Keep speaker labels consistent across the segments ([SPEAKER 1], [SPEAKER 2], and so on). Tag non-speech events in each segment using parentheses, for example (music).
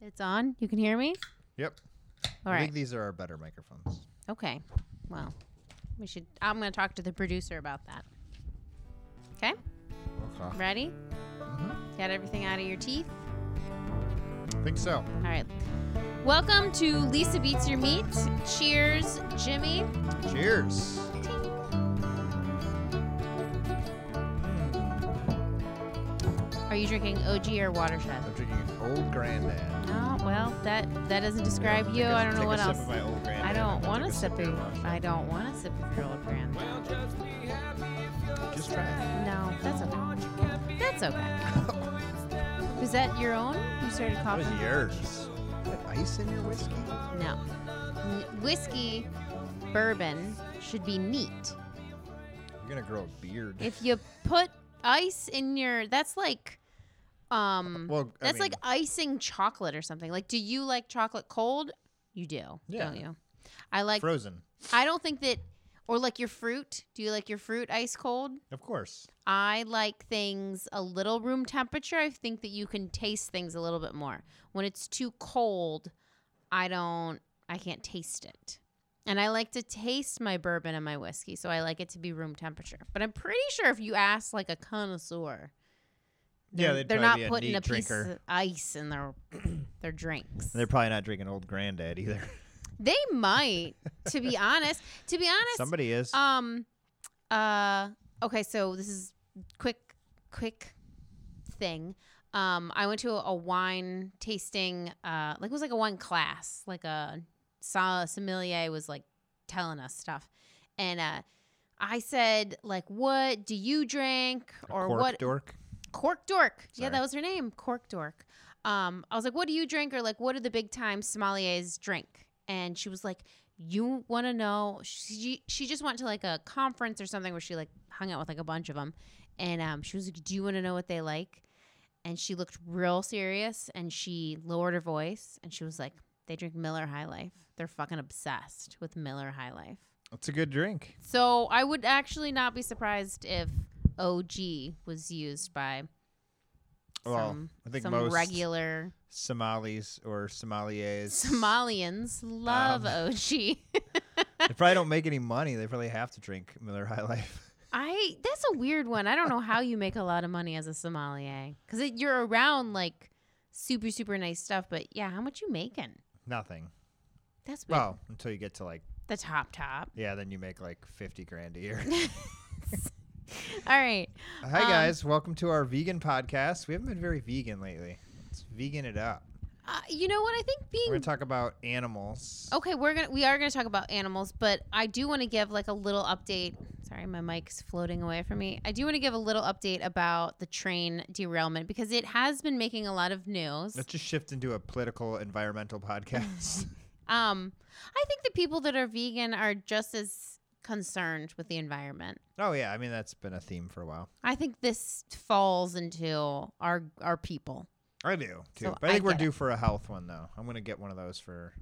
[SPEAKER 1] It's on. You can hear me?
[SPEAKER 2] Yep.
[SPEAKER 1] All
[SPEAKER 2] I
[SPEAKER 1] right.
[SPEAKER 2] think these are our better microphones.
[SPEAKER 1] okay. Well, we should. I'm going to talk to the producer about that. Okay.
[SPEAKER 2] Okay.
[SPEAKER 1] Ready?
[SPEAKER 2] Mm-hmm.
[SPEAKER 1] Got everything out of your teeth?
[SPEAKER 2] I think so.
[SPEAKER 1] All right. Welcome to Lisa Beats Your Meat. Cheers, Jimmy.
[SPEAKER 2] Cheers.
[SPEAKER 1] Are you drinking OG or Watershed?
[SPEAKER 2] I'm drinking Old Grandad.
[SPEAKER 1] Oh, well, that that doesn't describe you.
[SPEAKER 2] Take a-
[SPEAKER 1] I don't know
[SPEAKER 2] take
[SPEAKER 1] what
[SPEAKER 2] a sip
[SPEAKER 1] else.
[SPEAKER 2] of my Old Grandad.
[SPEAKER 1] I
[SPEAKER 2] I'm
[SPEAKER 1] don't
[SPEAKER 2] gonna
[SPEAKER 1] want to
[SPEAKER 2] take a
[SPEAKER 1] sip
[SPEAKER 2] of
[SPEAKER 1] of.
[SPEAKER 2] your Watershed.
[SPEAKER 1] I don't want to sip of your old brand.
[SPEAKER 2] Just try
[SPEAKER 1] No, that's okay. That's okay. Is that your own? You started
[SPEAKER 2] it. What is
[SPEAKER 1] coughing.
[SPEAKER 2] yours? You got ice in your whiskey?
[SPEAKER 1] No. N- Whiskey, bourbon should be neat.
[SPEAKER 2] You're gonna grow a beard.
[SPEAKER 1] If you put ice in your, that's like, um,
[SPEAKER 2] Uh, well, I
[SPEAKER 1] that's
[SPEAKER 2] mean,
[SPEAKER 1] like icing chocolate or something. Like, do you like chocolate cold? You do,
[SPEAKER 2] Yeah.
[SPEAKER 1] don't you? I like.
[SPEAKER 2] frozen,
[SPEAKER 1] I don't think that, or like your fruit. Do you like your fruit ice cold?
[SPEAKER 2] of course.
[SPEAKER 1] I like things a little room temperature. I think that you can taste things a little bit more. When it's too cold, I don't I can't taste it. And I like to taste my bourbon and my whiskey, so I like it to be room temperature. But I'm pretty sure if you ask like a connoisseur,
[SPEAKER 2] Yeah,
[SPEAKER 1] they're,
[SPEAKER 2] they'd
[SPEAKER 1] they're not
[SPEAKER 2] probably be a
[SPEAKER 1] putting
[SPEAKER 2] neat
[SPEAKER 1] a piece
[SPEAKER 2] drinker.
[SPEAKER 1] of ice in their their drinks.
[SPEAKER 2] They're probably not drinking Old
[SPEAKER 1] (laughs)
[SPEAKER 2] Grandad either.
[SPEAKER 1] they might, to be honest. To
[SPEAKER 2] (laughs)
[SPEAKER 1] be honest,
[SPEAKER 2] Somebody is.
[SPEAKER 1] Um. Uh. Okay. So this is quick, quick thing. Um. I went to a, a wine tasting. Uh. Like it was like a wine class. Like a saw sommelier was like telling us stuff, and uh, I said like, "What do you drink?" Or
[SPEAKER 2] Cork
[SPEAKER 1] what
[SPEAKER 2] dork.
[SPEAKER 1] Cork Dork. Yeah,
[SPEAKER 2] Sorry.
[SPEAKER 1] that was her name, Cork Dork. Um, I was like, "What do you drink?" Or like, "What do the big time sommeliers drink?" And she was like, "You want to know?" She she just went to like a conference or something where she like hung out with like a bunch of them, and um, she was like, "Do you want to know what they like?" And she looked real serious, and she lowered her voice, and she was like, "They drink Miller High Life. They're fucking obsessed with Miller High Life."
[SPEAKER 2] It's a good drink.
[SPEAKER 1] So I would actually not be surprised if OG was used by
[SPEAKER 2] Well,
[SPEAKER 1] some,
[SPEAKER 2] I think
[SPEAKER 1] some
[SPEAKER 2] most
[SPEAKER 1] regular
[SPEAKER 2] Somalis or sommeliers.
[SPEAKER 1] Somalians love (laughs)
[SPEAKER 2] Um,
[SPEAKER 1] OG.
[SPEAKER 2] They probably don't make any money. They probably have to drink Miller High Life. (laughs)
[SPEAKER 1] I that's a weird one. I don't know how you make a lot of money as a sommelier because you're around like super super nice stuff. But yeah, how much you making?
[SPEAKER 2] Nothing.
[SPEAKER 1] That's weird.
[SPEAKER 2] Well, until you get to like,
[SPEAKER 1] the top top.
[SPEAKER 2] yeah, then you make like 50 grand
[SPEAKER 1] (laughs)
[SPEAKER 2] a year. (laughs)
[SPEAKER 1] All right,
[SPEAKER 2] Hi,
[SPEAKER 1] Um,
[SPEAKER 2] guys. Welcome to our vegan podcast. We haven't been very vegan lately. Let's vegan it up.
[SPEAKER 1] uh, you know what I think
[SPEAKER 2] We're
[SPEAKER 1] being
[SPEAKER 2] going to talk about animals.
[SPEAKER 1] Okay, we're gonna we are gonna talk about animals, but I do want to give like a little update. Sorry, my mic's floating away from me. I do want to give a little update about the train derailment because it has been making a lot of news.
[SPEAKER 2] Let's just shift into a political
[SPEAKER 1] (laughs)
[SPEAKER 2] environmental podcast. (laughs)
[SPEAKER 1] Um, I think the people that are vegan are just as concerned with the environment.
[SPEAKER 2] oh, yeah. I mean, that's been a theme for a while.
[SPEAKER 1] I think this falls into our our people.
[SPEAKER 2] I do, too.
[SPEAKER 1] So
[SPEAKER 2] but I
[SPEAKER 1] I
[SPEAKER 2] think we're
[SPEAKER 1] get
[SPEAKER 2] due for a health one, though. I'm going to get one of those for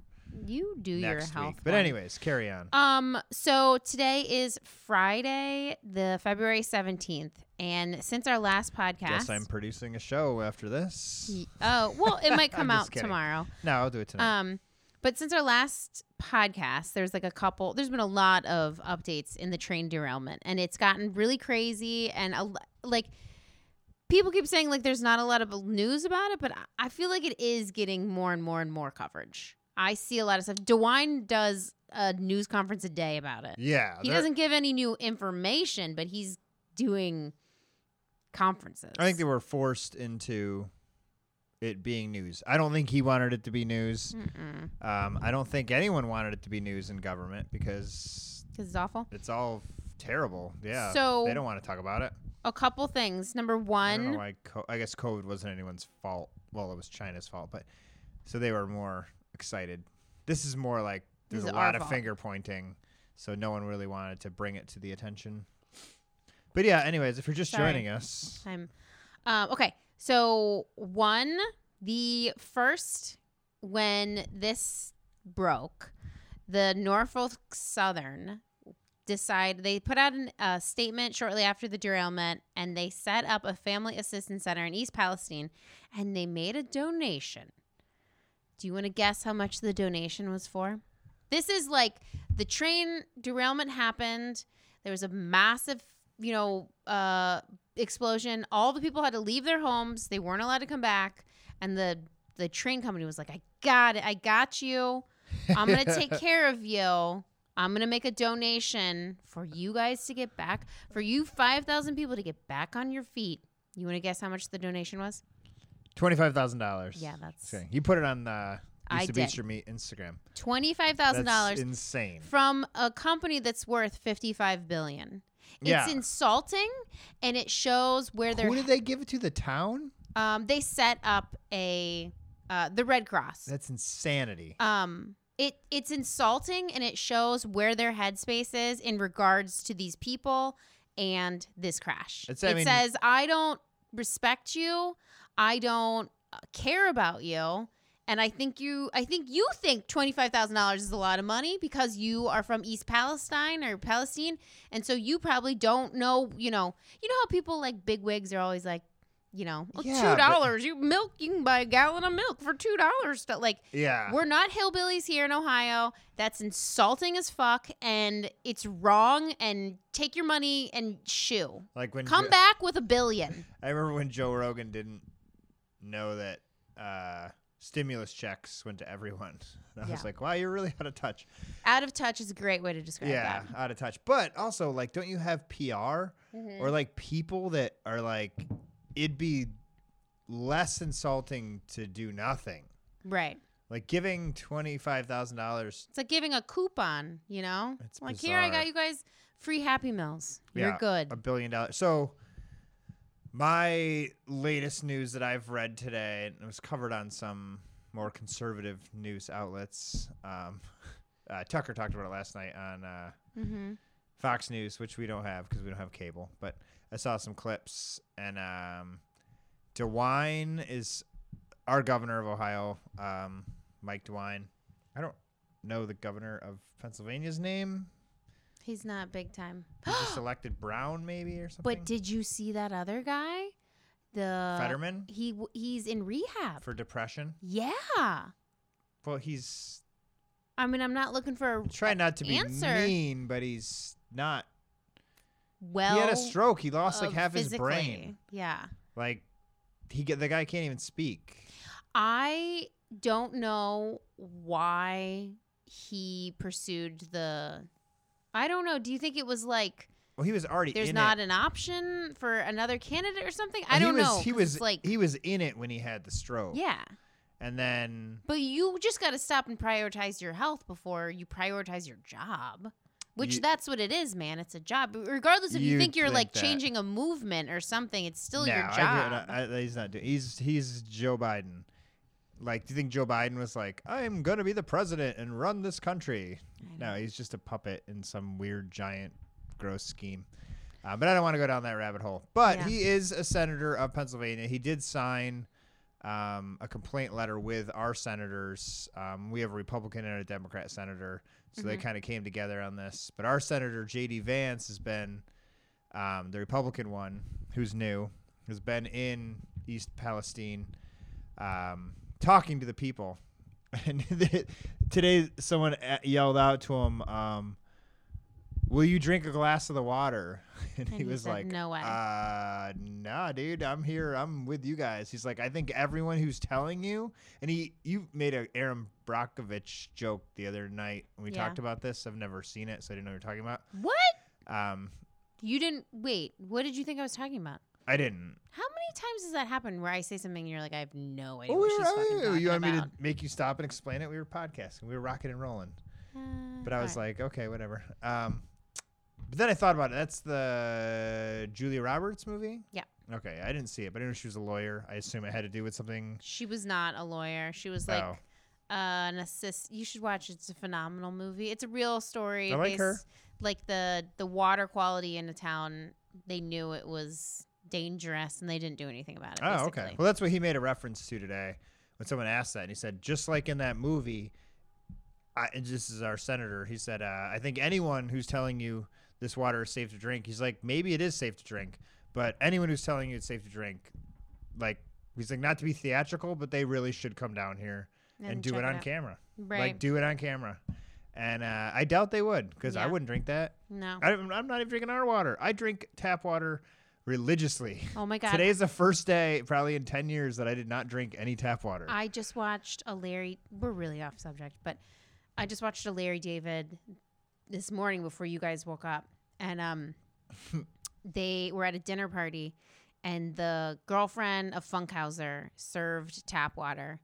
[SPEAKER 1] You do your
[SPEAKER 2] next
[SPEAKER 1] health,
[SPEAKER 2] week. But,
[SPEAKER 1] one.
[SPEAKER 2] anyways, carry on.
[SPEAKER 1] Um, so today is Friday, the February seventeenth, and since our last podcast,
[SPEAKER 2] Guess I'm producing a show after this.
[SPEAKER 1] Y- Oh, well, it might come
[SPEAKER 2] (laughs) I'm just
[SPEAKER 1] out
[SPEAKER 2] kidding.
[SPEAKER 1] tomorrow.
[SPEAKER 2] No, I'll do it tonight.
[SPEAKER 1] Um, but since our last podcast, there's like a couple, there's been a lot of updates in the train derailment, and it's gotten really crazy. And a, l- like, people keep saying like there's not a lot of news about it, but I- I feel like it is getting more and more and more coverage. I see a lot of stuff. DeWine does a news conference a day about it.
[SPEAKER 2] yeah.
[SPEAKER 1] He
[SPEAKER 2] there-
[SPEAKER 1] doesn't give any new information, but he's doing conferences.
[SPEAKER 2] I think they were forced into it being news. I don't think he wanted it to be news.
[SPEAKER 1] because
[SPEAKER 2] Um, I don't think anyone wanted it to be news in government because
[SPEAKER 1] it's awful.
[SPEAKER 2] it's all terrible. Yeah.
[SPEAKER 1] So-
[SPEAKER 2] they don't want to talk about it.
[SPEAKER 1] a couple things. Number
[SPEAKER 2] I don't know
[SPEAKER 1] one,
[SPEAKER 2] why. Co- I guess COVID wasn't anyone's fault. Well, it was China's fault, but so they were more excited. This is more like
[SPEAKER 1] This
[SPEAKER 2] there's a
[SPEAKER 1] is our
[SPEAKER 2] lot of
[SPEAKER 1] fault.
[SPEAKER 2] finger pointing, so no one really wanted to bring it to the attention. But yeah, anyways, if you're just
[SPEAKER 1] Sorry.
[SPEAKER 2] joining us,
[SPEAKER 1] I'm um, okay. So one, the first when this broke, the Norfolk Southern decide they put out an- a statement shortly after the derailment and they set up a family assistance center in East Palestine and they made a donation Do you want to guess how much the donation was for? This is like the train derailment happened. There was a massive, you know, uh, explosion. All the people had to leave their homes. They weren't allowed to come back. And the the train company was like, "I got it. I got you. I'm
[SPEAKER 2] (laughs)
[SPEAKER 1] gonna take care of you. I'm gonna make a donation for you guys to get back, for you five thousand people to get back on your feet." You want to guess how much the donation was?
[SPEAKER 2] Twenty five thousand dollars.
[SPEAKER 1] Yeah, that's-
[SPEAKER 2] You put it on the
[SPEAKER 1] I
[SPEAKER 2] used to beat
[SPEAKER 1] did.
[SPEAKER 2] your meat Instagram.
[SPEAKER 1] Twenty-five thousand
[SPEAKER 2] That's
[SPEAKER 1] dollars
[SPEAKER 2] insane.
[SPEAKER 1] from a company that's worth fifty-five billion. It's
[SPEAKER 2] Yeah.
[SPEAKER 1] insulting, and it shows where they're.
[SPEAKER 2] Who did they give it to? The town?
[SPEAKER 1] um, they set up a uh, the Red Cross.
[SPEAKER 2] That's insanity.
[SPEAKER 1] um it it's insulting and it shows where their headspace is in regards to these people and this crash
[SPEAKER 2] It's- I
[SPEAKER 1] it
[SPEAKER 2] mean-
[SPEAKER 1] says i don't respect you i don't uh, care about you and i think you i think you think $25000 is a lot of money because you are from east palestine or palestine and so you probably don't know you know you know how people like big wigs are always like you know "Oh,
[SPEAKER 2] Yeah,
[SPEAKER 1] two
[SPEAKER 2] but-
[SPEAKER 1] dollars you milk you can buy a gallon of milk for two dollars but like
[SPEAKER 2] yeah.
[SPEAKER 1] we're not hillbillies here in Ohio. That's insulting as fuck, and it's wrong. And take your money and shoo.
[SPEAKER 2] Like when
[SPEAKER 1] Come
[SPEAKER 2] Jo-
[SPEAKER 1] back with a billion.
[SPEAKER 2] I remember when Joe Rogan didn't know that uh, stimulus checks went to everyone. (laughs) And I
[SPEAKER 1] Yeah.
[SPEAKER 2] was like, wow, you're really out of touch.
[SPEAKER 1] Out of touch is a great way to describe
[SPEAKER 2] yeah,
[SPEAKER 1] that.
[SPEAKER 2] out of touch. But also, like, don't you have PR
[SPEAKER 1] Mm.
[SPEAKER 2] or like people that are like, it'd be less insulting to do nothing.
[SPEAKER 1] Right.
[SPEAKER 2] Like giving twenty five thousand dollars.
[SPEAKER 1] It's like giving a coupon, you know?
[SPEAKER 2] It's
[SPEAKER 1] like, here, I
[SPEAKER 2] bizarre. Um,
[SPEAKER 1] got you guys free Happy Meals. You're good.
[SPEAKER 2] A billion dollars. So my latest news that I've read today, and it was covered on some more conservative news outlets. Um, (laughs) uh, Tucker talked about it last night on uh,
[SPEAKER 1] mm-hmm.
[SPEAKER 2] Fox News, which we don't have because we don't have cable. But I saw some clips, and um, DeWine is our governor of Ohio, um, Mike DeWine. I don't know the governor of Pennsylvania's name.
[SPEAKER 1] He's not big time.
[SPEAKER 2] (gasps) He just elected Brown, maybe, or
[SPEAKER 1] (gasps)
[SPEAKER 2] something.
[SPEAKER 1] but did uh, you see that other guy? The
[SPEAKER 2] Fetterman
[SPEAKER 1] He w- he's in rehab.
[SPEAKER 2] for depression.
[SPEAKER 1] yeah.
[SPEAKER 2] Well, he's
[SPEAKER 1] I mean, I'm not looking for a
[SPEAKER 2] trying not to be
[SPEAKER 1] answer.
[SPEAKER 2] mean, but he's not.
[SPEAKER 1] well.
[SPEAKER 2] he had a stroke. He lost like
[SPEAKER 1] of
[SPEAKER 2] half his
[SPEAKER 1] physically.
[SPEAKER 2] brain.
[SPEAKER 1] Yeah.
[SPEAKER 2] Like he get the guy can't even speak.
[SPEAKER 1] I don't know why he pursued the. I don't know. Do you think it was like
[SPEAKER 2] Well, he was already
[SPEAKER 1] there's
[SPEAKER 2] in
[SPEAKER 1] not
[SPEAKER 2] It.
[SPEAKER 1] an option for another candidate or something? I
[SPEAKER 2] He
[SPEAKER 1] don't
[SPEAKER 2] was-
[SPEAKER 1] know.
[SPEAKER 2] He
[SPEAKER 1] 'cause
[SPEAKER 2] was
[SPEAKER 1] it's like
[SPEAKER 2] he was in it when he had the stroke.
[SPEAKER 1] yeah,
[SPEAKER 2] and then
[SPEAKER 1] but you just got to stop and prioritize your health before you prioritize your job. Which
[SPEAKER 2] You-
[SPEAKER 1] that's what it is, man. It's a job. Regardless if you,
[SPEAKER 2] You'd
[SPEAKER 1] think you're
[SPEAKER 2] think
[SPEAKER 1] like
[SPEAKER 2] that.
[SPEAKER 1] changing a movement or something, it's still
[SPEAKER 2] no,
[SPEAKER 1] your
[SPEAKER 2] I uh,
[SPEAKER 1] job.
[SPEAKER 2] get it. I, I- he's not doing. He's he's Joe Biden. Like, do you think Joe Biden was like, "I'm gonna be the president and run this country"?
[SPEAKER 1] I
[SPEAKER 2] No, he's just a puppet in some weird, giant, gross scheme. Uh, but I don't want to go down that rabbit hole. But
[SPEAKER 1] Yeah.
[SPEAKER 2] he is a senator of Pennsylvania. He did sign um, a complaint letter with our senators. Um, we have a Republican and a Democrat senator, so
[SPEAKER 1] Mm-hmm.
[SPEAKER 2] they kind of came together on this. But our senator J.D. Vance has been um, the Republican one, who's new, has been in East Palestine um, talking to the people. (laughs) And they- today, someone a- yelled out to him, um, "Will you drink a glass of the water?" (laughs) And,
[SPEAKER 1] And he
[SPEAKER 2] he was
[SPEAKER 1] said,
[SPEAKER 2] like,
[SPEAKER 1] "No way."
[SPEAKER 2] uh, nah, dude, I'm here. I'm with you guys." He's like, "I think everyone who's telling you." And he, you made a Aaron Brockovich joke the other night when we
[SPEAKER 1] Yeah.
[SPEAKER 2] talked about this. I've never seen it, so I didn't know what you're talking about.
[SPEAKER 1] What?
[SPEAKER 2] Um,
[SPEAKER 1] You didn't wait. What did you think I was talking about?
[SPEAKER 2] I didn't.
[SPEAKER 1] How many times has that happened where I say something and you're like, I have no idea
[SPEAKER 2] Oh,
[SPEAKER 1] what she's fucking
[SPEAKER 2] you
[SPEAKER 1] talking
[SPEAKER 2] you want
[SPEAKER 1] about?
[SPEAKER 2] me to make you stop and explain it? We were podcasting. We were rocking and rolling.
[SPEAKER 1] Uh,
[SPEAKER 2] But I was like, okay, whatever. Um, but then I thought about it. That's the Julia Roberts movie.
[SPEAKER 1] Yeah.
[SPEAKER 2] Okay, I didn't see it, but I knew she was a lawyer. I assume it had to do with something.
[SPEAKER 1] she was not a lawyer. She was like
[SPEAKER 2] Oh.
[SPEAKER 1] uh, an assist. You should watch. it. It's a phenomenal movie. It's a real story.
[SPEAKER 2] I like her.
[SPEAKER 1] Like the the water quality in a town. They knew it was dangerous and they didn't do anything about it.
[SPEAKER 2] Oh,
[SPEAKER 1] basically.
[SPEAKER 2] okay. Well, that's what he made a reference to today when someone asked that, and he said, just like in that movie, I, and this is our senator. He said, uh, I think anyone who's telling you this water is safe to drink, he's like, maybe it is safe to drink, but anyone who's telling you it's safe to drink, like, he's like, not to be theatrical, but they really should come down here and, do
[SPEAKER 1] check
[SPEAKER 2] it on
[SPEAKER 1] out.
[SPEAKER 2] camera.
[SPEAKER 1] Right.
[SPEAKER 2] Like do it on camera. And uh, I doubt they would because I
[SPEAKER 1] Yeah.
[SPEAKER 2] wouldn't drink that. (laughs)
[SPEAKER 1] no.
[SPEAKER 2] I, am not even drinking our water. I drink tap water religiously.
[SPEAKER 1] Oh my God.
[SPEAKER 2] Today's the first day, probably in 10 years, that I did not drink any tap water.
[SPEAKER 1] I just watched a Larry. We're really off subject, but I just watched a Larry David this morning before you guys woke up, and um, they were at a dinner party, and the girlfriend of Funkhauser served tap water,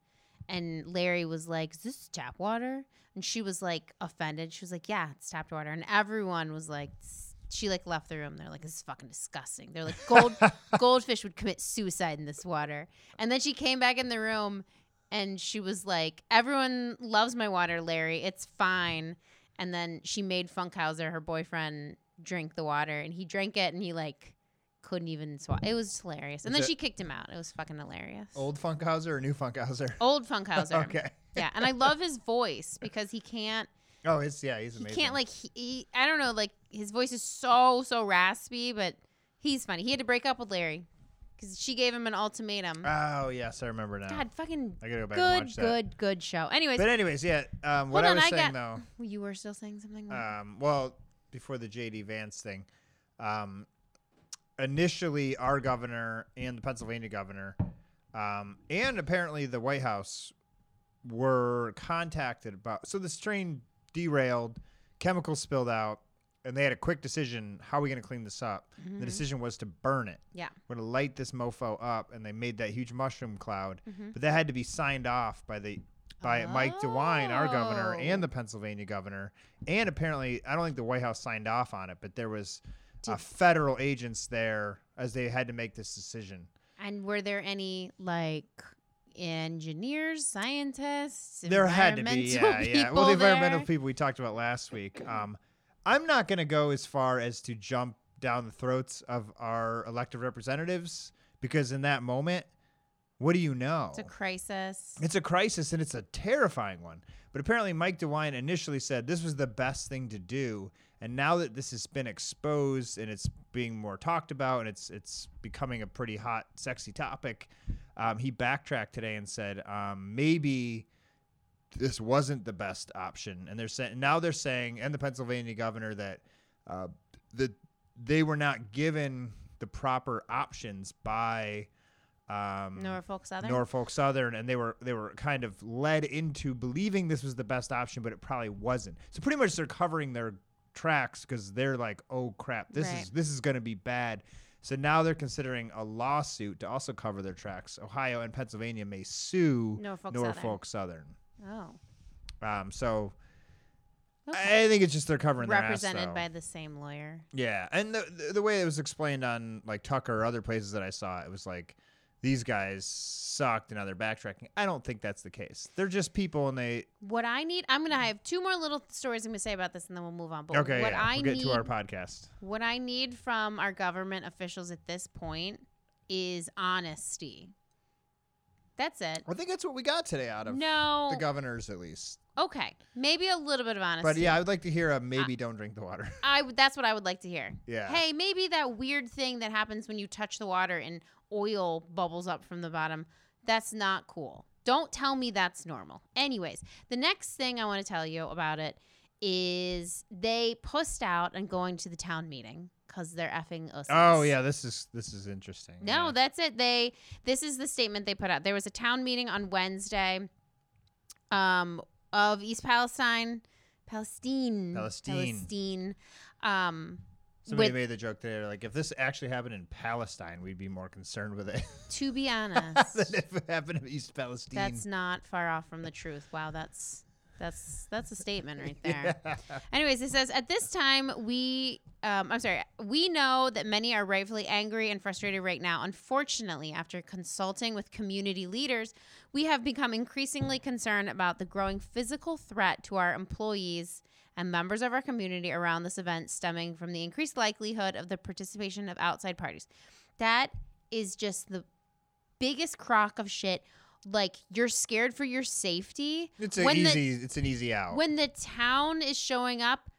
[SPEAKER 1] and Larry was like, "Is this tap water?" And she was like offended. She was like, "Yeah, it's tap water," and everyone was like. "S-" She like left the room. They're like, "This is fucking disgusting." They're like,
[SPEAKER 2] (laughs)
[SPEAKER 1] "Gold goldfish would commit suicide in this water." And then she came back in the room and she was like, Everyone loves my water, Larry. It's fine. And then she made Funkhauser, her boyfriend, drink the water and he drank it and he like couldn't even swallow. It was hilarious. And
[SPEAKER 2] Is
[SPEAKER 1] then
[SPEAKER 2] it-
[SPEAKER 1] she kicked him out. It was fucking hilarious.
[SPEAKER 2] Old Funkhauser or new Funkhauser?
[SPEAKER 1] Old Funkhauser.
[SPEAKER 2] (laughs) Okay.
[SPEAKER 1] Yeah. And I love his voice because he can't
[SPEAKER 2] Oh, it's yeah, he's
[SPEAKER 1] he
[SPEAKER 2] amazing.
[SPEAKER 1] can't like he, he- I don't know, like his voice is so, so raspy, but he's funny. He had to break up with Larry. Because she gave him an ultimatum.
[SPEAKER 2] Oh yes, I remember now.
[SPEAKER 1] God, fucking
[SPEAKER 2] I gotta go back and
[SPEAKER 1] good,
[SPEAKER 2] watch that.
[SPEAKER 1] good, good show. Anyways,
[SPEAKER 2] But anyways, yeah. Um, what
[SPEAKER 1] Hold
[SPEAKER 2] I
[SPEAKER 1] on,
[SPEAKER 2] was
[SPEAKER 1] I
[SPEAKER 2] saying
[SPEAKER 1] got-
[SPEAKER 2] though,
[SPEAKER 1] you were still saying something. Lauren?
[SPEAKER 2] um, well, before the JD Vance thing, um, initially our governor and the Pennsylvania governor, um, and apparently the White House were contacted about. So this train derailed, chemicals spilled out, and they had a quick decision: how are we going to clean this up? The decision was to burn it.
[SPEAKER 1] yeah.
[SPEAKER 2] We're going to light this mofo up, and they made that huge mushroom cloud.
[SPEAKER 1] Mhm.
[SPEAKER 2] But that had to be signed off by the by Mike DeWine, our governor,
[SPEAKER 1] Oh.
[SPEAKER 2] and the Pennsylvania governor, and apparently I don't think the White House signed off on it, but there was uh, federal agents there as they had to make this decision.
[SPEAKER 1] Oh. And were there any like engineers, scientists?
[SPEAKER 2] There had to be,
[SPEAKER 1] environmental
[SPEAKER 2] yeah, yeah.
[SPEAKER 1] (laughs) people
[SPEAKER 2] Well, the environmental
[SPEAKER 1] there?
[SPEAKER 2] people we talked about last (laughs) week. Um, I'm not going to go as far as to jump down the throats of our elected representatives because in that moment, what do you know?
[SPEAKER 1] It's a crisis.
[SPEAKER 2] It's a crisis and it's a terrifying one. But apparently, Mike DeWine initially said this was the best thing to do. And now that this has been exposed and it's being more talked about and it's it's becoming a pretty hot, sexy topic, um, he backtracked today and said um, maybe this wasn't the best option. And they're saying now they're saying and the Pennsylvania governor that uh, that they were not given the proper options by. Um,
[SPEAKER 1] Norfolk Southern.
[SPEAKER 2] Norfolk Southern, and they were they were kind of led into believing this was the best option, but it probably wasn't. So pretty much they're covering their tracks because they're like, oh crap, this
[SPEAKER 1] Right.
[SPEAKER 2] is this is going to be bad. So now they're considering a lawsuit to also cover their tracks. Ohio and Pennsylvania may sue
[SPEAKER 1] Norfolk Southern.
[SPEAKER 2] Norfolk Southern.
[SPEAKER 1] oh,
[SPEAKER 2] Um, so
[SPEAKER 1] Okay.
[SPEAKER 2] I think it's just they're covering their ass,
[SPEAKER 1] represented
[SPEAKER 2] though.
[SPEAKER 1] by the same lawyer.
[SPEAKER 2] Yeah, and the the- the way it was explained on like Tucker or other places that I saw, it was like these guys sucked, and now they're backtracking. I don't think that's the case. They're just people, and they
[SPEAKER 1] What I need, I'm gonna I have two more little stories I'm gonna say about this, and then we'll move on. But
[SPEAKER 2] okay.
[SPEAKER 1] what
[SPEAKER 2] yeah,
[SPEAKER 1] I
[SPEAKER 2] we'll get
[SPEAKER 1] need
[SPEAKER 2] to our podcast.
[SPEAKER 1] What I need from our government officials at this point is honesty. That's it.
[SPEAKER 2] I think that's what we got today out of
[SPEAKER 1] No.
[SPEAKER 2] the governors, at least.
[SPEAKER 1] okay. Maybe a little bit of honesty.
[SPEAKER 2] But yeah, I would like to hear a maybe don't drink the water. (laughs)
[SPEAKER 1] I would- that's what I would like to hear.
[SPEAKER 2] Yeah.
[SPEAKER 1] Hey, maybe that weird thing that happens when you touch the water and oil bubbles up from the bottom. That's not cool. Don't tell me that's normal. Anyways, the next thing I want to tell you about it is they pussed out on going to the town meeting because they're effing us.
[SPEAKER 2] oh yeah, this is this is interesting.
[SPEAKER 1] No,
[SPEAKER 2] yeah.
[SPEAKER 1] that's it. They this is the statement they put out. There was a town meeting on Wednesday um of East Palestine, Palestine,
[SPEAKER 2] Palestine.
[SPEAKER 1] Palestine. Um
[SPEAKER 2] somebody
[SPEAKER 1] with-
[SPEAKER 2] made the joke today. they're Like if this actually happened in Palestine, we'd be more concerned with it (laughs)
[SPEAKER 1] to be
[SPEAKER 2] than
[SPEAKER 1] honest,
[SPEAKER 2] if it happened in East Palestine.
[SPEAKER 1] that's not far off from the truth. Wow, that's that's that's a statement right there.
[SPEAKER 2] (laughs) yeah.
[SPEAKER 1] (laughs) Anyways, it says at this time we, um, I'm sorry, we know that many are rightfully angry and frustrated right now. Unfortunately, after consulting with community leaders, we have become increasingly concerned about the growing physical threat to our employees and members of our community around this event, stemming from the increased likelihood of the participation of outside parties. That is just the biggest crock of shit. Like you're scared for your safety.
[SPEAKER 2] It's an
[SPEAKER 1] When the-
[SPEAKER 2] easy. it's an easy out.
[SPEAKER 1] when the town is showing up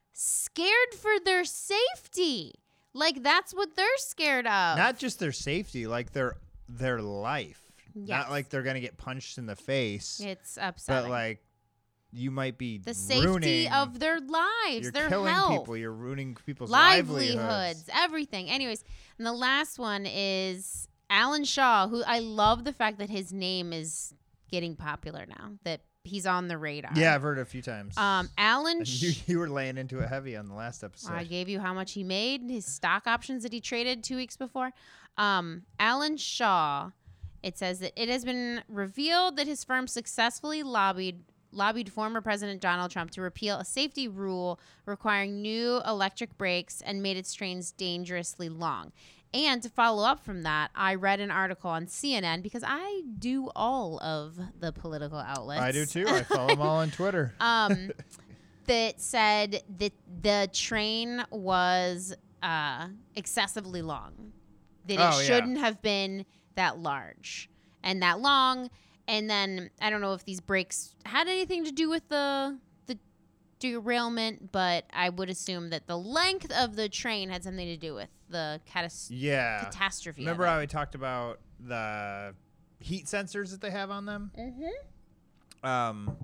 [SPEAKER 1] scared for their safety. Like that's what they're scared of.
[SPEAKER 2] not just their safety, like their their life.
[SPEAKER 1] Yes.
[SPEAKER 2] Not like they're gonna get punched in the face,
[SPEAKER 1] it's
[SPEAKER 2] but
[SPEAKER 1] upsetting.
[SPEAKER 2] like you might be
[SPEAKER 1] the safety
[SPEAKER 2] ruining,
[SPEAKER 1] of their lives,
[SPEAKER 2] you're
[SPEAKER 1] their
[SPEAKER 2] killing
[SPEAKER 1] health,
[SPEAKER 2] people, you're ruining people's
[SPEAKER 1] livelihoods,
[SPEAKER 2] livelihoods.
[SPEAKER 1] everything. Anyways, and the last one is Alan Shaw, who I love the fact that his name is getting popular now, that he's on the radar.
[SPEAKER 2] Yeah, I've heard it a few times.
[SPEAKER 1] Um, Alan.
[SPEAKER 2] (laughs) And you,
[SPEAKER 1] Sh-
[SPEAKER 2] you were laying into it heavy on the last episode.
[SPEAKER 1] I gave you how much he made, his stock options that he traded two weeks before. Um, Alan Shaw, it says that it has been revealed that his firm successfully lobbied lobbied former President Donald Trump to repeal a safety rule requiring new electric brakes and made its trains dangerously long. And to follow up from that, I read an article on CNN because I do all of the political outlets.
[SPEAKER 2] I do
[SPEAKER 1] (laughs)
[SPEAKER 2] too. I follow them all on Twitter. (laughs)
[SPEAKER 1] um, that said that the train was uh, excessively long, that
[SPEAKER 2] Oh,
[SPEAKER 1] it
[SPEAKER 2] yeah.
[SPEAKER 1] shouldn't have been that large and that long. And then I don't know if these breaks had anything to do with the the derailment, but I would assume that the length of the train had something to do with the catas-
[SPEAKER 2] Yeah.
[SPEAKER 1] catastrophe.
[SPEAKER 2] Remember how we talked about the heat sensors that they have on them?
[SPEAKER 1] mm-hmm.
[SPEAKER 2] um,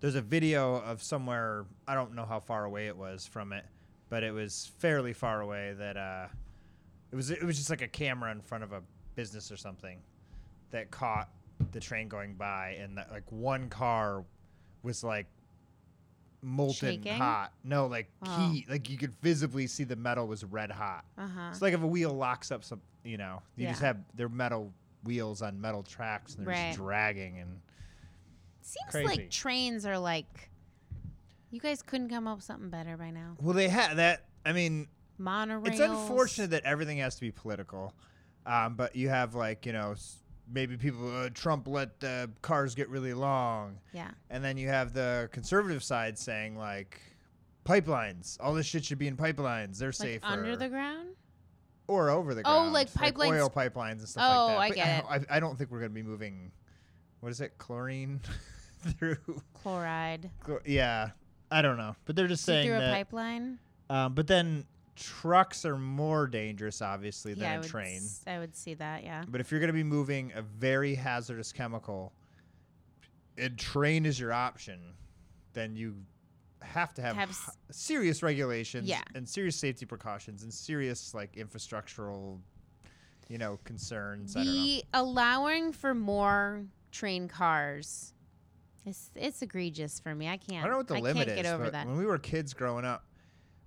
[SPEAKER 2] there's a video of somewhere I don't know how far away it was from it, but it was fairly far away that uh, it was it was just like a camera in front of a business or something that caught the train going by and that, like one car was like molten
[SPEAKER 1] Shaking?
[SPEAKER 2] hot no like
[SPEAKER 1] Oh.
[SPEAKER 2] heat like you could visibly see the metal was red hot
[SPEAKER 1] Uh huh.
[SPEAKER 2] it's like if a wheel locks up some, you know, you just
[SPEAKER 1] Yeah.
[SPEAKER 2] have their metal wheels on metal tracks and they're
[SPEAKER 1] Right.
[SPEAKER 2] just dragging and
[SPEAKER 1] Seems
[SPEAKER 2] crazy.
[SPEAKER 1] like trains are like. You guys couldn't come up with something better by now.
[SPEAKER 2] well they had that I mean,
[SPEAKER 1] Monorails.
[SPEAKER 2] it's unfortunate that everything has to be political. Um, but you have like, you know, s- maybe people uh, Trump let the cars get really long
[SPEAKER 1] Yeah.
[SPEAKER 2] and then you have the conservative side saying like pipelines, all this shit should be in pipelines. They're
[SPEAKER 1] Like
[SPEAKER 2] safer
[SPEAKER 1] under the ground?
[SPEAKER 2] or over the
[SPEAKER 1] Oh,
[SPEAKER 2] ground.
[SPEAKER 1] like pipelines-
[SPEAKER 2] oil pipelines and stuff
[SPEAKER 1] Oh, I
[SPEAKER 2] like that.
[SPEAKER 1] get
[SPEAKER 2] but I, I don't think we're going to be moving. What is it? Chlorine (laughs) through?
[SPEAKER 1] Chloride.
[SPEAKER 2] chlor- Yeah, I don't know. But they're just
[SPEAKER 1] Is it
[SPEAKER 2] saying
[SPEAKER 1] through a
[SPEAKER 2] that.
[SPEAKER 1] pipeline?
[SPEAKER 2] Um, but then trucks are more dangerous, obviously,
[SPEAKER 1] I
[SPEAKER 2] than
[SPEAKER 1] would
[SPEAKER 2] a train.
[SPEAKER 1] s- I would see that, yeah.
[SPEAKER 2] But if you're going to be moving a very hazardous chemical, and train is your option, then you have to have,
[SPEAKER 1] Have
[SPEAKER 2] h-
[SPEAKER 1] s-
[SPEAKER 2] serious regulations
[SPEAKER 1] Yeah.
[SPEAKER 2] and serious safety precautions and serious like infrastructural, you know, concerns. I don't know.
[SPEAKER 1] The allowing for more train cars it's it's egregious for me. I
[SPEAKER 2] I
[SPEAKER 1] can't
[SPEAKER 2] don't know what the limit
[SPEAKER 1] can't
[SPEAKER 2] is.
[SPEAKER 1] get over
[SPEAKER 2] but um,
[SPEAKER 1] that.
[SPEAKER 2] When we were kids growing up,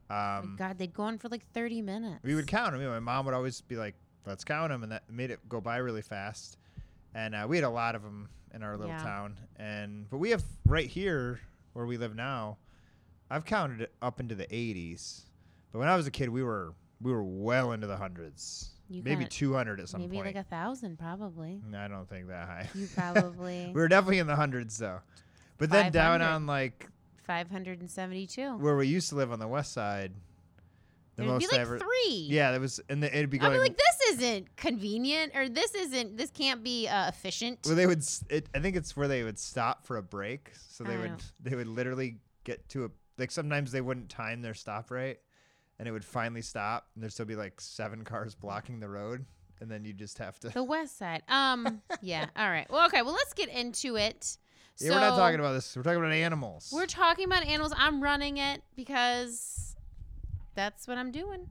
[SPEAKER 1] Oh my
[SPEAKER 2] um,
[SPEAKER 1] God, they'd go on for like thirty minutes.
[SPEAKER 2] we would count them. my mom would always be like, "Let's count them," and that made it go by really fast. And uh, we had a lot of them in our little
[SPEAKER 1] Yeah.
[SPEAKER 2] town. And but we have right here where we live now. I've counted it up into the 80s, but when I was a kid, we were we were well into the hundreds,
[SPEAKER 1] You
[SPEAKER 2] maybe
[SPEAKER 1] kinda-
[SPEAKER 2] 200 at some
[SPEAKER 1] maybe
[SPEAKER 2] point.
[SPEAKER 1] like a thousand
[SPEAKER 2] (laughs)
[SPEAKER 1] probably.
[SPEAKER 2] No, I don't think that high. (laughs)
[SPEAKER 1] You probably
[SPEAKER 2] we were definitely in the hundreds though. But then down
[SPEAKER 1] 500.
[SPEAKER 2] on like
[SPEAKER 1] (laughs) five hundred and seventy two.
[SPEAKER 2] where we used to live on the west side, the
[SPEAKER 1] It'd
[SPEAKER 2] most
[SPEAKER 1] be
[SPEAKER 2] I
[SPEAKER 1] like
[SPEAKER 2] ever.
[SPEAKER 1] three.
[SPEAKER 2] Yeah, that was, and the, it'd be
[SPEAKER 1] I'd
[SPEAKER 2] going.
[SPEAKER 1] be like, this isn't convenient, or this isn't, this can't be uh, efficient.
[SPEAKER 2] Well, they would. s- It, I think it's where they would stop for a break. So they
[SPEAKER 1] I
[SPEAKER 2] would.
[SPEAKER 1] don't-
[SPEAKER 2] They would literally get to a like. Sometimes they wouldn't time their stop right, and it would finally stop, and there'd still be like seven cars blocking the road, and then you just have to.
[SPEAKER 1] The West Side.
[SPEAKER 2] (laughs)
[SPEAKER 1] Um. yeah. All right. Well. Okay. Well, let's get into it.
[SPEAKER 2] yeah, we're not
[SPEAKER 1] So,
[SPEAKER 2] talking about this. We're talking about animals.
[SPEAKER 1] We're talking about animals. I'm running it because that's what I'm doing.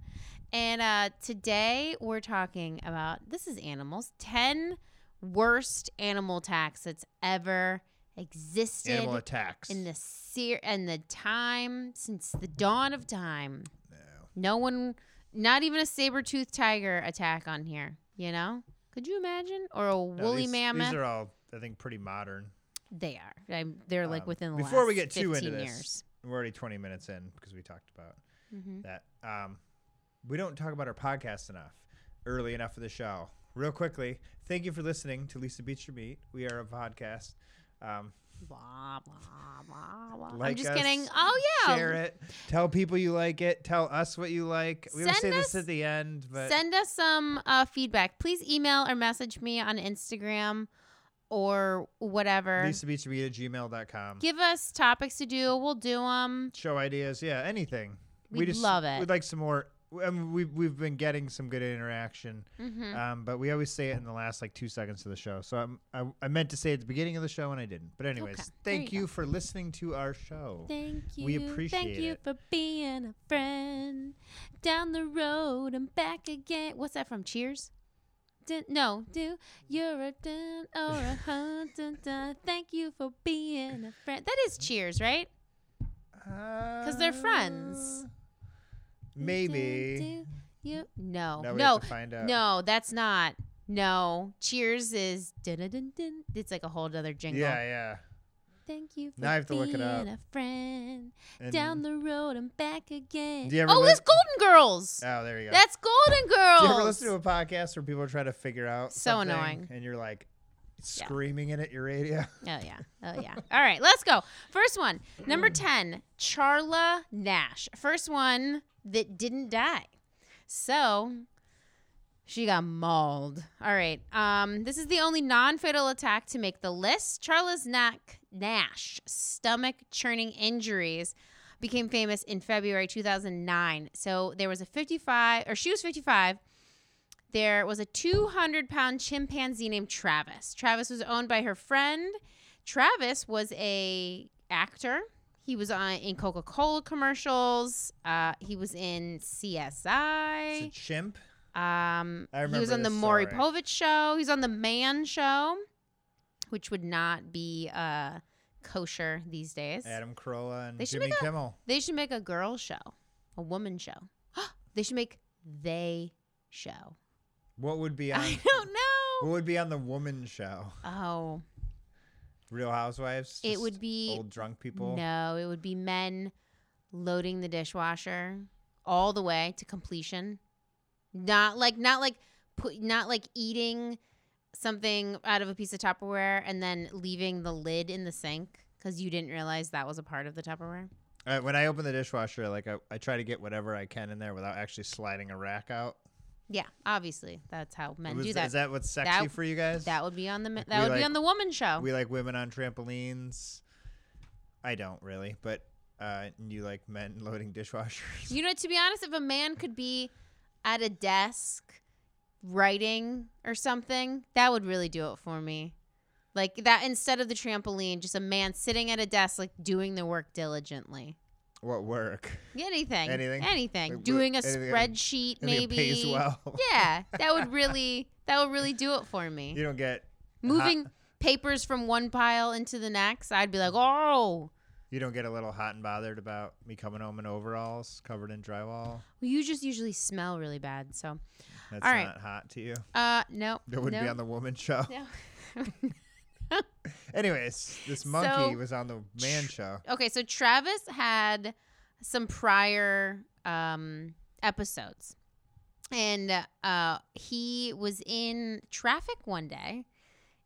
[SPEAKER 1] And uh, today we're talking about this is animals. Ten worst animal attacks that's ever existed
[SPEAKER 2] animal attacks.
[SPEAKER 1] in the ser- and the time since the dawn of time.
[SPEAKER 2] no.
[SPEAKER 1] No one, not even a saber-toothed tiger attack on here. You know? Could you imagine? Or a
[SPEAKER 2] No,
[SPEAKER 1] woolly
[SPEAKER 2] these,
[SPEAKER 1] mammoth?
[SPEAKER 2] These are all, I think, pretty modern.
[SPEAKER 1] They are. I'm, they're like
[SPEAKER 2] Um,
[SPEAKER 1] within the
[SPEAKER 2] before we
[SPEAKER 1] last
[SPEAKER 2] get too
[SPEAKER 1] 15
[SPEAKER 2] into this,
[SPEAKER 1] years.
[SPEAKER 2] We're already 20 minutes in because we talked about
[SPEAKER 1] Mhm.
[SPEAKER 2] that. Um, we don't talk about our podcast enough, early enough for the show. Real quickly, thank you for listening to Lisa Beat Your Meat. We are a podcast. Um,
[SPEAKER 1] Blah, blah, blah, blah. I'm
[SPEAKER 2] Like
[SPEAKER 1] just
[SPEAKER 2] us,
[SPEAKER 1] kidding. Oh yeah.
[SPEAKER 2] Share it. Tell people you like it. Tell us what you like. We always say
[SPEAKER 1] Send
[SPEAKER 2] this
[SPEAKER 1] us-
[SPEAKER 2] at the end, but
[SPEAKER 1] Send us some uh, feedback. Please email or message me on Instagram or whatever.
[SPEAKER 2] Lisa Beat Your Meat at gmail.com.
[SPEAKER 1] Give us topics to do. We'll do them.
[SPEAKER 2] show ideas. Yeah, anything.
[SPEAKER 1] We'd love it.
[SPEAKER 2] We'd like some more. I mean, we've we've been getting some good interaction,
[SPEAKER 1] hmm
[SPEAKER 2] um, but we always say it in the last like two seconds of the show. So I'm, I I meant to say it at the beginning of the show and I didn't. But anyways,
[SPEAKER 1] Okay. There
[SPEAKER 2] thank
[SPEAKER 1] you
[SPEAKER 2] you,
[SPEAKER 1] go.
[SPEAKER 2] for listening to our show.
[SPEAKER 1] Thank you.
[SPEAKER 2] We
[SPEAKER 1] Thank
[SPEAKER 2] appreciate
[SPEAKER 1] you
[SPEAKER 2] it.
[SPEAKER 1] for being a friend. Down the road and back again. What's that from? Cheers? Dun, no, do you're a dun or a hun dun dun. Thank you for being a friend. That is Cheers, right?
[SPEAKER 2] Because
[SPEAKER 1] they're friends.
[SPEAKER 2] Uh, Maybe.
[SPEAKER 1] Dun, dun, you no
[SPEAKER 2] Now we
[SPEAKER 1] no
[SPEAKER 2] have to find out.
[SPEAKER 1] no that's not no. Cheers is dun dun dun dun. It's like a whole other jingle.
[SPEAKER 2] Yeah, yeah.
[SPEAKER 1] Thank you for
[SPEAKER 2] Now I have to
[SPEAKER 1] being
[SPEAKER 2] look it up.
[SPEAKER 1] a friend.
[SPEAKER 2] And-
[SPEAKER 1] Down the road and back again.
[SPEAKER 2] Do you ever
[SPEAKER 1] Oh, it's
[SPEAKER 2] lis-
[SPEAKER 1] Golden Girls.
[SPEAKER 2] Oh, there you go.
[SPEAKER 1] That's Golden Girls.
[SPEAKER 2] Do you ever listen to a podcast where people try to figure out
[SPEAKER 1] So
[SPEAKER 2] something
[SPEAKER 1] annoying.
[SPEAKER 2] and you're like screaming it at your radio? (laughs)
[SPEAKER 1] Oh yeah. Oh yeah. All right, let's go. First one, number 10, Charla Nash. First one that didn't die. So, she got mauled. All right. Um, this is the only non-fatal attack to make the list. Charla's neck Nash stomach churning injuries became famous in February 2009. So there was a 55 or she was 55 there was a 200 pound chimpanzee named Travis. Travis was owned by her friend. Travis was a actor. He was on in Coca Cola commercials. Uh, he was in CSI.
[SPEAKER 2] It's a chimp.
[SPEAKER 1] Um, he
[SPEAKER 2] I
[SPEAKER 1] was
[SPEAKER 2] remember
[SPEAKER 1] on the
[SPEAKER 2] this
[SPEAKER 1] Maury
[SPEAKER 2] story.
[SPEAKER 1] Povich show. He was on the Man show, which would not be uh, kosher these days.
[SPEAKER 2] Adam Carolla and
[SPEAKER 1] They should
[SPEAKER 2] Jimmy
[SPEAKER 1] make a-
[SPEAKER 2] Kimmel.
[SPEAKER 1] They should make a girl show, a woman show. (gasps) they should make they show.
[SPEAKER 2] What would be
[SPEAKER 1] (laughs)
[SPEAKER 2] on?
[SPEAKER 1] I don't know.
[SPEAKER 2] What would be on the woman show?
[SPEAKER 1] Oh
[SPEAKER 2] Real Housewives.
[SPEAKER 1] It
[SPEAKER 2] Just
[SPEAKER 1] would be-
[SPEAKER 2] old drunk people.
[SPEAKER 1] no, it would be men loading the dishwasher all the way to completion. Not like not like put not like eating something out of a piece of Tupperware and then leaving the lid in the sink because you didn't realize that was a part of the Tupperware.
[SPEAKER 2] Uh, when I open the dishwasher, like I, I try to get whatever I can in there without actually sliding a rack out.
[SPEAKER 1] Yeah, obviously that's how men
[SPEAKER 2] Was-
[SPEAKER 1] do
[SPEAKER 2] Is
[SPEAKER 1] that. that.
[SPEAKER 2] that what's sexy for you guys?
[SPEAKER 1] would be on the ma- that
[SPEAKER 2] we
[SPEAKER 1] would be
[SPEAKER 2] like-
[SPEAKER 1] on the woman show.
[SPEAKER 2] we like women on trampolines. I don't really, but uh, you like men (laughs) loading dishwashers.
[SPEAKER 1] You know, to be honest, if a man could be at a desk writing or something, that would really do it for me. Like that instead of the trampoline, just a man sitting at a desk, like doing the work diligently.
[SPEAKER 2] (laughs) what work?
[SPEAKER 1] Anything.
[SPEAKER 2] Anything?
[SPEAKER 1] Anything.
[SPEAKER 2] Like, wh-
[SPEAKER 1] doing a
[SPEAKER 2] anything that-
[SPEAKER 1] spreadsheet,
[SPEAKER 2] I think
[SPEAKER 1] maybe.
[SPEAKER 2] it pays well.
[SPEAKER 1] (laughs) Yeah, that would really that would really do it for me.
[SPEAKER 2] you don't get
[SPEAKER 1] Moving papers from one pile into the next, I'd be like, oh,
[SPEAKER 2] you don't get a little hot and bothered about me coming home in overalls covered in drywall.
[SPEAKER 1] you just usually smell really bad. So,
[SPEAKER 2] That's
[SPEAKER 1] All right.
[SPEAKER 2] not hot to you.
[SPEAKER 1] uh, no,
[SPEAKER 2] That would
[SPEAKER 1] no,
[SPEAKER 2] be on the
[SPEAKER 1] (laughs)
[SPEAKER 2] woman show.
[SPEAKER 1] no.
[SPEAKER 2] Anyways, this monkey
[SPEAKER 1] So-
[SPEAKER 2] was on the man show.
[SPEAKER 1] Okay, so Travis had some prior um, episodes, and uh, he was in traffic one day,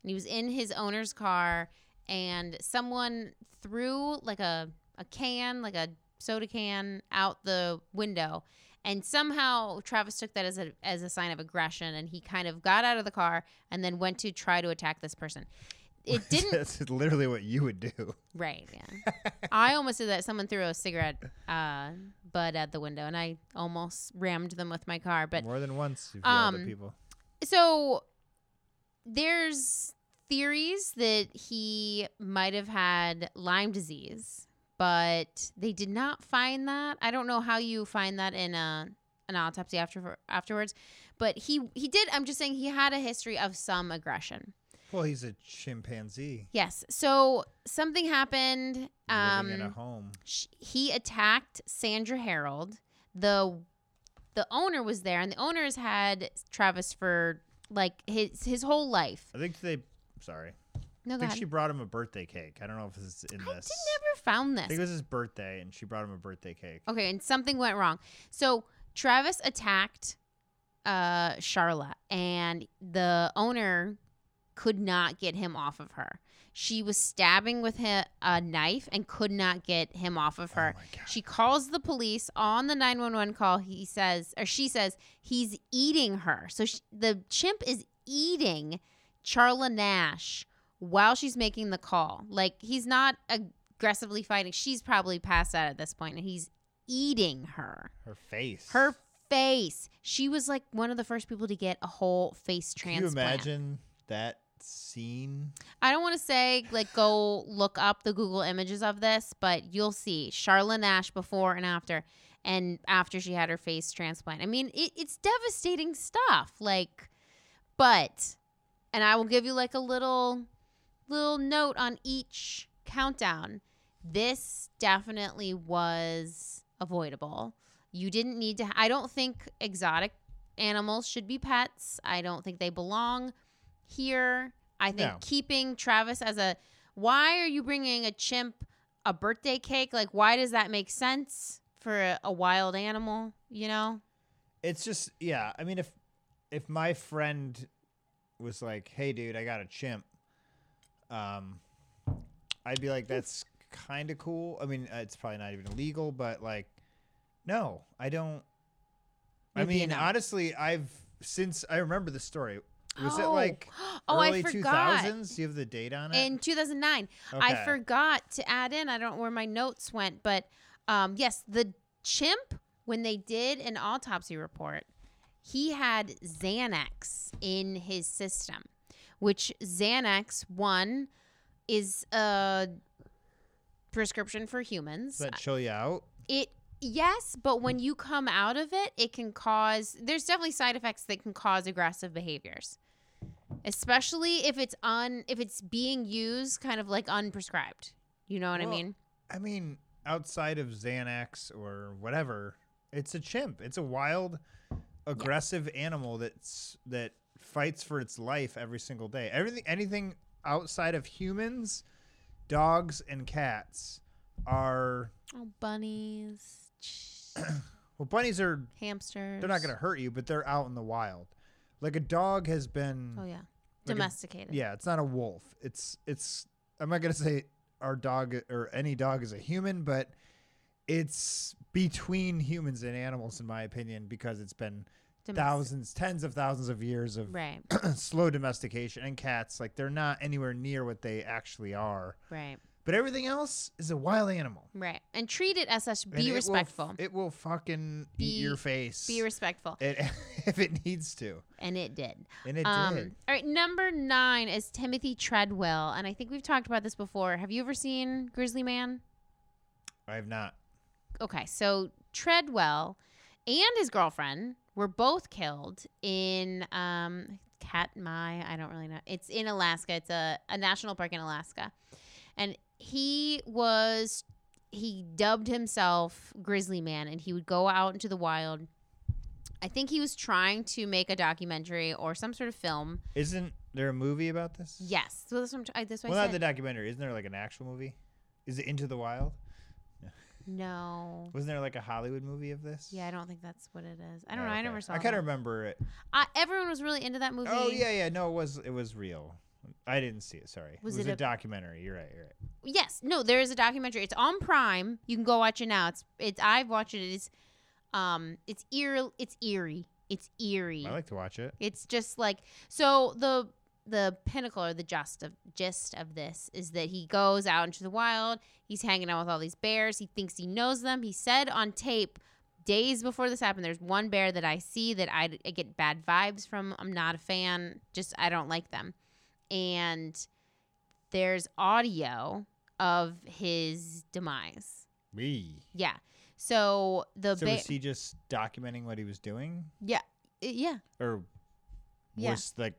[SPEAKER 1] and he was in his owner's car, and someone threw like a a can, like a soda can, out the window. And somehow Travis took that as a, as a sign of aggression, and he kind of got out of the car and then went to try to attack this person. It didn't
[SPEAKER 2] (laughs) That's literally what you would do.
[SPEAKER 1] Right. Yeah. I almost did that. Someone threw a cigarette uh, butt at the window, and I almost rammed them with my car. But
[SPEAKER 2] More than once, you've yelled
[SPEAKER 1] um,
[SPEAKER 2] at people.
[SPEAKER 1] so there's theories that he might have had Lyme disease, but they did not find that. I don't know how you find that in a an autopsy after afterwards, but he he did. I'm just saying he had a history of some aggression.
[SPEAKER 2] Well, he's a chimpanzee
[SPEAKER 1] Yes. So something happened. Um,
[SPEAKER 2] living in a home.
[SPEAKER 1] sh- he attacked Sandra Harold. The the owner was there, and the owner has had Travis for like his his whole life.
[SPEAKER 2] I think they. Sorry,
[SPEAKER 1] No,
[SPEAKER 2] I
[SPEAKER 1] go
[SPEAKER 2] think
[SPEAKER 1] ahead.
[SPEAKER 2] she brought him a birthday cake. I don't know if this is in
[SPEAKER 1] Oh, I
[SPEAKER 2] this.
[SPEAKER 1] did never found
[SPEAKER 2] I think
[SPEAKER 1] this.
[SPEAKER 2] it was his birthday, and she brought him a birthday cake.
[SPEAKER 1] Okay, and something went wrong. So Travis attacked uh Charla, and the owner could not get him off of her. She was stabbing with hi- a knife and could not get him off of her.
[SPEAKER 2] Oh my god!
[SPEAKER 1] She calls the police on the 911 call. He says, or she says, he's eating her. So she, the chimp is eating Charla Nash while she's making the call. Like he's not aggressively fighting. She's probably passed out at this point, and he's eating her.
[SPEAKER 2] Her face.
[SPEAKER 1] Her face. She was like one of the first people to get a whole face
[SPEAKER 2] Can you
[SPEAKER 1] transplant.
[SPEAKER 2] imagine that scene?
[SPEAKER 1] I don't want to say like go look up the Google images of this, but you'll see Charla Nash before and after, and after she had her face transplant. I mean, it, it's devastating stuff. Like, but, and I will give you like a little, little note on each countdown. This definitely was avoidable. You didn't need to. I don't think exotic animals should be pets. I don't think they belong here. I think
[SPEAKER 2] No.
[SPEAKER 1] keeping Travis as a why are you bringing a chimp a birthday cake? Like why does that make sense for a, a wild animal, you know?
[SPEAKER 2] It's just yeah. I mean, if if my friend was like, "Hey, dude, I got a chimp," um, I'd be like, "That's kind of cool." I mean, uh, it's probably not even illegal, but like, no, I don't. I
[SPEAKER 1] It'd be a
[SPEAKER 2] mean,
[SPEAKER 1] no.
[SPEAKER 2] honestly, I've since I remember the story. Was it like
[SPEAKER 1] (gasps) Oh, I
[SPEAKER 2] early two
[SPEAKER 1] forgot.
[SPEAKER 2] thousands? Do you have the date on it?
[SPEAKER 1] In 2009, I
[SPEAKER 2] Okay.
[SPEAKER 1] forgot to add in. I don't know where my notes went, but um, yes, the chimp when they did an autopsy report, he had Xanax in his system, which Xanax one is a prescription for humans.
[SPEAKER 2] Does that chill you out?
[SPEAKER 1] It yes, but when you come out of it, it can cause there's definitely side effects that can cause aggressive behaviors. Especially if it's un if it's being used kind of like unprescribed. You know what I
[SPEAKER 2] Well,
[SPEAKER 1] mean?
[SPEAKER 2] I mean, outside of Xanax or whatever, it's a chimp. It's a wild, aggressive animal that's that fights for its life every single day. Everything, anything outside of humans, dogs and cats are
[SPEAKER 1] Oh, bunnies, ch-
[SPEAKER 2] (coughs) well, bunnies are
[SPEAKER 1] hamsters.
[SPEAKER 2] they're not gonna hurt you, but they're out in the wild. Like a dog has been,
[SPEAKER 1] Oh yeah.
[SPEAKER 2] Like a-
[SPEAKER 1] Domesticated.
[SPEAKER 2] yeah, it's not a wolf. It's it's. I'm not gonna say our dog or any dog is a human, but it's between humans and animals, in my opinion, because it's been
[SPEAKER 1] Domestic-
[SPEAKER 2] thousands, tens of thousands of years of
[SPEAKER 1] Right.
[SPEAKER 2] (clears throat) slow domestication. And cats, like they're not anywhere near what they actually are.
[SPEAKER 1] Right.
[SPEAKER 2] But everything else is a wild animal.
[SPEAKER 1] Right. And treat it as such.
[SPEAKER 2] And it
[SPEAKER 1] Be
[SPEAKER 2] will f-
[SPEAKER 1] respectful.
[SPEAKER 2] It will fucking
[SPEAKER 1] Be-
[SPEAKER 2] eat your face.
[SPEAKER 1] Be respectful.
[SPEAKER 2] it, (laughs) if it needs to,
[SPEAKER 1] And it did.
[SPEAKER 2] and it
[SPEAKER 1] Um,
[SPEAKER 2] did.
[SPEAKER 1] All right, number nine is Timothy Treadwell, and I think we've talked about this before. Have you ever seen Grizzly Man?
[SPEAKER 2] I have not.
[SPEAKER 1] Okay, so Treadwell and his girlfriend were both killed in um, Katmai. I don't really know. It's in Alaska. It's a, a national park in Alaska, and he was he dubbed himself Grizzly Man, and he would go out into the wild. I think he was trying to make a documentary or some sort of film.
[SPEAKER 2] Isn't there a movie about this?
[SPEAKER 1] Yes. So that's what I'm tr- I, that's why
[SPEAKER 2] Well,
[SPEAKER 1] I
[SPEAKER 2] not
[SPEAKER 1] said
[SPEAKER 2] the documentary. Isn't there like an actual movie? Is it Into the Wild?
[SPEAKER 1] no.
[SPEAKER 2] Wasn't there like a Hollywood movie of this?
[SPEAKER 1] Yeah, I don't think that's what it is. I
[SPEAKER 2] Oh,
[SPEAKER 1] don't know. I
[SPEAKER 2] okay.
[SPEAKER 1] never saw.
[SPEAKER 2] I kind
[SPEAKER 1] that.
[SPEAKER 2] of remember it.
[SPEAKER 1] I, everyone was really into that movie.
[SPEAKER 2] Oh yeah, yeah. No, it was it was real. I didn't see it. Sorry.
[SPEAKER 1] Was
[SPEAKER 2] it was
[SPEAKER 1] it
[SPEAKER 2] a,
[SPEAKER 1] a-
[SPEAKER 2] documentary. You're right. You're right.
[SPEAKER 1] Yes. No, there is a documentary. It's on Prime. You can go watch it now. It's it's I've watched it. It's um it's eer it's eerie. It's eerie.
[SPEAKER 2] I like to watch it.
[SPEAKER 1] It's just like so the the pinnacle or the gist of gist of this is that he goes out into the wild. He's hanging out with all these bears. He thinks he knows them. He said on tape days before this happened, "There's one bear that I see that I, I get bad vibes from. I'm not a fan. Just I don't like them." And there's audio of his demise.
[SPEAKER 2] We.
[SPEAKER 1] Yeah. So the
[SPEAKER 2] So
[SPEAKER 1] bear.
[SPEAKER 2] was he just documenting what he was doing,
[SPEAKER 1] yeah.
[SPEAKER 2] or
[SPEAKER 1] Yeah.
[SPEAKER 2] was like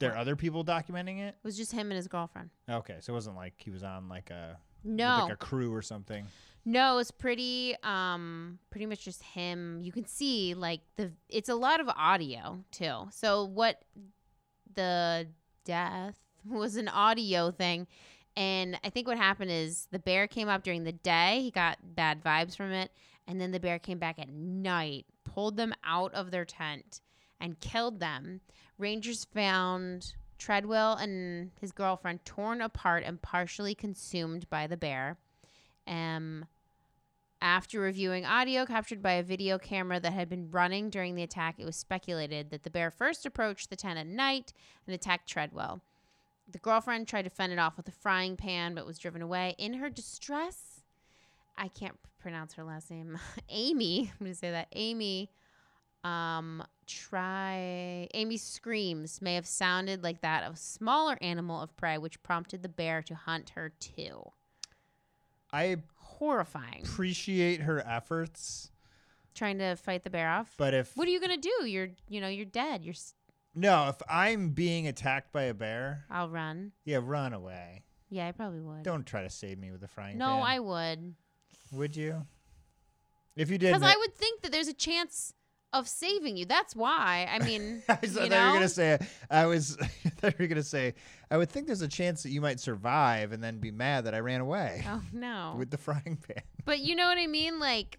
[SPEAKER 2] there other people documenting it?
[SPEAKER 1] It was just him and his girlfriend.
[SPEAKER 2] Okay, so it wasn't like he was on like a with,
[SPEAKER 1] No.
[SPEAKER 2] like a crew or something.
[SPEAKER 1] No, it's pretty um pretty much just him. You can see like the it's a lot of audio too. So what the death (laughs) was an audio thing and I think what happened is the bear came up during the day. He got bad vibes from it and then the bear came back at night, pulled them out of their tent and killed them. Rangers found Treadwell and his girlfriend torn apart and partially consumed by the bear. Um, after reviewing audio captured by a video camera that had been running during the attack, it was speculated that the bear first approached the tent at night and attacked Treadwell. The girlfriend tried to fend it off with a frying pan but was driven away. In her distress, I can't p- pronounce her last name. (laughs) Amy, I'm gonna say that. Amy, um, try Amy's screams may have sounded like that of a smaller animal of prey, which prompted the bear to hunt her too.
[SPEAKER 2] I
[SPEAKER 1] Horrifying.
[SPEAKER 2] appreciate her efforts,
[SPEAKER 1] Trying to fight the bear off.
[SPEAKER 2] but if
[SPEAKER 1] what are you gonna do? You're, you know, you're dead. You're. s-
[SPEAKER 2] no, if I'm being attacked by a bear,
[SPEAKER 1] I'll run.
[SPEAKER 2] yeah, run away.
[SPEAKER 1] Yeah, I probably would.
[SPEAKER 2] Don't try to save me with a frying
[SPEAKER 1] no,
[SPEAKER 2] pan.
[SPEAKER 1] I would.
[SPEAKER 2] would you. If you did,
[SPEAKER 1] Because I would think that there's a chance of saving you. That's why. I mean,
[SPEAKER 2] (laughs) (laughs) I thought
[SPEAKER 1] you
[SPEAKER 2] you were
[SPEAKER 1] know,
[SPEAKER 2] gonna say I was. (laughs) I thought you were gonna say I would think there's a chance that you might survive and then be mad that I ran away
[SPEAKER 1] oh no.
[SPEAKER 2] (laughs) with the frying pan.
[SPEAKER 1] But you know what I mean? Like,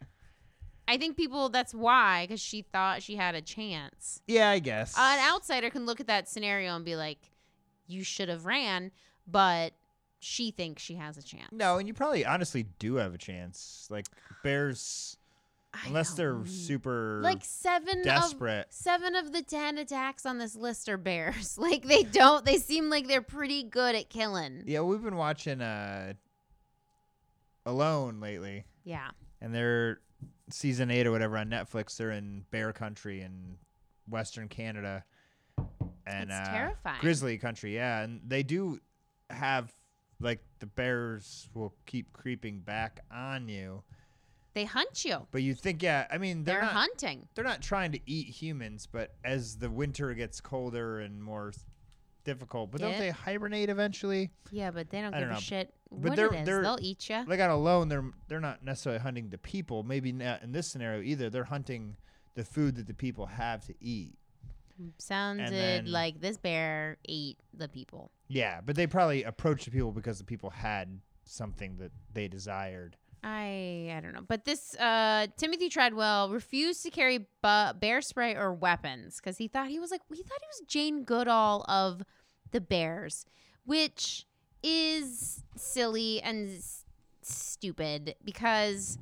[SPEAKER 1] I think people, that's why, because she thought she had a chance.
[SPEAKER 2] Yeah, I guess.
[SPEAKER 1] An outsider can look at that scenario and be like, you should have ran, but she thinks she has a chance.
[SPEAKER 2] no, and you probably honestly do have a chance. Like bears,
[SPEAKER 1] I
[SPEAKER 2] unless they're
[SPEAKER 1] don't-
[SPEAKER 2] super
[SPEAKER 1] like seven of.
[SPEAKER 2] desperate.
[SPEAKER 1] Seven of the ten attacks on this list are bears. (laughs) Like they don't. They seem like they're pretty good at killing.
[SPEAKER 2] Yeah, we've been watching uh, Alone lately,
[SPEAKER 1] Yeah.
[SPEAKER 2] and they're season eight or whatever on Netflix. They're in bear country in Western Canada, and
[SPEAKER 1] It's
[SPEAKER 2] uh,
[SPEAKER 1] terrifying.
[SPEAKER 2] grizzly country. Yeah, and they do have like the bears will keep creeping back on you,
[SPEAKER 1] They hunt you.
[SPEAKER 2] but you think yeah, I mean
[SPEAKER 1] They're,
[SPEAKER 2] they're, not
[SPEAKER 1] hunting.
[SPEAKER 2] they're not trying to eat humans, but as the winter gets colder and more difficult, but
[SPEAKER 1] Yeah.
[SPEAKER 2] don't they hibernate eventually?
[SPEAKER 1] Yeah, but they don't
[SPEAKER 2] I
[SPEAKER 1] give
[SPEAKER 2] don't
[SPEAKER 1] a
[SPEAKER 2] know.
[SPEAKER 1] shit
[SPEAKER 2] But
[SPEAKER 1] what
[SPEAKER 2] they're-
[SPEAKER 1] it is.
[SPEAKER 2] they're-
[SPEAKER 1] They'll eat you.
[SPEAKER 2] like on alone they're they're not necessarily hunting the people maybe not in this scenario either they're hunting the food that the people have to eat
[SPEAKER 1] Sounded
[SPEAKER 2] then-
[SPEAKER 1] like this bear ate the people.
[SPEAKER 2] yeah but they probably approached the people because the people had something that they desired
[SPEAKER 1] I I don't know, but this uh, Timothy Treadwell refused to carry bu- bear spray or weapons because he thought he was like he thought he was Jane Goodall of the Bears, which is silly and s- stupid because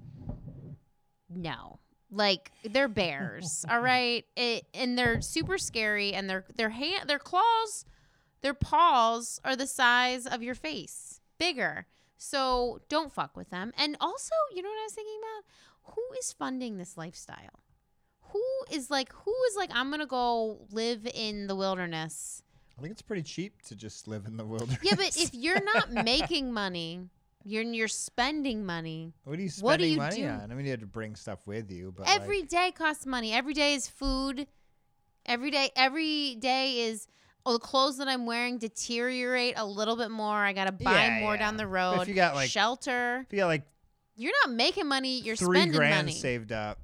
[SPEAKER 1] no, like they're bears, all right, it, and they're super scary, and their their hand their claws, their paws are the size of your face, bigger. So don't fuck with them. And also, you know what I was thinking about? Who is funding this lifestyle? Who is like, who is like, I'm gonna go live in the wilderness?
[SPEAKER 2] i think it's pretty cheap to just live in the wilderness
[SPEAKER 1] Yeah, but if you're not making money, you're you're spending money.
[SPEAKER 2] (laughs) what are you
[SPEAKER 1] what do
[SPEAKER 2] spending
[SPEAKER 1] you
[SPEAKER 2] money
[SPEAKER 1] do?
[SPEAKER 2] on i mean you had to bring stuff with you but
[SPEAKER 1] Every
[SPEAKER 2] like,
[SPEAKER 1] day costs money. Every day is food. Every day, every day is oh, the clothes that I'm wearing deteriorate a little bit more. I gotta buy
[SPEAKER 2] Yeah,
[SPEAKER 1] more
[SPEAKER 2] yeah.
[SPEAKER 1] down the
[SPEAKER 2] But
[SPEAKER 1] road.
[SPEAKER 2] if you got, like,
[SPEAKER 1] shelter,
[SPEAKER 2] if you got like
[SPEAKER 1] you're not making money. You're
[SPEAKER 2] three
[SPEAKER 1] spending
[SPEAKER 2] grand
[SPEAKER 1] money.
[SPEAKER 2] saved up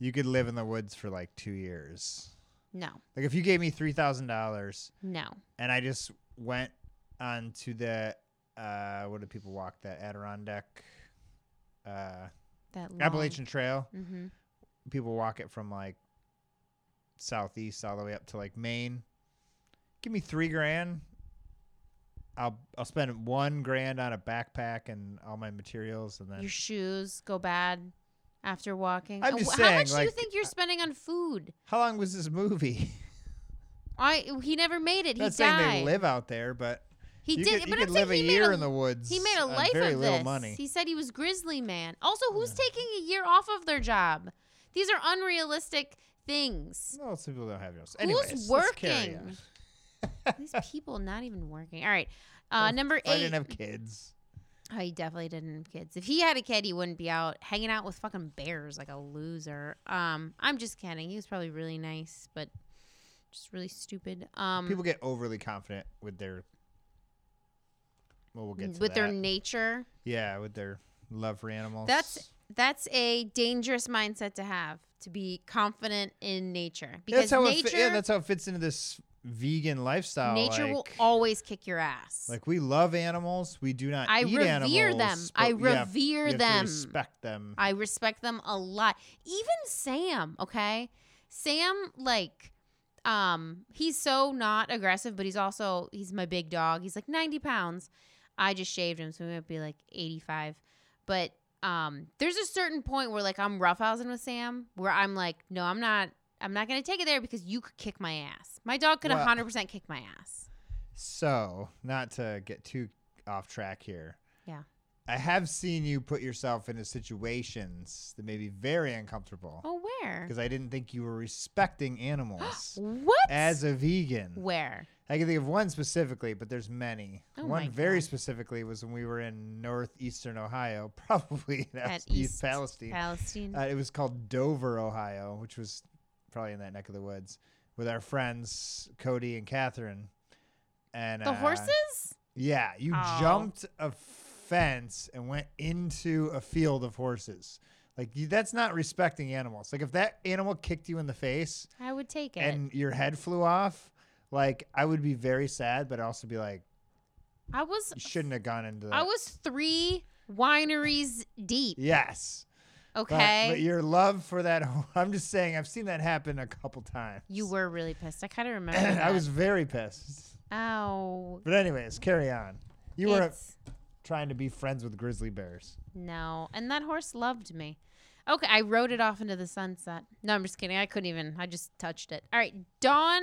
[SPEAKER 2] you could live in the woods for like two years
[SPEAKER 1] no,
[SPEAKER 2] like if you gave me three thousand dollars
[SPEAKER 1] no.
[SPEAKER 2] and I just went onto the uh what do people walk that Adirondack uh
[SPEAKER 1] That long.
[SPEAKER 2] Appalachian Trail.
[SPEAKER 1] Mm-hmm.
[SPEAKER 2] People walk it from like southeast all the way up to like Maine. Give me three grand. I'll I'll spend one grand on a backpack and all my materials and then
[SPEAKER 1] Your shoes go bad after walking.
[SPEAKER 2] I'm
[SPEAKER 1] Uh,
[SPEAKER 2] just
[SPEAKER 1] wh- How
[SPEAKER 2] saying,
[SPEAKER 1] much do you
[SPEAKER 2] like,
[SPEAKER 1] think you're spending on food?
[SPEAKER 2] how long was this movie?
[SPEAKER 1] I he never made it. He
[SPEAKER 2] (laughs) Not saying
[SPEAKER 1] died.
[SPEAKER 2] they live out there, but
[SPEAKER 1] he did,
[SPEAKER 2] you could, you
[SPEAKER 1] but
[SPEAKER 2] could
[SPEAKER 1] I'm saying
[SPEAKER 2] live a
[SPEAKER 1] he made
[SPEAKER 2] year
[SPEAKER 1] a,
[SPEAKER 2] in the woods.
[SPEAKER 1] he made a
[SPEAKER 2] on
[SPEAKER 1] life
[SPEAKER 2] very
[SPEAKER 1] of
[SPEAKER 2] little
[SPEAKER 1] this.
[SPEAKER 2] money.
[SPEAKER 1] He said he was Grizzly Man. Also, who's taking a year off of their job? These are unrealistic
[SPEAKER 2] (laughs)
[SPEAKER 1] things.
[SPEAKER 2] Well, some people don't have those. Anyways,
[SPEAKER 1] Who's
[SPEAKER 2] let's carry on.
[SPEAKER 1] working? These people not even working. All right, uh,
[SPEAKER 2] Well,
[SPEAKER 1] number
[SPEAKER 2] If Oh, I
[SPEAKER 1] eight.
[SPEAKER 2] didn't have kids.
[SPEAKER 1] Oh, he definitely didn't have kids. If he had a kid, he wouldn't be out hanging out with fucking bears like a loser. Um, I'm just kidding. He was probably really nice, but just really stupid. Um,
[SPEAKER 2] People get overly confident with their. Well, we'll get to
[SPEAKER 1] with their
[SPEAKER 2] that.
[SPEAKER 1] nature,
[SPEAKER 2] yeah, with their love for animals.
[SPEAKER 1] That's- that's a dangerous mindset to have. To be confident in nature, because
[SPEAKER 2] that's how
[SPEAKER 1] nature,
[SPEAKER 2] it fi- yeah, that's how it fits into this vegan lifestyle.
[SPEAKER 1] nature will
[SPEAKER 2] like-
[SPEAKER 1] always kick your ass.
[SPEAKER 2] Like we love animals, we do not.
[SPEAKER 1] I
[SPEAKER 2] eat
[SPEAKER 1] revere
[SPEAKER 2] animals,
[SPEAKER 1] them.
[SPEAKER 2] but
[SPEAKER 1] I
[SPEAKER 2] we have-
[SPEAKER 1] revere
[SPEAKER 2] we have to
[SPEAKER 1] them.
[SPEAKER 2] respect them.
[SPEAKER 1] I respect them a lot. Even Sam, okay? Sam like um he's so not aggressive, but he's also he's my big dog. He's like 90 pounds. I just shaved him, so he might be like 85. But um there's a certain point where like I'm roughhousing with Sam where I'm like, no, I'm not I'm not gonna take it there because you could kick my ass. My dog could
[SPEAKER 2] Well-
[SPEAKER 1] 100% kick my ass.
[SPEAKER 2] So, not to get too off track here.
[SPEAKER 1] Yeah.
[SPEAKER 2] I have seen you put yourself into situations that may be very uncomfortable
[SPEAKER 1] Oh, where?
[SPEAKER 2] because I didn't think you were respecting animals
[SPEAKER 1] (gasps)
[SPEAKER 2] (gasps)
[SPEAKER 1] What?
[SPEAKER 2] as a vegan.
[SPEAKER 1] where?
[SPEAKER 2] I can think of one specifically, but there's many.
[SPEAKER 1] Oh
[SPEAKER 2] One
[SPEAKER 1] my
[SPEAKER 2] very
[SPEAKER 1] God.
[SPEAKER 2] specifically was when we were in northeastern Ohio, (laughs) probably that's
[SPEAKER 1] At
[SPEAKER 2] East
[SPEAKER 1] East
[SPEAKER 2] Palestine.
[SPEAKER 1] Palestine.
[SPEAKER 2] Uh, it was called Dover, Ohio, which was probably in that neck of the woods with our friends Cody and Catherine. And
[SPEAKER 1] the
[SPEAKER 2] uh,
[SPEAKER 1] horses?
[SPEAKER 2] Yeah, you
[SPEAKER 1] Oh.
[SPEAKER 2] jumped a fence and went into a field of horses. Like you, that's not respecting animals. Like if that animal kicked you in the face
[SPEAKER 1] I would take it.
[SPEAKER 2] and your head flew off, like I would be very sad, but also be like,
[SPEAKER 1] I was
[SPEAKER 2] you shouldn't have gone into that.
[SPEAKER 1] I was three wineries deep.
[SPEAKER 2] yes. But,
[SPEAKER 1] Okay.
[SPEAKER 2] but your love for that, (laughs) ho- I'm just saying, I've seen that happen a couple times.
[SPEAKER 1] you were really pissed. I kind of remember.
[SPEAKER 2] (clears throat) I
[SPEAKER 1] that.
[SPEAKER 2] was very pissed.
[SPEAKER 1] Ow.
[SPEAKER 2] But anyways, carry on. You were
[SPEAKER 1] It's-
[SPEAKER 2] trying to be friends with grizzly bears.
[SPEAKER 1] no, and that horse loved me. Okay, I rode it off into the sunset. No, I'm just kidding. I couldn't even. I just touched it. All right, Dawn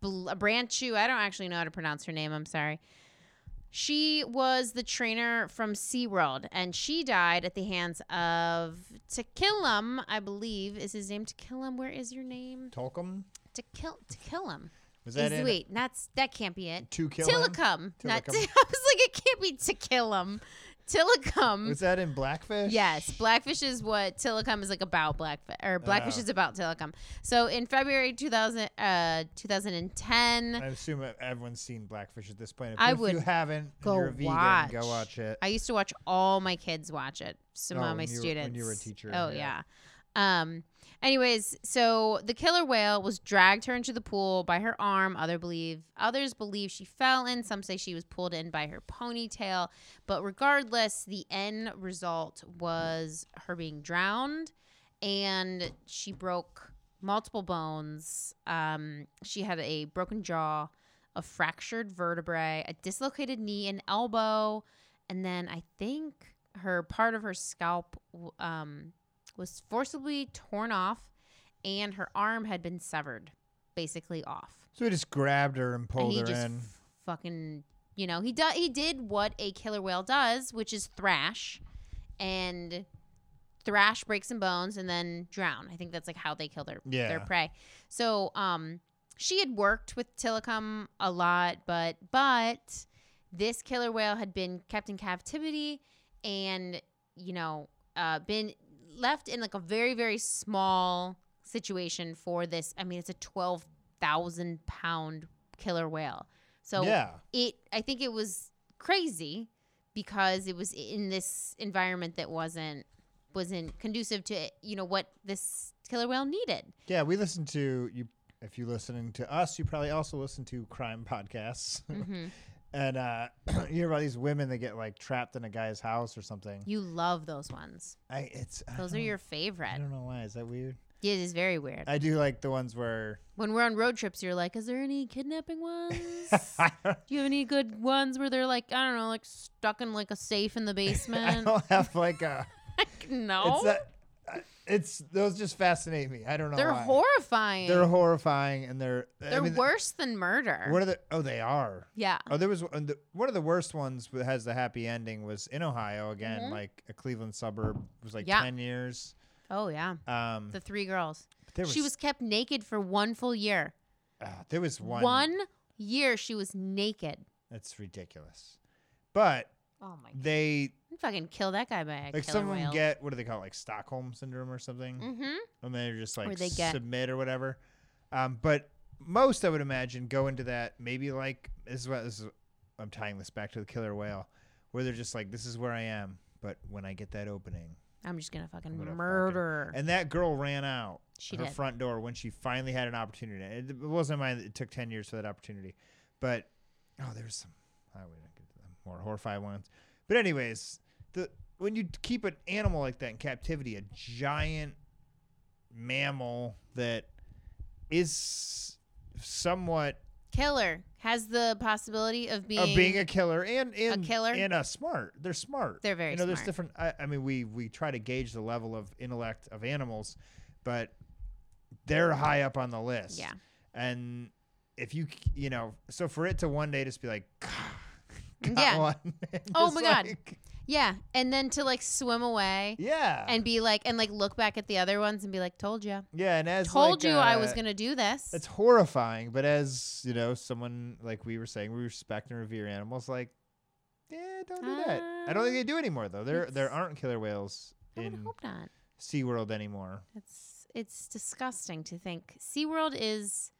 [SPEAKER 1] Bl- Branchu. I don't actually know how to pronounce her name. I'm sorry. She was the trainer from SeaWorld, and she died at the hands of Tekillum, I believe is his name. Tekillum, where is your name?
[SPEAKER 2] Tolkum?
[SPEAKER 1] To kill, to kill him.
[SPEAKER 2] Was that
[SPEAKER 1] Is-
[SPEAKER 2] in
[SPEAKER 1] wait, that's that can't be it.
[SPEAKER 2] to kill him?
[SPEAKER 1] Tillicum. Not, (laughs) I was
[SPEAKER 2] Tillicum.
[SPEAKER 1] like, it can't be to kill him. Tillicum.
[SPEAKER 2] Was that in Blackfish?
[SPEAKER 1] (laughs) Yes, Blackfish is what Tillicum is like about Blackfish, or Blackfish
[SPEAKER 2] Oh.
[SPEAKER 1] is about Tillicum. So in February 2000, uh, 2010,
[SPEAKER 2] I assume e- everyone's seen Blackfish at this point. If,
[SPEAKER 1] I
[SPEAKER 2] if you
[SPEAKER 1] would
[SPEAKER 2] haven't, and
[SPEAKER 1] go
[SPEAKER 2] you're a vegan,
[SPEAKER 1] watch.
[SPEAKER 2] go watch it.
[SPEAKER 1] I used to watch all my kids watch it. Some
[SPEAKER 2] Oh,
[SPEAKER 1] of my
[SPEAKER 2] when you were-
[SPEAKER 1] students.
[SPEAKER 2] when you were a teacher,
[SPEAKER 1] Oh yeah.
[SPEAKER 2] yeah.
[SPEAKER 1] Um. Anyways, so the killer whale was dragged her into the pool by her arm. Other believe others believe she fell in. Some say she was pulled in by her ponytail. But regardless, the end result was her being drowned, and she broke multiple bones. Um, she had a broken jaw, a fractured vertebrae, a dislocated knee and elbow, and then I think her part of her scalp w- um, was forcibly torn off, and her arm had been severed, basically off.
[SPEAKER 2] so he just grabbed her and
[SPEAKER 1] And
[SPEAKER 2] pulled
[SPEAKER 1] he
[SPEAKER 2] her
[SPEAKER 1] just
[SPEAKER 2] in.
[SPEAKER 1] f- fucking, you know, he do- he did what a killer whale does, which is thrash, and thrash break some bones and then drown. I think that's like how they kill their
[SPEAKER 2] Yeah.
[SPEAKER 1] their prey. So, um, she had worked with Tillicum a lot, but but this killer whale had been kept in captivity and you know uh, been left in like a very very small situation for this. I mean, it's a twelve thousand pound killer whale. So
[SPEAKER 2] yeah.
[SPEAKER 1] it I think it was crazy because it was in this environment that wasn't wasn't conducive to you know what this killer whale needed.
[SPEAKER 2] Yeah, we listen to you. If you're listening to us, you probably also listen to crime podcasts.
[SPEAKER 1] Mhm.
[SPEAKER 2] and uh, (clears throat) you hear about these women that get like trapped in a guy's house or something.
[SPEAKER 1] (laughs) You love those ones.
[SPEAKER 2] I, it's I
[SPEAKER 1] Those are
[SPEAKER 2] don't-
[SPEAKER 1] your
[SPEAKER 2] I
[SPEAKER 1] favorite.
[SPEAKER 2] don't know why. Is that weird?
[SPEAKER 1] It is very weird.
[SPEAKER 2] I do like the ones where (laughs)
[SPEAKER 1] When we're on road trips, you're like, "Is there any kidnapping
[SPEAKER 2] (laughs)
[SPEAKER 1] ones? Do you have any good ones where they're like, I don't know, like stuck in like a safe in the
[SPEAKER 2] (laughs)
[SPEAKER 1] (laughs)
[SPEAKER 2] I
[SPEAKER 1] basement?"
[SPEAKER 2] don't have like a.
[SPEAKER 1] Like, no,
[SPEAKER 2] It's that. It's those just fascinate me. I don't know.
[SPEAKER 1] they're
[SPEAKER 2] why.
[SPEAKER 1] horrifying.
[SPEAKER 2] They're
[SPEAKER 1] They're,
[SPEAKER 2] horrifying and they're. I mean,
[SPEAKER 1] worse than murder.
[SPEAKER 2] What are the? Oh, they are.
[SPEAKER 1] yeah,
[SPEAKER 2] Oh, there was one the- one of the worst ones that has the happy ending was in Ohio again,
[SPEAKER 1] Mhm.
[SPEAKER 2] like a Cleveland suburb. It was like
[SPEAKER 1] Yeah.
[SPEAKER 2] ten years.
[SPEAKER 1] oh yeah,
[SPEAKER 2] Um,
[SPEAKER 1] the three girls.
[SPEAKER 2] there
[SPEAKER 1] she was kept naked for one full year.
[SPEAKER 2] ah, there was one.
[SPEAKER 1] One, year she was naked.
[SPEAKER 2] That's ridiculous. But
[SPEAKER 1] Oh my! God.
[SPEAKER 2] they
[SPEAKER 1] I'd fucking kill that guy by a
[SPEAKER 2] like
[SPEAKER 1] killer
[SPEAKER 2] some of
[SPEAKER 1] whale.
[SPEAKER 2] them get what do they call it, like Stockholm syndrome or something,
[SPEAKER 1] mm-hmm.
[SPEAKER 2] and they're just
[SPEAKER 1] Or
[SPEAKER 2] like
[SPEAKER 1] they get-
[SPEAKER 2] submit or whatever. Um, but most I would imagine go into that maybe like this is what this is. I'm tying this back to the killer whale, where they're just like this is where I am, but when I get that opening.
[SPEAKER 1] I'm just gonna fucking
[SPEAKER 2] I'm gonna fucking-
[SPEAKER 1] murder.
[SPEAKER 2] And that girl ran out
[SPEAKER 1] she
[SPEAKER 2] her
[SPEAKER 1] did.
[SPEAKER 2] front door when she finally had an opportunity. It, it wasn't mine. It took ten years for that opportunity, but oh, there's some. I would get to them more horrifying ones. But anyways, the when you keep an animal like that in captivity, a giant mammal that is somewhat
[SPEAKER 1] killer has the possibility of being.
[SPEAKER 2] of being a killer and, and
[SPEAKER 1] killer?
[SPEAKER 2] and a smart. They're smart.
[SPEAKER 1] They're very
[SPEAKER 2] You know,
[SPEAKER 1] smart.
[SPEAKER 2] there's different. I, I mean, we we try to gauge the level of intellect of animals, but they're high up on the list.
[SPEAKER 1] Yeah.
[SPEAKER 2] And if you c- you (laughs) know, so for it to one day just be like, "Gah, got
[SPEAKER 1] Yeah.
[SPEAKER 2] (laughs) one," and
[SPEAKER 1] Oh
[SPEAKER 2] just
[SPEAKER 1] my God.
[SPEAKER 2] like-
[SPEAKER 1] Yeah, and then to like swim away
[SPEAKER 2] Yeah.
[SPEAKER 1] and be like and like look back at the other ones and be like, "Told you,
[SPEAKER 2] yeah, and as
[SPEAKER 1] told
[SPEAKER 2] like,
[SPEAKER 1] you I was
[SPEAKER 2] uh,
[SPEAKER 1] gonna do this."
[SPEAKER 2] It's horrifying, but as you know, someone like we were saying, we respect and revere animals. Like, yeah, don't do that. I don't think they do anymore though. There, there
[SPEAKER 1] Um, it's-
[SPEAKER 2] aren't killer whales
[SPEAKER 1] I would
[SPEAKER 2] in
[SPEAKER 1] hope not.
[SPEAKER 2] SeaWorld anymore.
[SPEAKER 1] It's it's disgusting to think SeaWorld is.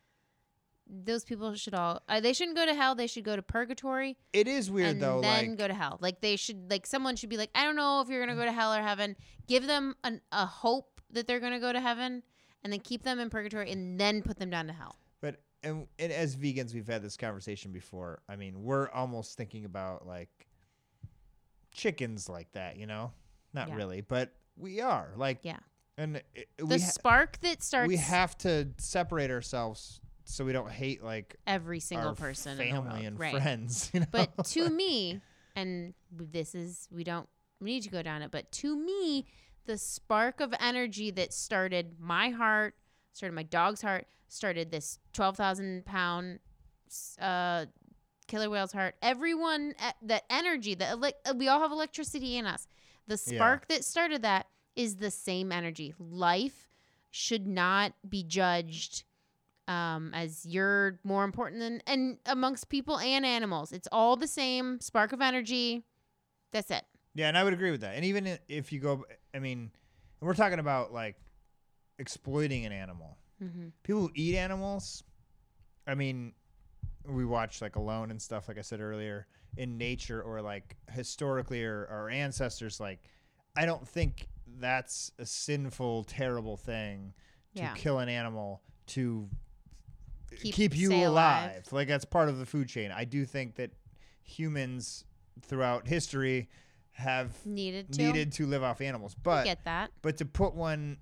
[SPEAKER 1] Those people should all. Uh, they shouldn't go to hell. They should go to purgatory
[SPEAKER 2] It is weird
[SPEAKER 1] and
[SPEAKER 2] though.
[SPEAKER 1] then
[SPEAKER 2] like,
[SPEAKER 1] go to hell. Like they should. Like someone should be like, I don't know if you're gonna go to hell or heaven. Give them an, a hope that they're gonna go to heaven, and then keep them in purgatory, and then put them down to hell.
[SPEAKER 2] But and, and as vegans, we've had this conversation before. I mean, we're almost thinking about like chickens like that, you know? Not
[SPEAKER 1] Yeah.
[SPEAKER 2] really, but we are like
[SPEAKER 1] Yeah.
[SPEAKER 2] And it,
[SPEAKER 1] The
[SPEAKER 2] we ha-
[SPEAKER 1] spark that starts
[SPEAKER 2] we have to separate ourselves so we don't hate like
[SPEAKER 1] every single
[SPEAKER 2] our
[SPEAKER 1] person, in the
[SPEAKER 2] family,
[SPEAKER 1] world.
[SPEAKER 2] and
[SPEAKER 1] right.
[SPEAKER 2] friends. (laughs) You know?
[SPEAKER 1] But to me, and this is we don't we need to go down it, but to me, the spark of energy that started my heart, started my dog's heart, started this twelve thousand pound uh, killer whale's heart. Everyone, eh, that energy, that elec- uh, we all have electricity in us. The
[SPEAKER 2] Yeah.
[SPEAKER 1] spark that started that is the same energy. Life should not be judged um, as you're more important than and amongst people and animals. It's all the same spark of energy. That's it.
[SPEAKER 2] Yeah, and I would agree with that. And even i- if you go, I mean, and we're talking about like exploiting an animal.
[SPEAKER 1] Mm-hmm.
[SPEAKER 2] People who eat animals, I mean, we watch like Alone and stuff, like I said earlier, in nature or like historically or our ancestors. Like, I don't think that's a sinful, terrible thing to
[SPEAKER 1] Yeah.
[SPEAKER 2] kill an animal to
[SPEAKER 1] Keep-
[SPEAKER 2] keep, you
[SPEAKER 1] stay
[SPEAKER 2] alive.
[SPEAKER 1] alive.
[SPEAKER 2] Like that's part of the food chain. I do think that humans throughout history have
[SPEAKER 1] Needed to
[SPEAKER 2] needed to live off animals,
[SPEAKER 1] I
[SPEAKER 2] but
[SPEAKER 1] get that
[SPEAKER 2] but to put one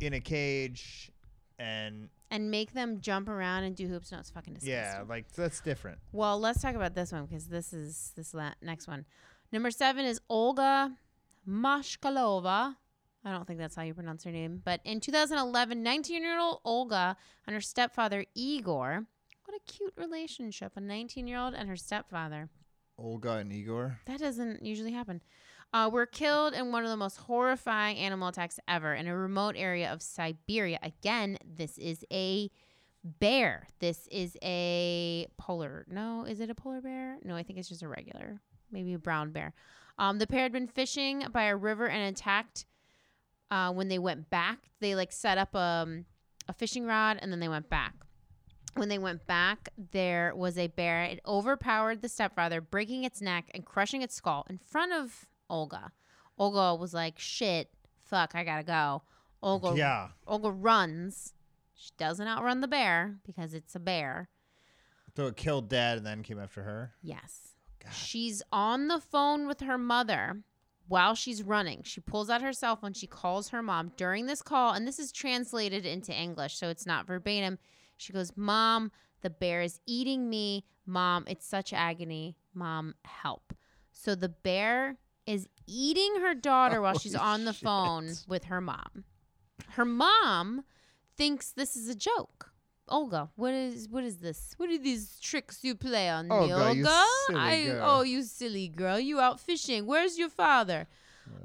[SPEAKER 2] in a cage and
[SPEAKER 1] and make them jump around and do hoops. No, it's fucking disgusting.
[SPEAKER 2] yeah, like that's different.
[SPEAKER 1] Well, let's talk about this one because this is this la- next one. Number seven is Olga Mashkalova. I don't think that's how you pronounce her name. But in 2011, 19 year old Olga and her stepfather Igor. What a cute relationship. A 19 year old and her stepfather.
[SPEAKER 2] Olga and Igor.
[SPEAKER 1] That doesn't usually happen. Uh, were killed in one of the most horrifying animal attacks ever in a remote area of Siberia. Again, this is a bear. This is a polar. No, is it a polar bear? No, I think it's just a regular, maybe a brown bear. Um, the pair had been fishing by a river and attacked. Uh, when they went back, they like set up um, a fishing rod and then they went back when they went back, there was a bear. It overpowered the stepfather, breaking its neck and crushing its skull in front of Olga. Olga was like, shit, fuck, I gotta go. Olga,
[SPEAKER 2] Yeah.
[SPEAKER 1] Olga runs. She doesn't outrun the bear because it's a bear.
[SPEAKER 2] So it killed dad and then came after her.
[SPEAKER 1] Yes.
[SPEAKER 2] God.
[SPEAKER 1] She's on the phone with her mother while she's running. She pulls out her cell phone. She calls her mom during this call, and this is translated into English, so it's not verbatim. She goes, Mom, the bear is eating me. Mom, it's such agony. Mom, help. So the bear is eating her daughter while she's
[SPEAKER 2] (laughs) Holy
[SPEAKER 1] on the
[SPEAKER 2] shit.
[SPEAKER 1] phone with her mom. Her mom thinks this is a joke. Olga, what is what is this? What are these tricks you play on me,
[SPEAKER 2] Olga, you
[SPEAKER 1] Olga?
[SPEAKER 2] silly
[SPEAKER 1] I
[SPEAKER 2] girl.
[SPEAKER 1] oh, you silly girl, you out fishing. Where's your father?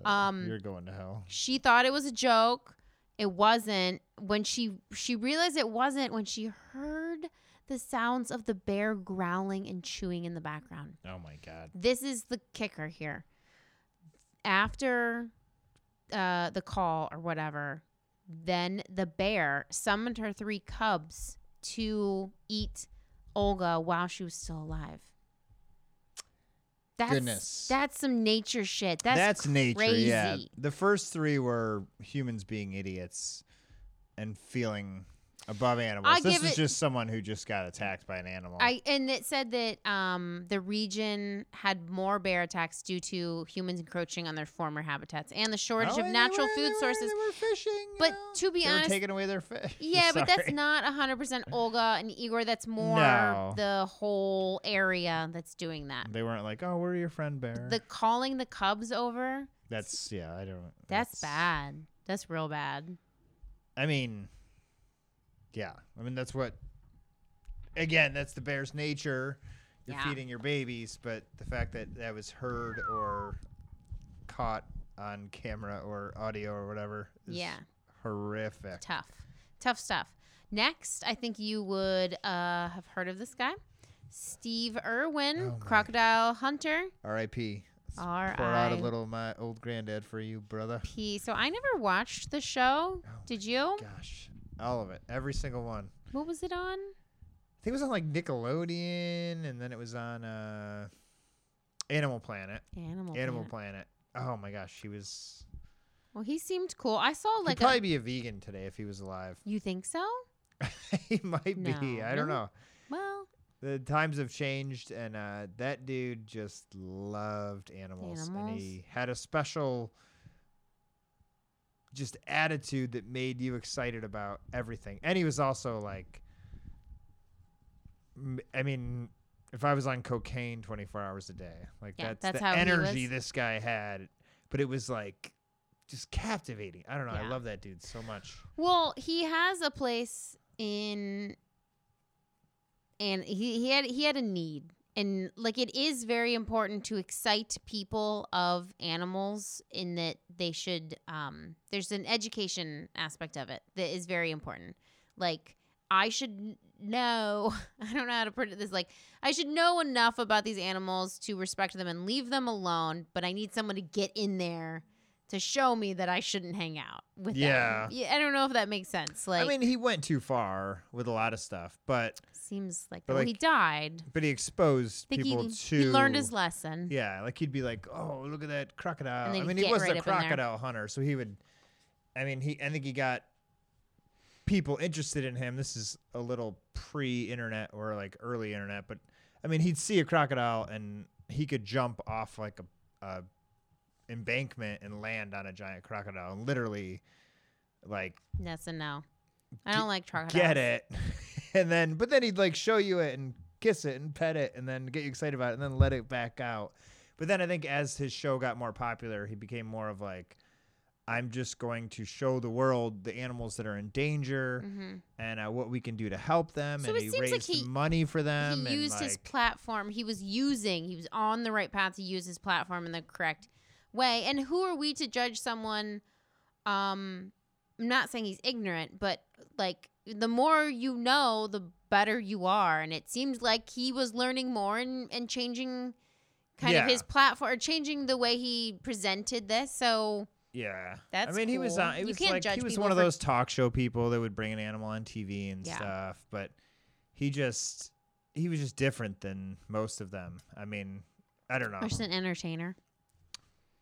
[SPEAKER 1] Um,
[SPEAKER 2] uh, You're going to hell.
[SPEAKER 1] She thought it was a joke. It wasn't. When she she realized it wasn't when she heard the sounds of the bear growling and chewing in the background.
[SPEAKER 2] Oh my god.
[SPEAKER 1] This is the kicker here. After uh, the call or whatever, then the bear summoned her three cubs to eat Olga while she was still alive. That's,
[SPEAKER 2] Goodness.
[SPEAKER 1] That's some nature shit. That's,
[SPEAKER 2] That's,
[SPEAKER 1] crazy.
[SPEAKER 2] nature. Yeah. The first three were humans being idiots and feeling above animals.
[SPEAKER 1] I
[SPEAKER 2] this
[SPEAKER 1] give
[SPEAKER 2] is
[SPEAKER 1] it-
[SPEAKER 2] just someone who just got attacked by an animal.
[SPEAKER 1] I and it said that um, the region had more bear attacks due to humans encroaching on their former habitats and the shortage
[SPEAKER 2] Oh,
[SPEAKER 1] of
[SPEAKER 2] and they
[SPEAKER 1] natural
[SPEAKER 2] were-
[SPEAKER 1] food
[SPEAKER 2] they were-
[SPEAKER 1] sources.
[SPEAKER 2] They were fishing. you
[SPEAKER 1] But
[SPEAKER 2] know?
[SPEAKER 1] to be
[SPEAKER 2] They were
[SPEAKER 1] honest,
[SPEAKER 2] taking away their fish.
[SPEAKER 1] Yeah, but that's
[SPEAKER 2] (laughs) Sorry.
[SPEAKER 1] not 100% Olga and Igor. That's more
[SPEAKER 2] No.
[SPEAKER 1] the whole area that's doing that.
[SPEAKER 2] They weren't like, oh, we're your friend bear.
[SPEAKER 1] The calling the Cubs over,
[SPEAKER 2] that's yeah. I don't.
[SPEAKER 1] that's bad. That's real bad.
[SPEAKER 2] I mean, yeah. I mean, that's what. Again, that's the bear's nature. You're
[SPEAKER 1] Yeah.
[SPEAKER 2] feeding your babies, but the fact that that was heard or caught on camera or audio or whatever is
[SPEAKER 1] Yeah.
[SPEAKER 2] horrific.
[SPEAKER 1] Tough. Tough stuff. Next, I think you would uh, have heard of this guy Steve Irwin,
[SPEAKER 2] Oh my-
[SPEAKER 1] Crocodile Hunter.
[SPEAKER 2] R.I.P.
[SPEAKER 1] R
[SPEAKER 2] Pour out
[SPEAKER 1] I
[SPEAKER 2] a little of my old granddad for you, brother.
[SPEAKER 1] P. So I never watched the show.
[SPEAKER 2] Oh
[SPEAKER 1] Did you?
[SPEAKER 2] Gosh, all of it, every single one.
[SPEAKER 1] What was it on?
[SPEAKER 2] I think it was on like Nickelodeon, and then it was on uh, Animal Planet.
[SPEAKER 1] Animal.
[SPEAKER 2] Animal
[SPEAKER 1] Planet.
[SPEAKER 2] Planet. Oh my gosh, he was.
[SPEAKER 1] Well, he seemed cool. I saw
[SPEAKER 2] He'd
[SPEAKER 1] like
[SPEAKER 2] probably be a vegan today if he was alive. (laughs)
[SPEAKER 1] a. You think so?
[SPEAKER 2] he might be.
[SPEAKER 1] No,
[SPEAKER 2] I don't
[SPEAKER 1] really?
[SPEAKER 2] know.
[SPEAKER 1] Well,
[SPEAKER 2] The times have changed, and uh, that dude just loved animals, and
[SPEAKER 1] Animals.
[SPEAKER 2] he had a special just attitude that made you excited about everything. And he was also like, m- I mean, if I was on cocaine twenty four hours a day, like
[SPEAKER 1] Yeah,
[SPEAKER 2] that's,
[SPEAKER 1] that's
[SPEAKER 2] the
[SPEAKER 1] how he
[SPEAKER 2] energy
[SPEAKER 1] was.
[SPEAKER 2] this guy had, but it was like just captivating. I don't know. I
[SPEAKER 1] Yeah.
[SPEAKER 2] love that dude so much.
[SPEAKER 1] well, he has a place in, and he he had he had a need, and like it is very important to excite people of animals in that they should. Um, there's an education aspect of it that is very important. Like I should n- know. (laughs) I don't know how to put it this. Like I should know enough about these animals to respect them and leave them alone, but I need someone to get in there to show me that I shouldn't hang out with
[SPEAKER 2] Yeah.
[SPEAKER 1] them. Yeah. I don't know if that makes sense. Like
[SPEAKER 2] I mean, he went too far with a lot of stuff, but
[SPEAKER 1] seems like,
[SPEAKER 2] but
[SPEAKER 1] well,
[SPEAKER 2] like-
[SPEAKER 1] he died.
[SPEAKER 2] but he exposed
[SPEAKER 1] I think
[SPEAKER 2] people
[SPEAKER 1] he,
[SPEAKER 2] to
[SPEAKER 1] he learned his lesson.
[SPEAKER 2] Yeah, like he'd be like, "Oh, look at that crocodile."
[SPEAKER 1] And then
[SPEAKER 2] I
[SPEAKER 1] he'd
[SPEAKER 2] mean, he
[SPEAKER 1] get
[SPEAKER 2] was
[SPEAKER 1] right
[SPEAKER 2] a
[SPEAKER 1] up in there.
[SPEAKER 2] crocodile hunter, so he would. I mean, he. I think he got people interested in him. This is a little pre-internet or like early internet, but I mean, he'd see a crocodile and he could jump off like a, a embankment and land on a giant crocodile and literally, like,
[SPEAKER 1] Yes and no. I don't like crocodiles.
[SPEAKER 2] get it, (laughs) and then but then he'd like show you it and kiss it and pet it and then get you excited about it and then let it back out. But then I think as his show got more popular, he became more of like, I'm just going to show the world the animals that are in danger
[SPEAKER 1] hmm
[SPEAKER 2] and uh, what we can do to help them.
[SPEAKER 1] So
[SPEAKER 2] and
[SPEAKER 1] it
[SPEAKER 2] he
[SPEAKER 1] seems like
[SPEAKER 2] raised
[SPEAKER 1] he-
[SPEAKER 2] money for them.
[SPEAKER 1] he used
[SPEAKER 2] and,
[SPEAKER 1] his
[SPEAKER 2] like-
[SPEAKER 1] platform. He was using. He was on the right path to use his platform in the correct way. And who are we to judge someone? Um, I'm not saying he's ignorant, but like the more you know, the better you are. And it seems like he was learning more and and changing kind
[SPEAKER 2] Yeah.
[SPEAKER 1] of his platform, or changing the way he presented this. So
[SPEAKER 2] Yeah, I
[SPEAKER 1] That's
[SPEAKER 2] mean, he was
[SPEAKER 1] cool.
[SPEAKER 2] on. It
[SPEAKER 1] You
[SPEAKER 2] was
[SPEAKER 1] can't
[SPEAKER 2] like he
[SPEAKER 1] judge
[SPEAKER 2] was
[SPEAKER 1] people
[SPEAKER 2] one of
[SPEAKER 1] for-
[SPEAKER 2] those talk show people that would bring an animal on TV and
[SPEAKER 1] Yeah.
[SPEAKER 2] stuff. But he just he was just different than most of them. I mean, I don't know.
[SPEAKER 1] just an entertainer.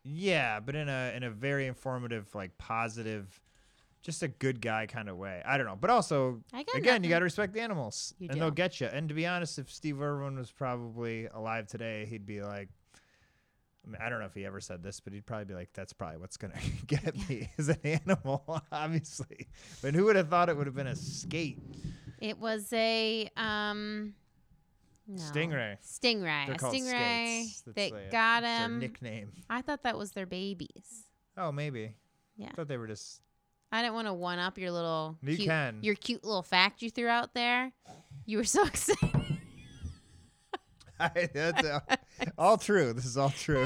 [SPEAKER 2] Yeah, but in a in a very informative, like positive, just a good guy kind of way. I don't know, but also
[SPEAKER 1] I got
[SPEAKER 2] again, you
[SPEAKER 1] nothing.
[SPEAKER 2] got to respect the animals,
[SPEAKER 1] You
[SPEAKER 2] and they'll
[SPEAKER 1] do.
[SPEAKER 2] get you. And to be honest, if Steve Irwin was probably alive today, he'd be like, I, mean, I don't know if he ever said this, but he'd probably be like, "That's probably what's gonna (laughs)
[SPEAKER 1] (laughs)
[SPEAKER 2] get me is an animal, (laughs) obviously." But who would have thought it would have been a skate?
[SPEAKER 1] It was a um no.
[SPEAKER 2] Stingray.
[SPEAKER 1] Stingray.
[SPEAKER 2] They're
[SPEAKER 1] a
[SPEAKER 2] called
[SPEAKER 1] stingray
[SPEAKER 2] skates. That's
[SPEAKER 1] that
[SPEAKER 2] like-
[SPEAKER 1] got
[SPEAKER 2] It's their
[SPEAKER 1] him.
[SPEAKER 2] nickname.
[SPEAKER 1] I thought that was their babies.
[SPEAKER 2] Oh, maybe.
[SPEAKER 1] Yeah.
[SPEAKER 2] I thought they were just. (laughs)
[SPEAKER 1] I didn't want to one up your little
[SPEAKER 2] You
[SPEAKER 1] cute,
[SPEAKER 2] can.
[SPEAKER 1] your cute little fact you threw out there. You were so (laughs) excited.
[SPEAKER 2] that's uh,
[SPEAKER 1] (laughs)
[SPEAKER 2] all true. This is all true.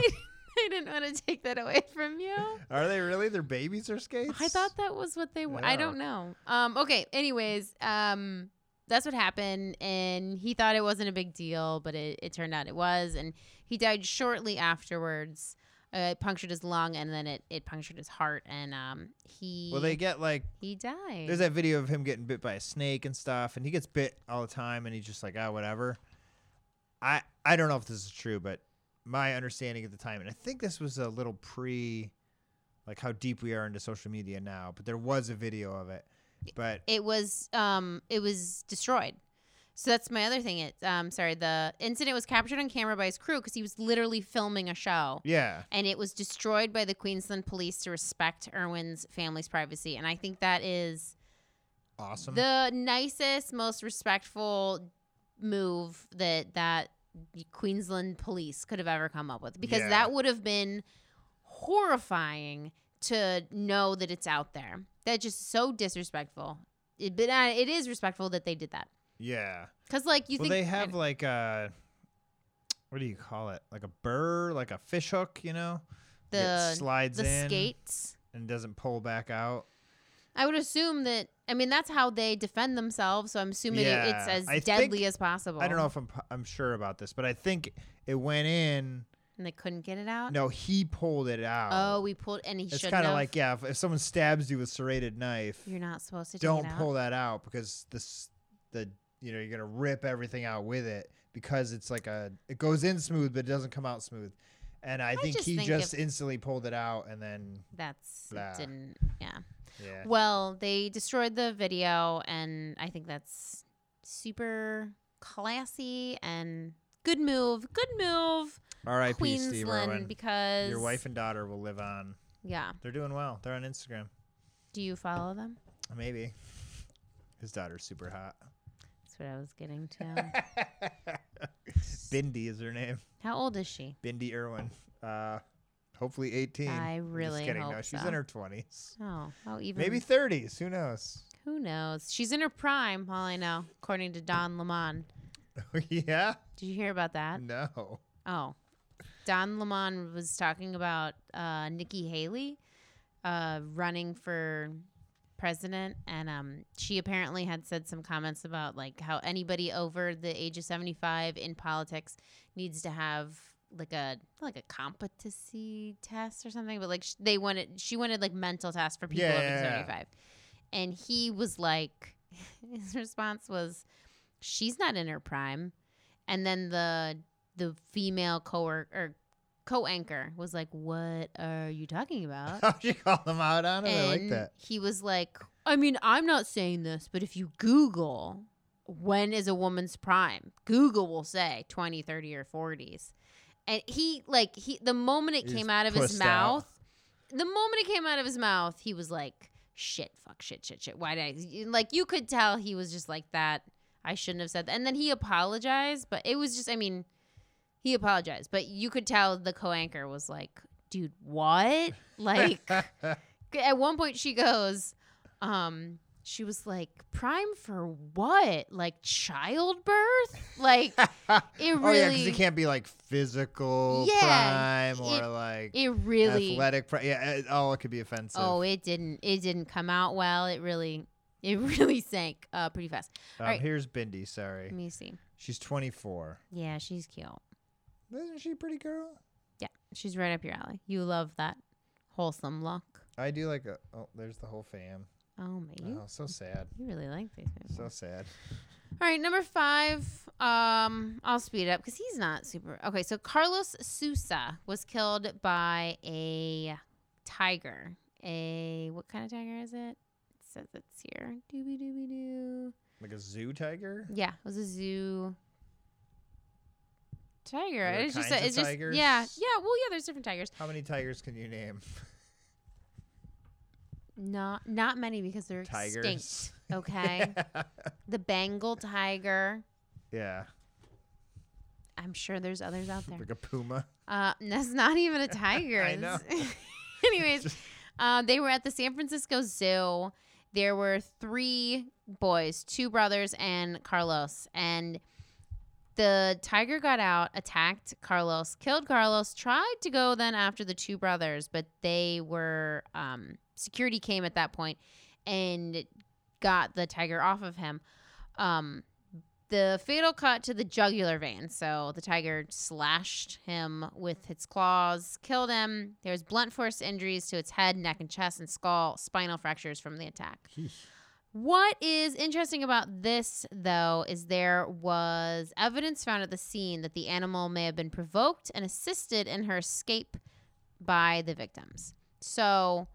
[SPEAKER 1] I didn't want to take that away from you.
[SPEAKER 2] Are they really? Their babies are skates?
[SPEAKER 1] I thought that was what they were. I
[SPEAKER 2] Yeah.
[SPEAKER 1] don't know. Um, okay. Anyways, um, that's what happened, and he thought it wasn't a big deal, but it, it turned out it was, and he died shortly afterwards. Uh, it punctured his lung, and then it, it punctured his heart, and um, he
[SPEAKER 2] Well, they get like
[SPEAKER 1] he died.
[SPEAKER 2] there's that video of him getting bit by a snake and stuff, and he gets bit all the time, and he's just like, ah, whatever. I I don't know if this is true, but my understanding at the time, and I think this was a little pre, like how deep we are into social media now, but there was a video of it. But
[SPEAKER 1] it was um it was destroyed so that's my other thing it um sorry the incident was captured on camera by his crew because he was literally filming a show
[SPEAKER 2] yeah,
[SPEAKER 1] and it was destroyed by the queensland police to respect irwin's family's privacy and i think that is
[SPEAKER 2] awesome.
[SPEAKER 1] the nicest most respectful move that that the queensland police could have ever come up with because
[SPEAKER 2] Yeah.
[SPEAKER 1] that would have been horrifying to know that it's out there that just so disrespectful it, but uh, it is respectful that they did that
[SPEAKER 2] yeah.
[SPEAKER 1] because like you
[SPEAKER 2] well,
[SPEAKER 1] think
[SPEAKER 2] they have like a what do you call it? Like a burr, like a fish hook, you know? it
[SPEAKER 1] the
[SPEAKER 2] slides
[SPEAKER 1] the
[SPEAKER 2] in
[SPEAKER 1] skates.
[SPEAKER 2] and doesn't pull back out.
[SPEAKER 1] I would assume that. I mean, that's how they defend themselves. So I'm assuming it
[SPEAKER 2] Yeah,
[SPEAKER 1] it's as
[SPEAKER 2] I think-
[SPEAKER 1] deadly as possible.
[SPEAKER 2] I don't know if I'm I'm sure about this, but I think it went in.
[SPEAKER 1] And they couldn't get it out.
[SPEAKER 2] No, he pulled it out.
[SPEAKER 1] Oh, we pulled, and he
[SPEAKER 2] it's
[SPEAKER 1] shouldn't
[SPEAKER 2] kind of
[SPEAKER 1] have.
[SPEAKER 2] like yeah, if, if someone stabs you with serrated knife,
[SPEAKER 1] You're not supposed to.
[SPEAKER 2] don't
[SPEAKER 1] take it
[SPEAKER 2] pull
[SPEAKER 1] Out.
[SPEAKER 2] that out because this the you know you're gonna rip everything out with it because it's like a it goes in smooth but it doesn't come out smooth, and I, think
[SPEAKER 1] just
[SPEAKER 2] he
[SPEAKER 1] think
[SPEAKER 2] just
[SPEAKER 1] if-
[SPEAKER 2] instantly pulled it out and then
[SPEAKER 1] That's it
[SPEAKER 2] Blah.
[SPEAKER 1] didn't. Yeah.
[SPEAKER 2] yeah
[SPEAKER 1] Well, they destroyed the video, and I think that's super classy and good move. Good move,
[SPEAKER 2] R.I.P. Steve
[SPEAKER 1] Queensland,
[SPEAKER 2] Irwin.
[SPEAKER 1] because
[SPEAKER 2] Your wife and daughter will live on.
[SPEAKER 1] Yeah.
[SPEAKER 2] They're doing well. They're on Instagram.
[SPEAKER 1] Do you follow them?
[SPEAKER 2] Maybe his daughter's super hot.
[SPEAKER 1] That's what I was getting to.
[SPEAKER 2] (laughs) Bindi is her name.
[SPEAKER 1] How old is she?
[SPEAKER 2] Bindi Irwin. Uh, hopefully 18.
[SPEAKER 1] I
[SPEAKER 2] I'm just
[SPEAKER 1] really
[SPEAKER 2] kidding. no,
[SPEAKER 1] hope
[SPEAKER 2] she's
[SPEAKER 1] so.
[SPEAKER 2] in her 20s.
[SPEAKER 1] Oh, oh, even
[SPEAKER 2] Maybe 30s. Who knows? (laughs)
[SPEAKER 1] who knows? She's in her prime. All I know, according to Don Lemon.
[SPEAKER 2] yeah?
[SPEAKER 1] Did you hear about that?
[SPEAKER 2] No.
[SPEAKER 1] Oh, Don Lemon was talking about uh, Nikki Haley uh, running for president, and um, she apparently had said some comments about like how anybody over the age of seventy five in politics needs to have like a like a competency test or something, but like sh- they wanted she wanted like mental tests for people over
[SPEAKER 2] Yeah.
[SPEAKER 1] seventy five, and he was like, (laughs) his response was, "She's not in her prime," and then the the female coworker or co-anchor was like, "What are you talking about?"
[SPEAKER 2] How'd you call them out on it? I like
[SPEAKER 1] And
[SPEAKER 2] that.
[SPEAKER 1] He was like, I mean, I'm not saying this, but if you Google when is a woman's prime, Google will say 20, 30, or 40s. And he, like, he the moment it
[SPEAKER 2] He
[SPEAKER 1] came
[SPEAKER 2] was
[SPEAKER 1] out of his
[SPEAKER 2] pussed out.
[SPEAKER 1] mouth, the moment it came out of his mouth, he was like, shit, fuck, shit, shit, shit. Why did I? Like, you could tell he was just like that. I shouldn't have said that. And then he apologized, but it was just, I mean, he apologized, but you could tell the co anchor was like, dude, what?
[SPEAKER 2] (laughs)
[SPEAKER 1] Like, at one point she goes um she was like prime for what like childbirth like it
[SPEAKER 2] (laughs) oh, yeah, because
[SPEAKER 1] really-
[SPEAKER 2] it can't be like physical
[SPEAKER 1] Yeah,
[SPEAKER 2] prime or
[SPEAKER 1] it-
[SPEAKER 2] like
[SPEAKER 1] it really
[SPEAKER 2] athletic prime. Yeah, it, oh, it could be offensive.
[SPEAKER 1] oh it didn't it didn't come out well it really it (laughs) really sank uh pretty fast
[SPEAKER 2] um,
[SPEAKER 1] right.
[SPEAKER 2] Here's Bindi. Sorry.
[SPEAKER 1] let me see
[SPEAKER 2] She's 24.
[SPEAKER 1] yeah she's cute
[SPEAKER 2] Isn't she a pretty girl?
[SPEAKER 1] yeah she's right up your alley you love that wholesome look
[SPEAKER 2] I do like a. Oh, there's the whole fam.
[SPEAKER 1] oh my you,
[SPEAKER 2] Oh, so sad.
[SPEAKER 1] you really like these people.
[SPEAKER 2] So sad.
[SPEAKER 1] All right, number five. Um, I'll speed it up because he's not super. Okay, so Carlos Sousa was killed by a tiger. A what kind of tiger is it? It says it's here. Doobie doobie doo.
[SPEAKER 2] Like a zoo tiger?
[SPEAKER 1] Yeah, it was a zoo tiger.
[SPEAKER 2] Are there
[SPEAKER 1] It's just,
[SPEAKER 2] kinds
[SPEAKER 1] a,
[SPEAKER 2] of
[SPEAKER 1] it's just
[SPEAKER 2] tigers?
[SPEAKER 1] yeah, yeah. Well, yeah, there's different tigers.
[SPEAKER 2] How many tigers can you name?
[SPEAKER 1] Not not many because they're extinct. (laughs)
[SPEAKER 2] Tigers. (laughs)
[SPEAKER 1] Okay, the Bengal tiger.
[SPEAKER 2] yeah.
[SPEAKER 1] I'm sure there's others out there.
[SPEAKER 2] Like a puma.
[SPEAKER 1] Uh, (laughs) that's not even a tiger.
[SPEAKER 2] (laughs)
[SPEAKER 1] (laughs)
[SPEAKER 2] I know.
[SPEAKER 1] It's- Anyways, uh, they were at the San Francisco Zoo. There were three boys, two brothers, and Carlos. And the tiger got out, attacked Carlos, killed Carlos, tried to go then after the two brothers, but they were um, security came at that point and got the tiger off of him. Um, the fatal cut to the jugular vein. So the tiger slashed him with its claws, killed him. There was blunt force injuries to its head, neck, and chest, and skull, spinal fractures from the attack. What is interesting about this, though, is there was evidence found at the scene that the animal may have been provoked and assisted in her escape by the victims. So,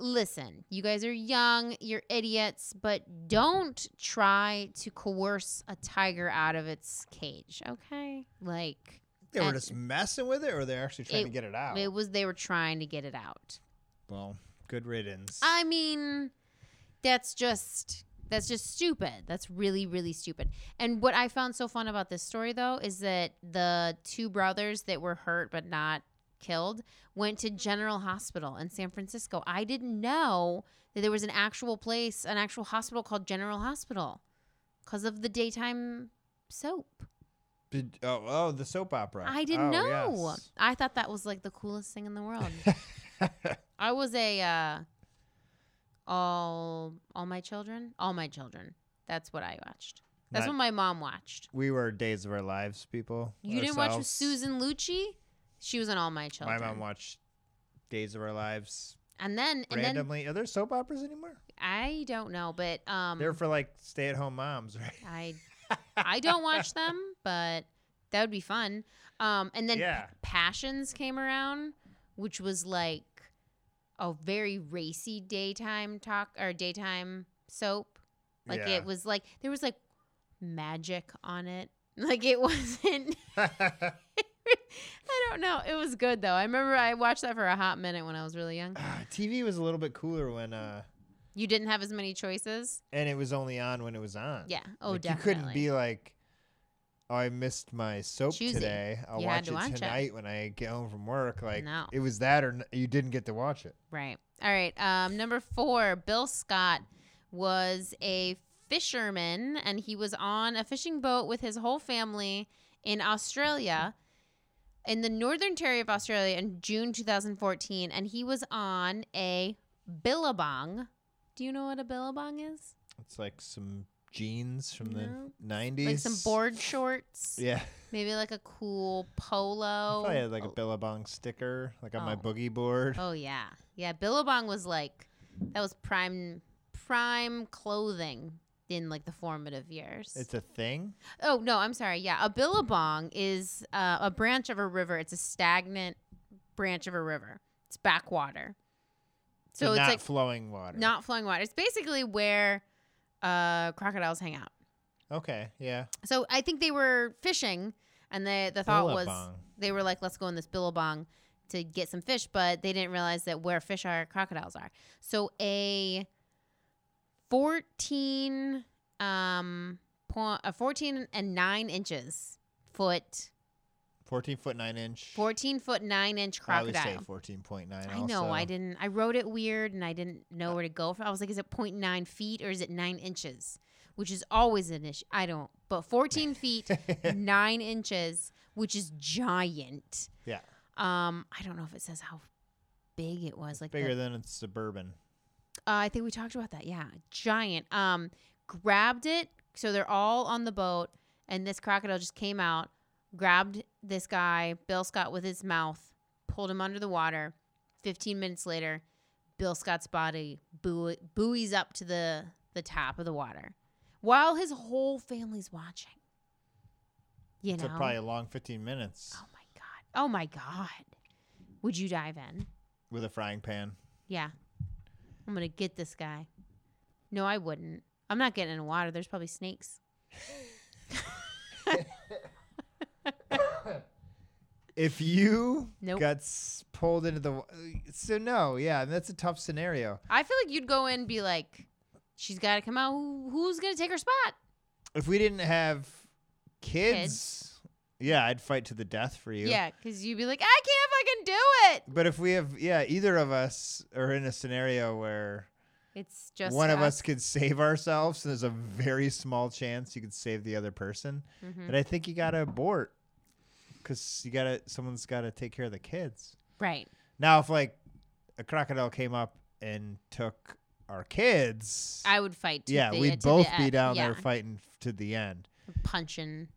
[SPEAKER 1] listen, you guys are young, you're idiots, but don't try to coerce a tiger out of its cage, okay? Like,
[SPEAKER 2] They were
[SPEAKER 1] And-
[SPEAKER 2] just messing with it or they're actually trying
[SPEAKER 1] It-
[SPEAKER 2] to get it out?
[SPEAKER 1] it was they were trying to get it out.
[SPEAKER 2] well, good riddance.
[SPEAKER 1] I mean, that's just that's just stupid. That's really really stupid. And what I found so fun about this story though is that the two brothers that were hurt but not killed went to General Hospital in San Francisco. I didn't know that there was an actual place, an actual hospital called General Hospital because of the daytime soap.
[SPEAKER 2] Did, oh, oh, the soap opera.
[SPEAKER 1] I didn't
[SPEAKER 2] Oh,
[SPEAKER 1] know.
[SPEAKER 2] yes.
[SPEAKER 1] I thought that was like the coolest thing in the world. I was a uh, all all my children, all my children. That's what I watched. That's
[SPEAKER 2] Not-
[SPEAKER 1] what my mom watched.
[SPEAKER 2] (laughs) we were Days of Our Lives people.
[SPEAKER 1] You didn't watch with
[SPEAKER 2] ourselves.
[SPEAKER 1] Susan Lucci? She was on All My
[SPEAKER 2] My
[SPEAKER 1] Children.
[SPEAKER 2] mom watched Days of Our Lives
[SPEAKER 1] and then and then
[SPEAKER 2] randomly. Are there soap operas anymore?
[SPEAKER 1] I don't know, but um
[SPEAKER 2] They're for like stay-at-home moms, right?
[SPEAKER 1] I I don't watch them, but that would be fun. Um, and then
[SPEAKER 2] Yeah.
[SPEAKER 1] Passions came around, which was like a very racy daytime talk or daytime soap. (laughs) Like
[SPEAKER 2] Yeah.
[SPEAKER 1] it was like there was like magic on it. (laughs) Like it wasn't. (laughs) I don't know. It was good though. I remember I watched that for a hot minute when I was really young.
[SPEAKER 2] (laughs) Ah, TV was a little bit cooler when, uh,
[SPEAKER 1] You didn't have as many choices.
[SPEAKER 2] and it was only on when it was on.
[SPEAKER 1] Yeah. Oh,
[SPEAKER 2] Like,
[SPEAKER 1] definitely.
[SPEAKER 2] You couldn't be like, oh, I missed my soap
[SPEAKER 1] Choosy.
[SPEAKER 2] today. I'll
[SPEAKER 1] You had
[SPEAKER 2] watch
[SPEAKER 1] to
[SPEAKER 2] it
[SPEAKER 1] watch it."
[SPEAKER 2] tonight when I get home from work. Like
[SPEAKER 1] No.
[SPEAKER 2] it was that, or n- you didn't get to watch it.
[SPEAKER 1] Right. All right. Um, number four, Bill Scott was a fisherman and he was on a fishing boat with his whole family in Australia, in the northern territory of Australia in June 2014. And he was on a billabong. Do you know what a billabong is?
[SPEAKER 2] It's like some jeans from
[SPEAKER 1] No.
[SPEAKER 2] the '90s,
[SPEAKER 1] Like some board shorts,
[SPEAKER 2] Yeah, (laughs)
[SPEAKER 1] maybe like a cool
[SPEAKER 2] I
[SPEAKER 1] polo.
[SPEAKER 2] probably had like a Billabong sticker, like on my
[SPEAKER 1] Oh.
[SPEAKER 2] boogie board.
[SPEAKER 1] Oh yeah, yeah. Billabong was like that was prime prime clothing in like the formative years.
[SPEAKER 2] It's a thing.
[SPEAKER 1] oh no, I'm sorry. Yeah, a billabong is uh, a branch of a river. It's a stagnant branch of a river. It's backwater, so, it's
[SPEAKER 2] not
[SPEAKER 1] like
[SPEAKER 2] flowing water.
[SPEAKER 1] not flowing water. It's basically where uh, crocodiles hang out.
[SPEAKER 2] Okay. Yeah.
[SPEAKER 1] So I think they were fishing, and the the thought was
[SPEAKER 2] Billabong.
[SPEAKER 1] they were like, let's go in this billabong to get some fish, but they didn't realize that where fish are, crocodiles are. So a fourteen um point a fourteen and nine inches foot,
[SPEAKER 2] Fourteen foot nine inch.
[SPEAKER 1] fourteen foot nine inch
[SPEAKER 2] I would
[SPEAKER 1] crocodile.
[SPEAKER 2] say fourteen point nine.
[SPEAKER 1] I know. I
[SPEAKER 2] also. (laughs)
[SPEAKER 1] didn't. I wrote it weird, and I didn't know where to go for. I was like, is it 0.9 feet or is it nine inches? Which is always an issue. I don't. But 14
[SPEAKER 2] (laughs)
[SPEAKER 1] feet, nine inches, which is giant.
[SPEAKER 2] Yeah.
[SPEAKER 1] Um, I don't know if it says how big it was. Like the-
[SPEAKER 2] Bigger than a suburban.
[SPEAKER 1] uh, I think we talked about that. Yeah, giant. Um, grabbed it. So they're all on the boat, and this crocodile just came out, grabbed this guy, Bill Scott, with his mouth, pulled him under the water. Fifteen minutes later, Bill Scott's body buoy- buoys up to the the top of the water, while his whole family's watching. You
[SPEAKER 2] It's
[SPEAKER 1] know,
[SPEAKER 2] a probably a long fifteen minutes
[SPEAKER 1] oh my god, oh my god, would you dive in?
[SPEAKER 2] with a frying pan.
[SPEAKER 1] Yeah. I'm going to get this guy. No, I wouldn't. I'm not getting in the water. There's probably snakes.
[SPEAKER 2] if you
[SPEAKER 1] Nope.
[SPEAKER 2] got s- pulled into the wa- so no yeah that's a tough scenario
[SPEAKER 1] I feel like you'd go in and be like, she's got to come out. Who, who's going to take her spot?
[SPEAKER 2] if we didn't have kids, yeah i'd fight to the death for you
[SPEAKER 1] Yeah, because you'd be like, I can't fucking do it.
[SPEAKER 2] but if we have yeah either of us are in a scenario where
[SPEAKER 1] It's just
[SPEAKER 2] one of us could save ourselves and there's a very small chance you could save the other person
[SPEAKER 1] Mhm.
[SPEAKER 2] but i think you gotta abort because you gotta someone's gotta take care of the kids
[SPEAKER 1] Right.
[SPEAKER 2] now if like a crocodile came up and took our kids
[SPEAKER 1] I would fight. To
[SPEAKER 2] yeah,
[SPEAKER 1] the, to
[SPEAKER 2] we'd
[SPEAKER 1] the
[SPEAKER 2] both be
[SPEAKER 1] end.
[SPEAKER 2] down
[SPEAKER 1] yeah.
[SPEAKER 2] there fighting f- to the end.
[SPEAKER 1] punching.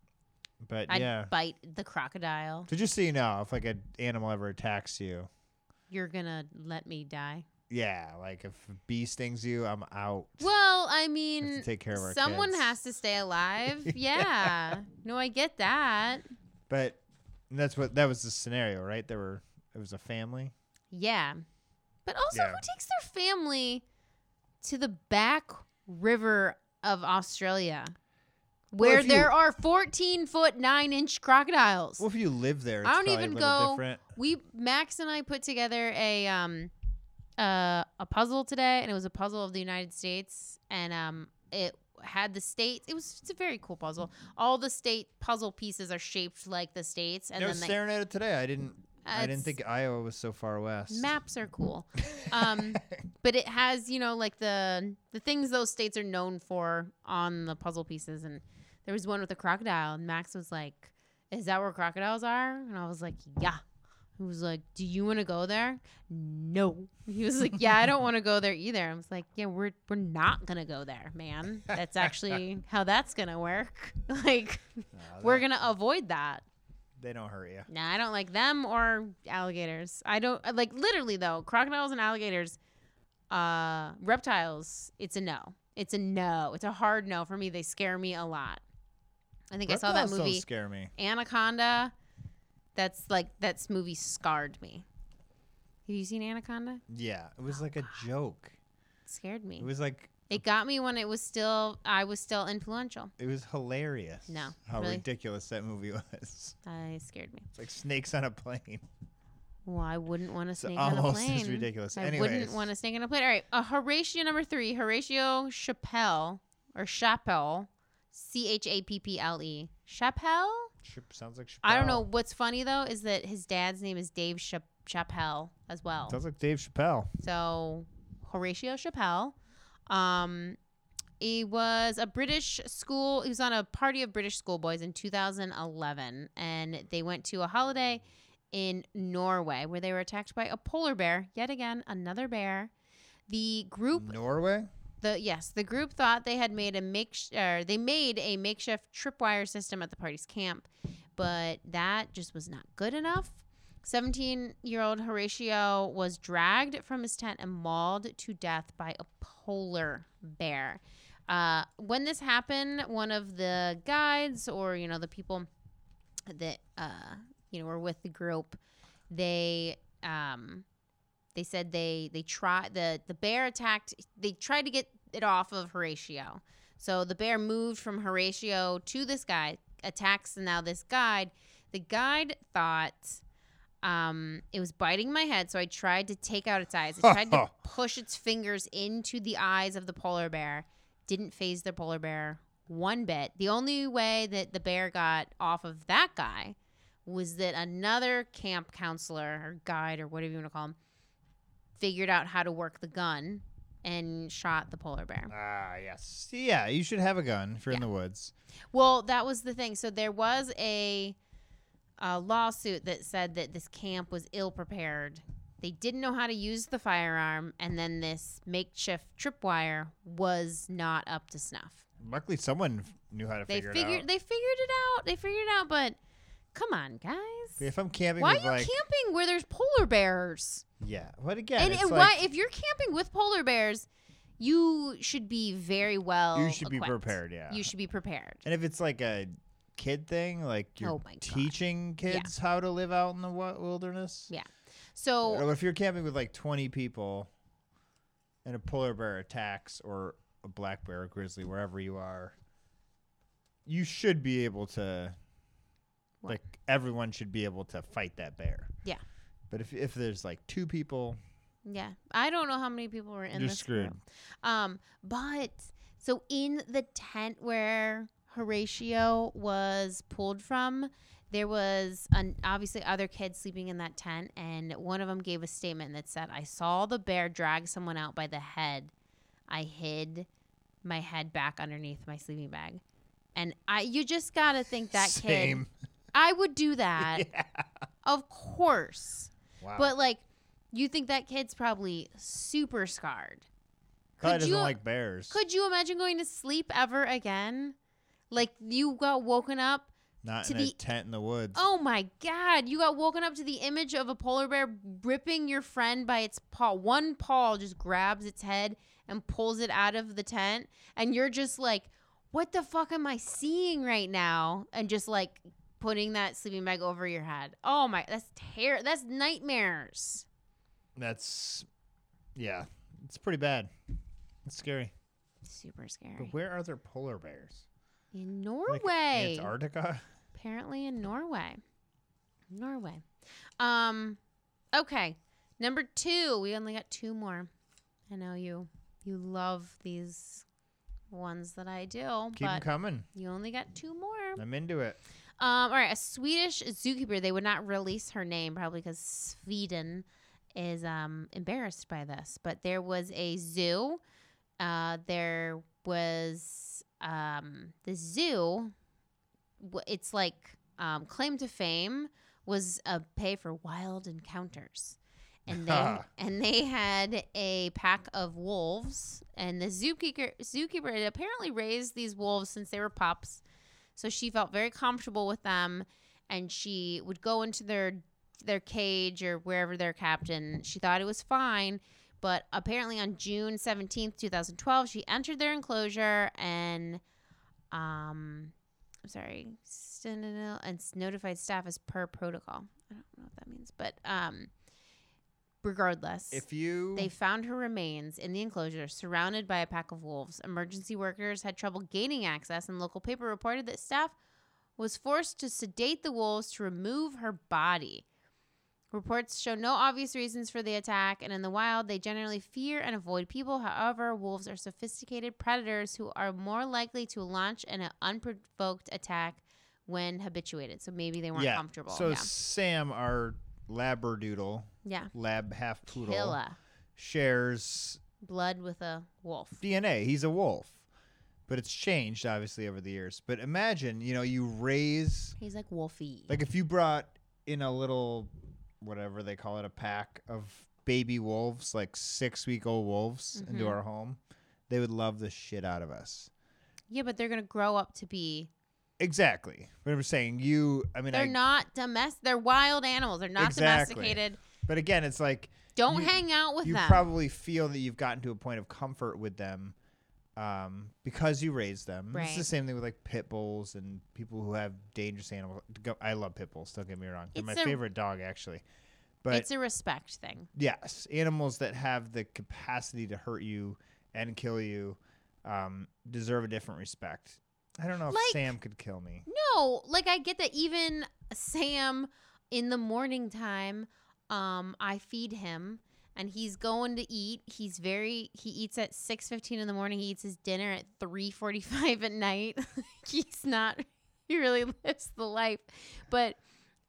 [SPEAKER 2] But
[SPEAKER 1] I'd
[SPEAKER 2] yeah.
[SPEAKER 1] bite the crocodile.
[SPEAKER 2] So just so you know, if like an animal ever attacks you,
[SPEAKER 1] You're going to let me die.
[SPEAKER 2] yeah, like if a bee stings you, I'm out.
[SPEAKER 1] Well, I
[SPEAKER 2] We have
[SPEAKER 1] mean,
[SPEAKER 2] to take care of our
[SPEAKER 1] someone
[SPEAKER 2] kids.
[SPEAKER 1] has to stay
[SPEAKER 2] (laughs)
[SPEAKER 1] alive. yeah. No, I get that.
[SPEAKER 2] But that's what that was the scenario, right? There were it was a family.
[SPEAKER 1] Yeah. But also,
[SPEAKER 2] Yeah.
[SPEAKER 1] who takes their family to the back river of Australia where
[SPEAKER 2] if you-
[SPEAKER 1] there are 14 foot 9 inch crocodiles?
[SPEAKER 2] Well, if you live there, it's
[SPEAKER 1] I don't
[SPEAKER 2] probably
[SPEAKER 1] even
[SPEAKER 2] a little
[SPEAKER 1] go-
[SPEAKER 2] different.
[SPEAKER 1] we, Max and I put together a, um, uh, a puzzle today, and it was a puzzle of the United States, and um, it had the states. It was it's a very cool puzzle. All the state puzzle pieces are shaped like the states, and
[SPEAKER 2] I
[SPEAKER 1] then
[SPEAKER 2] was
[SPEAKER 1] they
[SPEAKER 2] staring at it today. I didn't. I
[SPEAKER 1] it's-
[SPEAKER 2] didn't think Iowa was so far west.
[SPEAKER 1] maps are
[SPEAKER 2] (laughs)
[SPEAKER 1] cool um but it has you know like the the things those states are known for on the puzzle pieces and there was one with a crocodile and max was like is that where crocodiles are? And I was like, yeah. He was like, do you want to go there? No. He was like, yeah, I don't want to go there either. I was like, yeah, we're we're not gonna go there, man. That's
[SPEAKER 2] (laughs)
[SPEAKER 1] actually how that's gonna work. (laughs) Like,
[SPEAKER 2] No,
[SPEAKER 1] we're
[SPEAKER 2] they-
[SPEAKER 1] gonna avoid that.
[SPEAKER 2] They don't hurt you.
[SPEAKER 1] Nah, I don't like them or alligators. I don't I- like literally though, crocodiles and alligators, uh reptiles, it's a no. It's a no. It's a hard no for me. They scare me a lot. I think I saw that
[SPEAKER 2] Reptiles
[SPEAKER 1] movie
[SPEAKER 2] Don't scare me.
[SPEAKER 1] Anaconda. That's like that's movie scarred me. Have you seen Anaconda?
[SPEAKER 2] Yeah, it
[SPEAKER 1] Oh,
[SPEAKER 2] was like a joke.
[SPEAKER 1] It scared me.
[SPEAKER 2] It was like
[SPEAKER 1] it got me when it was still I was still influential.
[SPEAKER 2] it was hilarious.
[SPEAKER 1] No,
[SPEAKER 2] how
[SPEAKER 1] really.
[SPEAKER 2] ridiculous that movie (laughs) was. It's
[SPEAKER 1] I scared me.
[SPEAKER 2] like snakes on a plane.
[SPEAKER 1] Well, I wouldn't want a
[SPEAKER 2] It's
[SPEAKER 1] snake on a
[SPEAKER 2] almost
[SPEAKER 1] plane.
[SPEAKER 2] as ridiculous.
[SPEAKER 1] I
[SPEAKER 2] Anyways,
[SPEAKER 1] wouldn't want a snake on a plane. All right, uh, Horatio number three, Horatio Chappelle or Chappelle, C H A P P L E. Chappelle.
[SPEAKER 2] Chip- sounds like
[SPEAKER 1] I don't know.
[SPEAKER 2] Chappelle.
[SPEAKER 1] What's funny though is that his dad's name is Dave Chap- Chappelle as well.
[SPEAKER 2] Sounds like Dave Chappelle.
[SPEAKER 1] So Horatio Chappelle. Um, he was a British school. He was on a party of British schoolboys in 2011, and they went to a holiday in Norway where they were attacked by a polar bear. Yet again, another bear. The group,
[SPEAKER 2] Norway.
[SPEAKER 1] the yes, the group thought they had made a make or they made a makeshift tripwire system at the party's camp, but that just was not good enough. 17 year old Horatio was dragged from his tent and mauled to death by a polar bear. Uh, when this happened, one of the guides or, you know, the people that, uh, you know, were with the group, they, um, they said they, they tried, the, the bear attacked, they tried to get it off of Horatio. So the bear moved from Horatio to this guy, attacks now this guide. The guide thought um, it was biting my head, so I tried to take out its eyes. I tried to push its fingers into the eyes of the polar bear. Didn't phase the polar bear one bit. The only way that the bear got off of that guy was that another camp counselor or guide or whatever you want to call him figured out how to work the gun and shot the polar bear.
[SPEAKER 2] Ah, yes. Yeah, you should have a gun if you're in the woods.
[SPEAKER 1] Well, that was the thing. So there was a, a lawsuit that said that this camp was ill prepared. They didn't know how to use the firearm, and then this makeshift tripwire was not up to snuff.
[SPEAKER 2] Luckily, someone f- knew how to
[SPEAKER 1] They
[SPEAKER 2] figure
[SPEAKER 1] figured
[SPEAKER 2] it out.
[SPEAKER 1] they figured it out. They figured it out, but come on, guys.
[SPEAKER 2] if I'm camping
[SPEAKER 1] Why are
[SPEAKER 2] with
[SPEAKER 1] you
[SPEAKER 2] like,
[SPEAKER 1] camping where there's polar bears?
[SPEAKER 2] yeah, what again?
[SPEAKER 1] and
[SPEAKER 2] it's
[SPEAKER 1] and
[SPEAKER 2] like,
[SPEAKER 1] why if you're camping with polar bears, you should be very well.
[SPEAKER 2] you should be
[SPEAKER 1] equipped.
[SPEAKER 2] prepared. Yeah,
[SPEAKER 1] You should be prepared.
[SPEAKER 2] And if it's like a kid thing, like you're
[SPEAKER 1] Oh my God.
[SPEAKER 2] teaching kids how to live out in the wi- wilderness.
[SPEAKER 1] Yeah. So
[SPEAKER 2] Or if you're camping with like 20 people and a polar bear attacks or a black bear or grizzly, wherever you are, you should be able to,
[SPEAKER 1] What?
[SPEAKER 2] like, everyone should be able to fight that bear.
[SPEAKER 1] Yeah.
[SPEAKER 2] But if, if there's like two people,
[SPEAKER 1] Yeah, I don't know how many people were in
[SPEAKER 2] You're
[SPEAKER 1] this group. Um, but so in the tent where Horatio was pulled from, there was an, obviously other kids sleeping in that tent, and one of them gave a statement that said, "I saw the bear drag someone out by the head. I hid my head back underneath my sleeping bag." And I, you just gotta think
[SPEAKER 2] (laughs)
[SPEAKER 1] that
[SPEAKER 2] same.
[SPEAKER 1] kid. I would do that,
[SPEAKER 2] (laughs) Yeah.
[SPEAKER 1] of course.
[SPEAKER 2] Wow.
[SPEAKER 1] But like, you think that kid's probably super scarred.
[SPEAKER 2] Probably
[SPEAKER 1] could
[SPEAKER 2] doesn't
[SPEAKER 1] you-
[SPEAKER 2] like bears.
[SPEAKER 1] Could you imagine going to sleep ever again? Like you got woken up.
[SPEAKER 2] Not
[SPEAKER 1] to
[SPEAKER 2] in a
[SPEAKER 1] the-
[SPEAKER 2] tent in the woods.
[SPEAKER 1] Oh my god, you got woken up to the image of a polar bear ripping your friend by its paw. One paw just grabs its head and pulls it out of the tent and you're just like, "What the fuck am I seeing right now?" and just like putting that sleeping bag over your head. Oh my, that's terror. That's nightmares.
[SPEAKER 2] That's, yeah, it's pretty bad. It's scary.
[SPEAKER 1] Super
[SPEAKER 2] But
[SPEAKER 1] scary.
[SPEAKER 2] where are there polar bears?
[SPEAKER 1] In
[SPEAKER 2] Like,
[SPEAKER 1] Norway.
[SPEAKER 2] Antarctica?
[SPEAKER 1] apparently in Norway. Norway. Um okay. Number 2. We only got two more. I know you you love these ones that I do,
[SPEAKER 2] Keep 'em
[SPEAKER 1] but
[SPEAKER 2] coming.
[SPEAKER 1] you only got two more.
[SPEAKER 2] I'm into it.
[SPEAKER 1] Um all right, a Swedish zookeeper, they would not release her name probably cuz Sweden is um embarrassed by this, but there was a zoo. Uh there was um the zoo w- it's like um, claim to fame was a pay for wild encounters. And they, and they had a pack of wolves, and the zookeeper, zookeeper had apparently raised these wolves since they were pups. So she felt very comfortable with them, and she would go into their their cage or wherever they're kept, and she thought it was fine. But apparently, on June seventeenth, two thousand twelve, she entered their enclosure and, um, I'm sorry, st- and notified staff as per protocol. I don't know what that means, but um, regardless,
[SPEAKER 2] If you
[SPEAKER 1] they found her remains in the enclosure, surrounded by a pack of wolves. Emergency workers had trouble gaining access, and local paper reported that staff was forced to sedate the wolves to remove her body. Reports show no obvious reasons for the attack, and in the wild, they generally fear and avoid people. However, wolves are sophisticated predators who are more likely to launch an unprovoked attack when habituated. So maybe they weren't
[SPEAKER 2] yeah.
[SPEAKER 1] comfortable.
[SPEAKER 2] So
[SPEAKER 1] yeah.
[SPEAKER 2] Sam, our labradoodle,
[SPEAKER 1] yeah.
[SPEAKER 2] lab half poodle,
[SPEAKER 1] Killa.
[SPEAKER 2] shares
[SPEAKER 1] Blood with a wolf.
[SPEAKER 2] DNA. He's a wolf, but it's changed obviously over the years. But imagine, you know, you raise
[SPEAKER 1] He's like wolfy.
[SPEAKER 2] like if you brought in a little whatever they call it a pack of baby wolves, like six week old wolves, into
[SPEAKER 1] Mhm.
[SPEAKER 2] our home, they would love the shit out of us.
[SPEAKER 1] Yeah, but they're gonna grow up to be.
[SPEAKER 2] Exactly. But I'm saying you. I mean,
[SPEAKER 1] They're
[SPEAKER 2] I,
[SPEAKER 1] not domestic. They're wild animals. They're not
[SPEAKER 2] Exactly.
[SPEAKER 1] domesticated.
[SPEAKER 2] but again, it's like
[SPEAKER 1] Don't
[SPEAKER 2] You-
[SPEAKER 1] hang out with
[SPEAKER 2] you
[SPEAKER 1] them.
[SPEAKER 2] probably feel that you've gotten to a point of comfort with them um, because you raised them. It's the
[SPEAKER 1] Right.
[SPEAKER 2] same thing with like pit bulls and people who have dangerous animals. Go- I love pit bulls. Don't get me wrong; they're
[SPEAKER 1] It's
[SPEAKER 2] my
[SPEAKER 1] a-
[SPEAKER 2] favorite dog, actually. But
[SPEAKER 1] it's a respect thing.
[SPEAKER 2] yes, animals that have the capacity to hurt you and kill you um, deserve a different respect. I don't know if
[SPEAKER 1] Like-
[SPEAKER 2] Sam could kill me.
[SPEAKER 1] No, like I get that. Even Sam, in the morning time, um, I feed him, and he's going to eat. He's very. He eats at six fifteen in the morning. He eats his dinner at three forty five at night. (laughs) he's not. (laughs) He really lives the life, but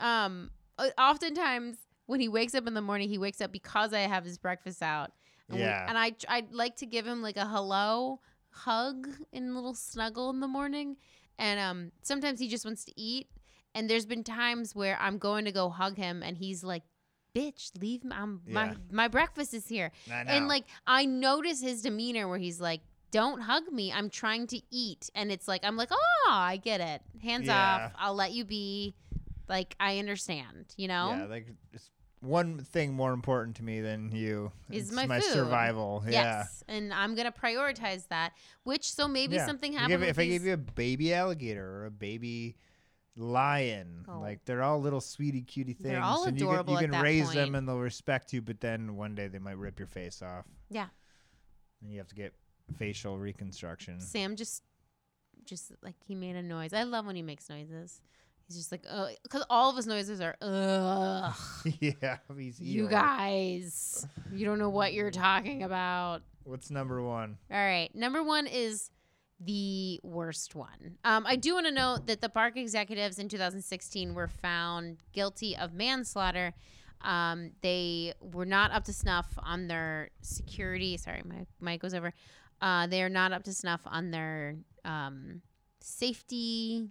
[SPEAKER 1] um, o- oftentimes when he wakes up in the morning, he wakes up because I have his breakfast out. And we-
[SPEAKER 2] Yeah.
[SPEAKER 1] and I tr- I'd like to give him like a hello hug and little snuggle in the morning. And um, sometimes he just wants to eat. And there's been times where I'm going to go hug him, and he's like, "Bitch, leave my I'm-
[SPEAKER 2] Yeah.
[SPEAKER 1] my my breakfast is here."
[SPEAKER 2] I know.
[SPEAKER 1] And like I notice his demeanor where he's like, "Don't hug me. I'm trying to eat." And it's like I'm like, "Oh, I get it. Hands
[SPEAKER 2] Yeah.
[SPEAKER 1] off. I'll let you be." Like I understand, you know.
[SPEAKER 2] yeah, like it's one thing more important to me than you
[SPEAKER 1] Is
[SPEAKER 2] It's
[SPEAKER 1] my food.
[SPEAKER 2] survival. Yeah.
[SPEAKER 1] Yes, and I'm gonna prioritize that. Which so maybe
[SPEAKER 2] Yeah.
[SPEAKER 1] something
[SPEAKER 2] You
[SPEAKER 1] happened.
[SPEAKER 2] give-
[SPEAKER 1] with
[SPEAKER 2] if I
[SPEAKER 1] these-
[SPEAKER 2] gave you a baby alligator or a baby lion,
[SPEAKER 1] Oh.
[SPEAKER 2] like they're all little sweetie cutie things.
[SPEAKER 1] They're all
[SPEAKER 2] and you
[SPEAKER 1] adorable
[SPEAKER 2] can,
[SPEAKER 1] at
[SPEAKER 2] you can
[SPEAKER 1] that
[SPEAKER 2] raise them
[SPEAKER 1] point.
[SPEAKER 2] and they'll respect you, but then one day they might rip your face off.
[SPEAKER 1] Yeah.
[SPEAKER 2] And you have to get
[SPEAKER 1] (laughs)
[SPEAKER 2] facial reconstruction. (laughs)
[SPEAKER 1] Sam just, just like he made a noise. I love when he makes noises. He's just like, oh, because all of his noises are, ugh,
[SPEAKER 2] yeah. He's
[SPEAKER 1] you
[SPEAKER 2] evil.
[SPEAKER 1] guys, you don't know what you're talking about.
[SPEAKER 2] What's number one?
[SPEAKER 1] All right. Number one is the worst one. Um, I do want to note that the park executives in 2016 were found guilty of manslaughter. Um, they were not up to snuff on their security. Sorry, my mic was over. Uh, they are not up to snuff on their um, safety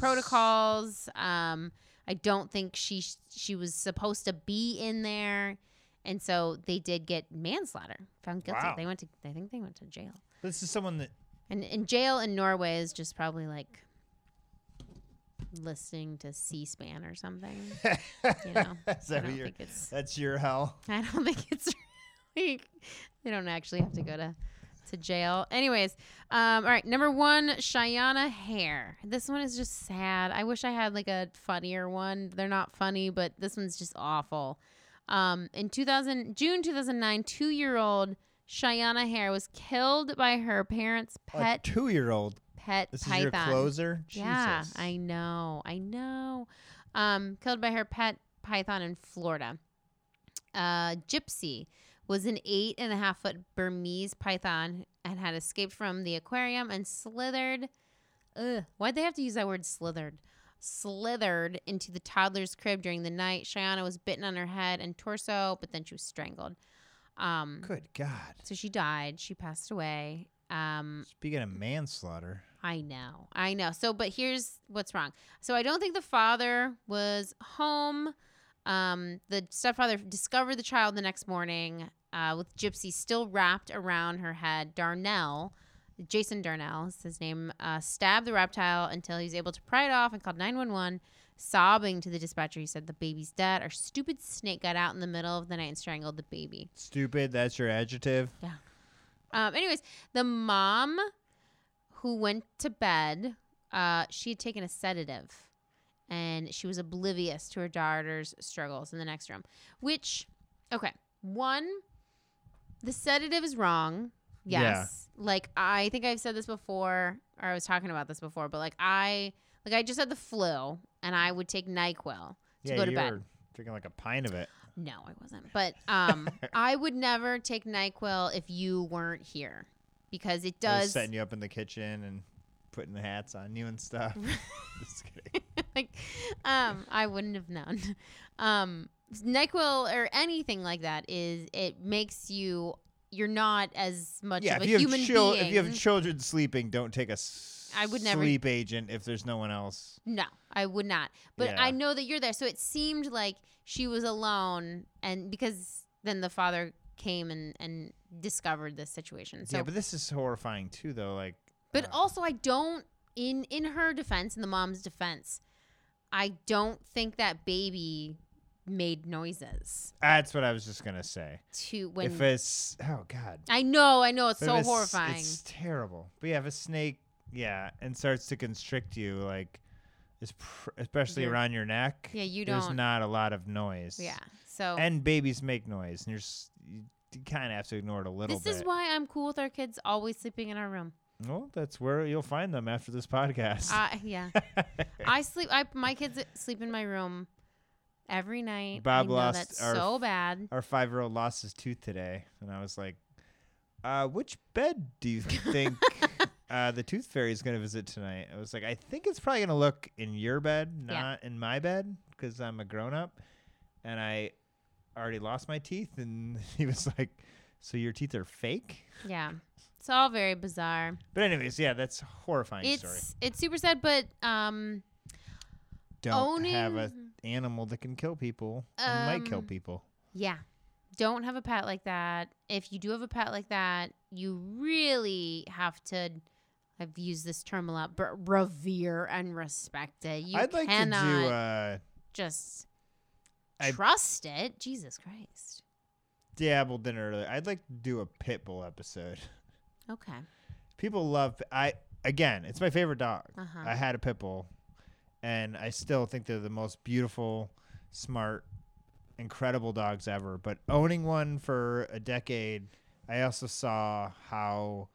[SPEAKER 1] like protocols. Um, I don't think she she was supposed to be in there, and so they did get manslaughter found guilty.
[SPEAKER 2] Wow.
[SPEAKER 1] They went to I think they went to jail.
[SPEAKER 2] This is someone that (laughs)
[SPEAKER 1] And and jail in Norway is just probably like listening to C-SPAN or something. You know,
[SPEAKER 2] (laughs) Is
[SPEAKER 1] I
[SPEAKER 2] that
[SPEAKER 1] don't
[SPEAKER 2] your-
[SPEAKER 1] think it's
[SPEAKER 2] that's your hell.
[SPEAKER 1] (laughs) I don't think it's really they don't actually have to go to to jail. Anyways, um, all right, number one, Cheyenne Hair. This one is just sad. I wish I had like a funnier one. They're not funny, but this one's just awful. Um, in 2000, June 2009, two-year-old Cheyenne Hair was killed by her parents'
[SPEAKER 2] A
[SPEAKER 1] pet
[SPEAKER 2] two year old.
[SPEAKER 1] pet
[SPEAKER 2] This is your
[SPEAKER 1] python.
[SPEAKER 2] closer?
[SPEAKER 1] Yeah,
[SPEAKER 2] Jesus.
[SPEAKER 1] I know. I know. Um, killed by her pet python in Florida. Uh, Gypsy was an eight and a half foot Burmese python and had escaped from the aquarium and slithered. Ugh, why'd they have to use that word slithered? Slithered into the toddler's crib during the night. Shiana was bitten on her head and torso, but then she was strangled. Um,
[SPEAKER 2] Good God.
[SPEAKER 1] so she died. She passed away. Um,
[SPEAKER 2] Speaking of manslaughter.
[SPEAKER 1] I know. I know. So, but here's what's wrong. So, I don't think the father was home. Um, the stepfather discovered the child the next morning uh, with Gypsy still wrapped around her head. Darnell, Jason Darnell is his name, uh, stabbed the reptile until he was able to pry it off and called 911. Sobbing to the dispatcher, he said, The baby's dead. Our stupid snake got out in the middle of the night and strangled the baby.
[SPEAKER 2] Stupid. That's your adjective.
[SPEAKER 1] Um, anyways, the mom who went to bed, uh, she had taken a sedative and she was oblivious to her daughter's struggles in the next room. Which, okay, one, the sedative is wrong.
[SPEAKER 2] Yeah.
[SPEAKER 1] Yes. Like, I think I've said this before, or I was talking about this before, but like, I. Like I just had the flu, and I would take Nyquil to
[SPEAKER 2] yeah,
[SPEAKER 1] go to
[SPEAKER 2] you
[SPEAKER 1] bed.
[SPEAKER 2] were drinking like a pint of it.
[SPEAKER 1] No, I wasn't. But
[SPEAKER 2] (laughs)
[SPEAKER 1] um, I would never take NyQuil if you weren't here because it
[SPEAKER 2] I was
[SPEAKER 1] does.
[SPEAKER 2] setting you up in the kitchen and putting the hats on you and
[SPEAKER 1] (laughs)
[SPEAKER 2] stuff. Just kidding.
[SPEAKER 1] (laughs) like, um, I wouldn't have known. (laughs) Um, NyQuil or anything like that is it makes you you're not as much
[SPEAKER 2] yeah,
[SPEAKER 1] of
[SPEAKER 2] if
[SPEAKER 1] a
[SPEAKER 2] you,
[SPEAKER 1] human
[SPEAKER 2] have chil-
[SPEAKER 1] being.
[SPEAKER 2] if you have children sleeping, don't take a s-
[SPEAKER 1] I would never-
[SPEAKER 2] sleep agent if there's no one else.
[SPEAKER 1] no, I would not. But
[SPEAKER 2] Yeah.
[SPEAKER 1] I know that you're there, so it seemed like she was alone, and because then the father came and and discovered this situation. So
[SPEAKER 2] yeah, but this is horrifying too, though. Like,
[SPEAKER 1] But
[SPEAKER 2] Uh,
[SPEAKER 1] also, I don't in in her defense, in the mom's defense, I don't think that baby made noises
[SPEAKER 2] that's what I was just gonna say.
[SPEAKER 1] to when.
[SPEAKER 2] if it's oh god,
[SPEAKER 1] I know, I know, it's
[SPEAKER 2] But
[SPEAKER 1] so
[SPEAKER 2] if it's-
[SPEAKER 1] horrifying.
[SPEAKER 2] It's terrible. But yeah, if a snake, yeah, and starts to constrict you, like, it's pr- especially
[SPEAKER 1] You're-
[SPEAKER 2] around your neck.
[SPEAKER 1] yeah, you
[SPEAKER 2] there's
[SPEAKER 1] don't.
[SPEAKER 2] not a lot of noise.
[SPEAKER 1] yeah, so
[SPEAKER 2] And babies make noise, and you're s- you kind of have to ignore it a little
[SPEAKER 1] this
[SPEAKER 2] bit.
[SPEAKER 1] is why I'm cool with our kids always sleeping in our room.
[SPEAKER 2] well, that's where you'll find them after this podcast.
[SPEAKER 1] Uh, yeah,
[SPEAKER 2] (laughs)
[SPEAKER 1] I sleep. I my kids sleep in my room every night. I
[SPEAKER 2] Bob
[SPEAKER 1] know
[SPEAKER 2] lost
[SPEAKER 1] that's
[SPEAKER 2] our
[SPEAKER 1] so
[SPEAKER 2] f-
[SPEAKER 1] bad.
[SPEAKER 2] Our five-year-old lost his tooth today, and I was like, uh, "Which bed
[SPEAKER 1] (laughs)
[SPEAKER 2] do you think uh, the tooth fairy is going to visit tonight?" I was like, "I think it's probably going to look in your bed,
[SPEAKER 1] Yeah.
[SPEAKER 2] not in my bed, because I'm a grown-up, and I already lost my teeth." And (laughs) he was like, "So your teeth are fake?"
[SPEAKER 1] Yeah, it's all very bizarre.
[SPEAKER 2] But anyways, yeah, that's a horrifying
[SPEAKER 1] it's
[SPEAKER 2] story.
[SPEAKER 1] it's super sad, but um,
[SPEAKER 2] Don't have a
[SPEAKER 1] owning-
[SPEAKER 2] animal that can kill people and might kill
[SPEAKER 1] Um,
[SPEAKER 2] people.
[SPEAKER 1] Yeah. Don't have a pet like that. If you do have a pet like that, you really have to I've used this term a lot, but revere and respect it. You
[SPEAKER 2] I'd like to do.
[SPEAKER 1] cannot
[SPEAKER 2] Uh,
[SPEAKER 1] just
[SPEAKER 2] I-
[SPEAKER 1] trust it. Jesus Christ.
[SPEAKER 2] dabbled in earlier. I'd like to do a pit bull episode. (laughs)
[SPEAKER 1] Okay.
[SPEAKER 2] People love I again, it's my favorite dog.
[SPEAKER 1] Uh-huh.
[SPEAKER 2] I had a pit bull and I still think they're the most beautiful, smart, incredible dogs ever, but owning one for a decade, I also saw how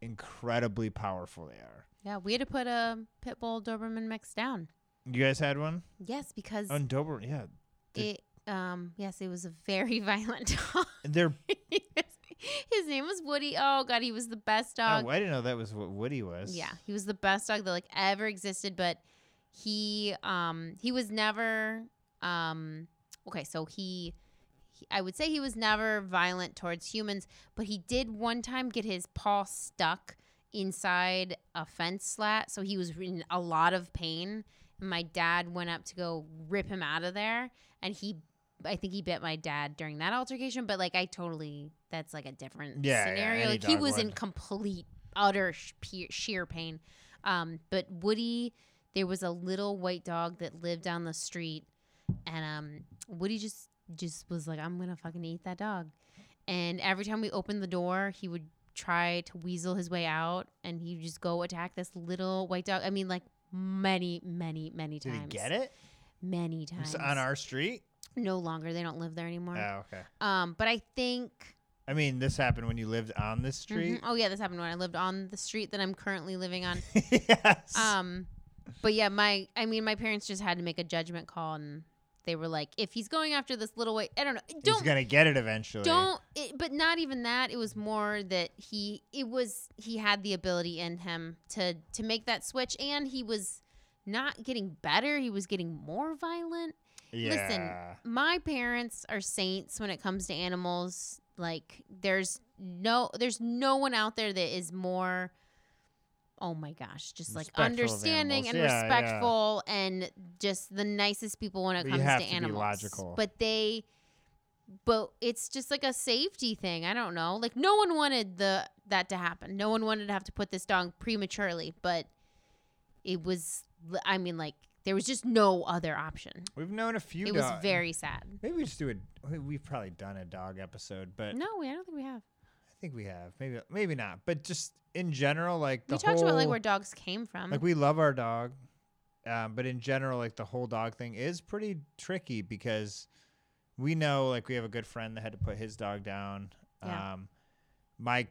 [SPEAKER 2] incredibly powerful they are.
[SPEAKER 1] Yeah, we had to put a pit bull Doberman mix down.
[SPEAKER 2] You guys had one?
[SPEAKER 1] Yes, because
[SPEAKER 2] On Doberman, yeah. did-
[SPEAKER 1] it um yes, it was a very (laughs) violent dog.
[SPEAKER 2] They're
[SPEAKER 1] His name was Woody. Oh god, he was the best dog.
[SPEAKER 2] oh, I didn't know that was what Woody was.
[SPEAKER 1] Yeah, he was the best dog that like ever existed, but he um he was never um okay, so he, he I would say he was never violent towards humans, but he did one time get his paw stuck inside a fence slat, so he was in a lot of pain. And my dad went up to go rip him out of there, and he I think he bit my dad during that altercation, but like I totally that's like a different
[SPEAKER 2] Yeah, yeah,
[SPEAKER 1] scenario.
[SPEAKER 2] any
[SPEAKER 1] like he
[SPEAKER 2] dog
[SPEAKER 1] was in
[SPEAKER 2] would.
[SPEAKER 1] complete utter sh- pe- sheer pain. Um, but Woody, there was a little white dog that lived down the street, and um, Woody just just was like, "I'm gonna fucking eat that dog." And every time we opened the door, he would try to weasel his way out, and he would just go attack this little white dog. I mean, like many, many, many
[SPEAKER 2] Did
[SPEAKER 1] times.
[SPEAKER 2] he get it?
[SPEAKER 1] Many
[SPEAKER 2] It was
[SPEAKER 1] times.
[SPEAKER 2] on our street?
[SPEAKER 1] no longer. They don't live there anymore.
[SPEAKER 2] Oh, okay.
[SPEAKER 1] Um, but I think
[SPEAKER 2] I mean, this happened when you lived on this
[SPEAKER 1] Mhm.
[SPEAKER 2] street. (laughs)
[SPEAKER 1] Oh yeah, this happened when I lived on the street that I'm currently living on.
[SPEAKER 2] yes.
[SPEAKER 1] Um, but yeah, my I mean, my parents just had to make a judgment call, and they were like, if he's going after this little white, I don't know,
[SPEAKER 2] he's
[SPEAKER 1] don't
[SPEAKER 2] gonna get it eventually.
[SPEAKER 1] don't. It, but not even that. It was more that he it was he had the ability in him to to make that switch, and he was not getting better. He was getting more violent. Listen,
[SPEAKER 2] Yeah.
[SPEAKER 1] my parents are saints when it comes to animals. Like there's no there's no one out there that is more oh my gosh, just like
[SPEAKER 2] Respectful of
[SPEAKER 1] understanding and
[SPEAKER 2] animals. Yeah, yeah.
[SPEAKER 1] respectful and just the nicest people when it
[SPEAKER 2] You
[SPEAKER 1] comes
[SPEAKER 2] have
[SPEAKER 1] to
[SPEAKER 2] to be
[SPEAKER 1] animals.
[SPEAKER 2] logical.
[SPEAKER 1] But they but it's just like a safety thing. I don't know. Like no one wanted the that to happen. No one wanted to have to put this dog prematurely, but it was I mean like there was just no other option.
[SPEAKER 2] We've known a few.
[SPEAKER 1] it was
[SPEAKER 2] dog-
[SPEAKER 1] very sad.
[SPEAKER 2] Maybe we just do a. We've probably done a dog episode, (laughs) but
[SPEAKER 1] No, we I don't think we have.
[SPEAKER 2] I think we have. Maybe maybe not. But just in general, like the
[SPEAKER 1] We talked about like
[SPEAKER 2] whole-
[SPEAKER 1] where dogs came from.
[SPEAKER 2] like we love our dog, um, but in general, like the whole dog thing is pretty tricky because we know like we have a good friend that had to put his dog down.
[SPEAKER 1] Yeah.
[SPEAKER 2] Um, my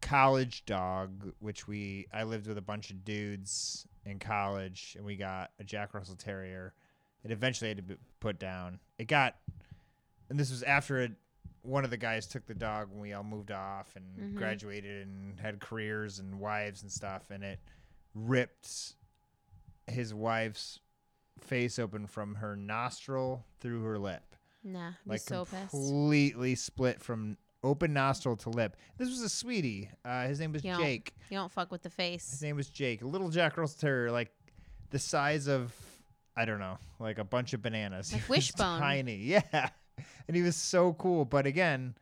[SPEAKER 2] college dog, which we I lived with a bunch of dudes in college, and we got a Jack Russell Terrier. It eventually had to be put down. It got, and this was after it. One of the guys took the dog when we all moved off and
[SPEAKER 1] Mhm.
[SPEAKER 2] graduated and had careers and wives and stuff, and it ripped his wife's face open from her nostril through her lip.
[SPEAKER 1] nah, I'm
[SPEAKER 2] Like
[SPEAKER 1] so pissed.
[SPEAKER 2] completely split from open nostril to lip. This was a sweetie. Uh, his name was
[SPEAKER 1] Yeah.
[SPEAKER 2] Jake.
[SPEAKER 1] You don't fuck with the
[SPEAKER 2] His
[SPEAKER 1] face.
[SPEAKER 2] name was Jake. A little Jack Russell Terrier, like the size of I don't know, like a bunch of bananas. (laughs) He
[SPEAKER 1] Like
[SPEAKER 2] was
[SPEAKER 1] wishbone.
[SPEAKER 2] Tiny, yeah. And he was so cool, but again,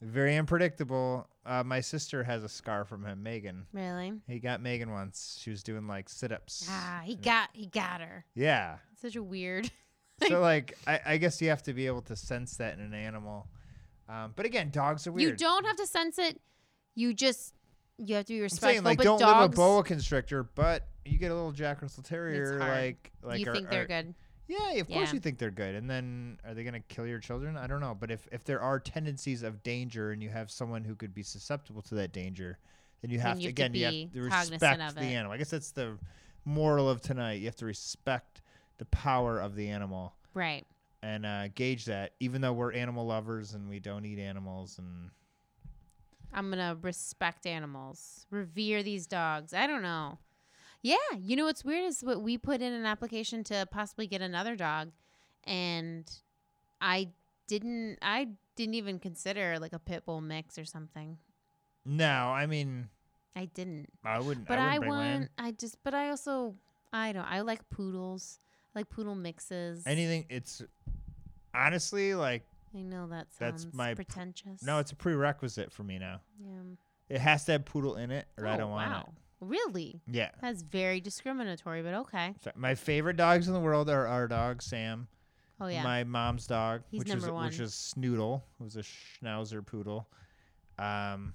[SPEAKER 2] very unpredictable. Uh, my sister has a scar from him, Megan.
[SPEAKER 1] Really?
[SPEAKER 2] He got Megan once. She was doing like sit-ups.
[SPEAKER 1] Ah, he got he got her. (laughs)
[SPEAKER 2] Yeah.
[SPEAKER 1] Such a weird.
[SPEAKER 2] So like, I, I guess you have to be able to sense that in an animal. Um, but again, dogs are weird.
[SPEAKER 1] You don't have to sense it. You just you have to be
[SPEAKER 2] I'm
[SPEAKER 1] respectful.
[SPEAKER 2] saying like,
[SPEAKER 1] but
[SPEAKER 2] don't live a
[SPEAKER 1] dogs,
[SPEAKER 2] boa constrictor, but you get a little Jack Russell Terrier,
[SPEAKER 1] hard.
[SPEAKER 2] like like
[SPEAKER 1] you
[SPEAKER 2] are-
[SPEAKER 1] think they're
[SPEAKER 2] are-
[SPEAKER 1] good.
[SPEAKER 2] Yeah, of course
[SPEAKER 1] Yeah.
[SPEAKER 2] you think they're good. And then are they gonna kill your children? I don't know. But if if there are tendencies of danger and you have someone who could be susceptible to that danger, then you have
[SPEAKER 1] you
[SPEAKER 2] to
[SPEAKER 1] have to
[SPEAKER 2] again you
[SPEAKER 1] be
[SPEAKER 2] have to
[SPEAKER 1] cognizant
[SPEAKER 2] respect
[SPEAKER 1] of
[SPEAKER 2] the
[SPEAKER 1] it.
[SPEAKER 2] animal. I guess that's the moral of tonight. You have to respect the power of the animal
[SPEAKER 1] Right.
[SPEAKER 2] and uh, gauge that. Even though we're animal lovers and we don't eat animals, and
[SPEAKER 1] I'm gonna respect animals, revere these dogs. I don't know. Yeah, you know what's weird is what we put in an application to possibly get another dog, and I didn't. I didn't even consider like a pit bull mix or something.
[SPEAKER 2] no, I mean
[SPEAKER 1] I didn't.
[SPEAKER 2] I wouldn't.
[SPEAKER 1] But
[SPEAKER 2] I
[SPEAKER 1] I,
[SPEAKER 2] wouldn't bring
[SPEAKER 1] want.
[SPEAKER 2] land.
[SPEAKER 1] I just. But I also. I don't. I like poodles. I like poodle mixes.
[SPEAKER 2] anything. It's honestly like
[SPEAKER 1] I know that
[SPEAKER 2] That's
[SPEAKER 1] sounds
[SPEAKER 2] my pr-
[SPEAKER 1] pretentious.
[SPEAKER 2] no, it's a prerequisite for me now.
[SPEAKER 1] Yeah.
[SPEAKER 2] It has to have poodle in it, or I
[SPEAKER 1] Oh,
[SPEAKER 2] don't want
[SPEAKER 1] wow. Really?
[SPEAKER 2] it. Yeah.
[SPEAKER 1] That's very discriminatory, but okay.
[SPEAKER 2] So my favorite dogs in the world are our dog Sam,
[SPEAKER 1] Oh yeah.
[SPEAKER 2] my mom's dog,
[SPEAKER 1] He's
[SPEAKER 2] which is
[SPEAKER 1] number
[SPEAKER 2] which
[SPEAKER 1] one.
[SPEAKER 2] is Snoodle, who's a Schnauzer poodle. Um,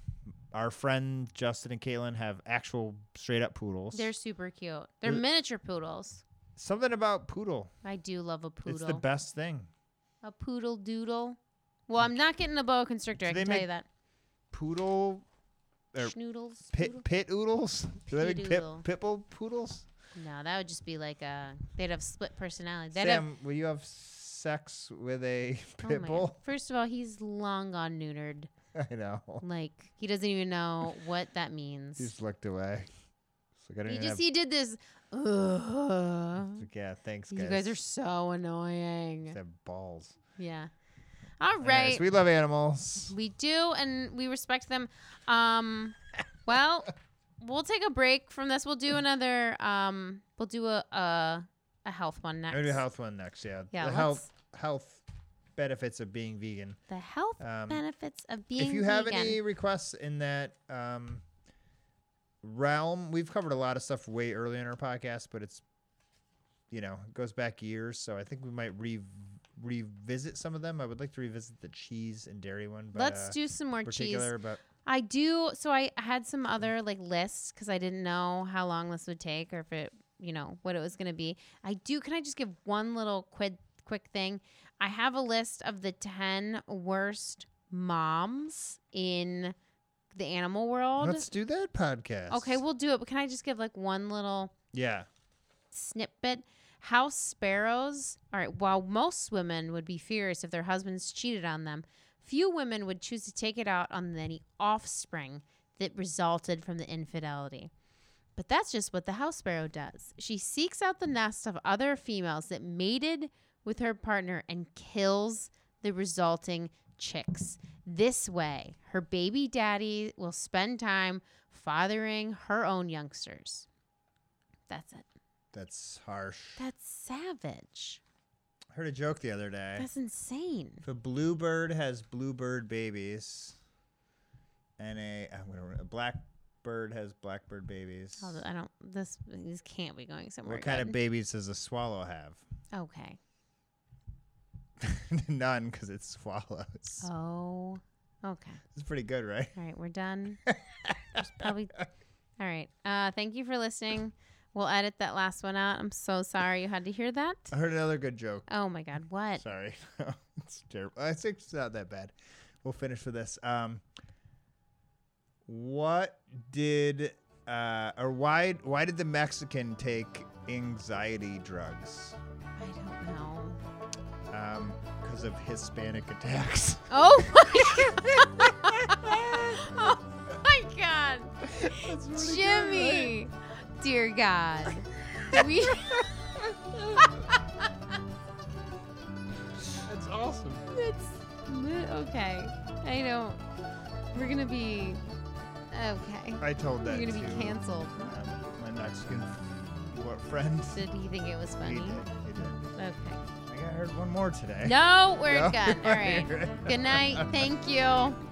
[SPEAKER 2] our friend Justin and Caitlin have actual straight up poodles.
[SPEAKER 1] They're super cute. They're
[SPEAKER 2] Th-
[SPEAKER 1] miniature poodles.
[SPEAKER 2] something about poodle.
[SPEAKER 1] I do love a poodle.
[SPEAKER 2] It's the best thing.
[SPEAKER 1] a poodle doodle. Well, I'm not getting a boa constrictor.
[SPEAKER 2] Do
[SPEAKER 1] I
[SPEAKER 2] they
[SPEAKER 1] can tell
[SPEAKER 2] make
[SPEAKER 1] you that.
[SPEAKER 2] Poodle er,
[SPEAKER 1] Schnoodles.
[SPEAKER 2] pit
[SPEAKER 1] poodle?
[SPEAKER 2] pit oodles. (laughs) Do they make pit,
[SPEAKER 1] Pitoodle.
[SPEAKER 2] pit bull poodles?
[SPEAKER 1] No, that would just be like a. They'd have split personalities. They'd have,
[SPEAKER 2] Sam, will you have sex with a
[SPEAKER 1] oh
[SPEAKER 2] (laughs) pit
[SPEAKER 1] my God.
[SPEAKER 2] bull?
[SPEAKER 1] First of all, he's long gone neutered.
[SPEAKER 2] I know.
[SPEAKER 1] Like he doesn't even know what that means.
[SPEAKER 2] He's looked away. It's like, I don't
[SPEAKER 1] he
[SPEAKER 2] even
[SPEAKER 1] just
[SPEAKER 2] have-
[SPEAKER 1] he did this. "Ugh."
[SPEAKER 2] It's like, yeah, thanks, guys.
[SPEAKER 1] You guys are so annoying.
[SPEAKER 2] Except balls.
[SPEAKER 1] Yeah. All
[SPEAKER 2] Anyways,
[SPEAKER 1] right.
[SPEAKER 2] we love animals.
[SPEAKER 1] We do, and we respect them. Um, well, we'll take a break from this. We'll do another. Um, we'll do a a, a health one
[SPEAKER 2] I'm
[SPEAKER 1] next.
[SPEAKER 2] gonna do health one next. Yeah.
[SPEAKER 1] Yeah,
[SPEAKER 2] The
[SPEAKER 1] let's-
[SPEAKER 2] health health benefits of being vegan.
[SPEAKER 1] The health
[SPEAKER 2] Um,
[SPEAKER 1] benefits of being.
[SPEAKER 2] if you have
[SPEAKER 1] vegan.
[SPEAKER 2] any requests in that um, realm, we've covered a lot of stuff way early in our podcast, but it's you know it goes back years, so I think we might re- revisit some of them. I would like to revisit the cheese and dairy one, but
[SPEAKER 1] Let's
[SPEAKER 2] uh,
[SPEAKER 1] do some more cheese.
[SPEAKER 2] particular, but
[SPEAKER 1] I do. So I had some other like lists because I didn't know how long this would take or if it, you know, what it was going to be. I do. Can I just give one little quick quick thing? I have a list of the ten worst moms in the animal world.
[SPEAKER 2] let's do that podcast.
[SPEAKER 1] okay, we'll do it. But can I just give like one little
[SPEAKER 2] yeah.
[SPEAKER 1] snippet. House sparrows. All right. While most women would be furious if their husbands cheated on them, few women would choose to take it out on any offspring that resulted from the infidelity. But that's just what the house sparrow does. She seeks out the nest of other females that mated with her partner and kills the resulting chicks. This way, her baby daddy will spend time fathering her own youngsters. That's it.
[SPEAKER 2] That's harsh.
[SPEAKER 1] That's savage.
[SPEAKER 2] I heard a joke the other day.
[SPEAKER 1] That's insane.
[SPEAKER 2] If a bluebird has bluebird babies, and a I'm gonna run- a blackbird has blackbird babies,
[SPEAKER 1] Although I don't. This this can't be going somewhere.
[SPEAKER 2] what kind of
[SPEAKER 1] good.
[SPEAKER 2] babies does a swallow have? (laughs)
[SPEAKER 1] Okay.
[SPEAKER 2] None, because it swallows.
[SPEAKER 1] Oh. Okay.
[SPEAKER 2] It's pretty good, right?
[SPEAKER 1] All right, we're done. There's probably. All right. Uh, thank you for listening. We'll edit that last one out. I'm so sorry you had to hear that.
[SPEAKER 2] I heard another good joke.
[SPEAKER 1] Oh my God! What?
[SPEAKER 2] Sorry, (laughs) it's terrible. I think it's not that bad. We'll finish with this. Um, what did uh, or why why did the Mexican take anxiety drugs?
[SPEAKER 1] I don't know.
[SPEAKER 2] Um, because of Hispanic attacks. (laughs)
[SPEAKER 1] Oh (laughs) my God! (laughs) oh my God!
[SPEAKER 2] That's really good, right?
[SPEAKER 1] Jimmy, dear God, we.
[SPEAKER 2] That's awesome.
[SPEAKER 1] That's okay. I don't. We're gonna be okay.
[SPEAKER 2] I told
[SPEAKER 1] We're
[SPEAKER 2] that
[SPEAKER 1] gonna
[SPEAKER 2] to
[SPEAKER 1] be canceled.
[SPEAKER 2] um, my Mexican what friend.
[SPEAKER 1] Did he think it was
[SPEAKER 2] He
[SPEAKER 1] funny?
[SPEAKER 2] did. He did.
[SPEAKER 1] Okay.
[SPEAKER 2] (laughs) I think I heard one more today.
[SPEAKER 1] No, we're
[SPEAKER 2] (laughs) No? (laughs)
[SPEAKER 1] done. All right. Good night. Thank you.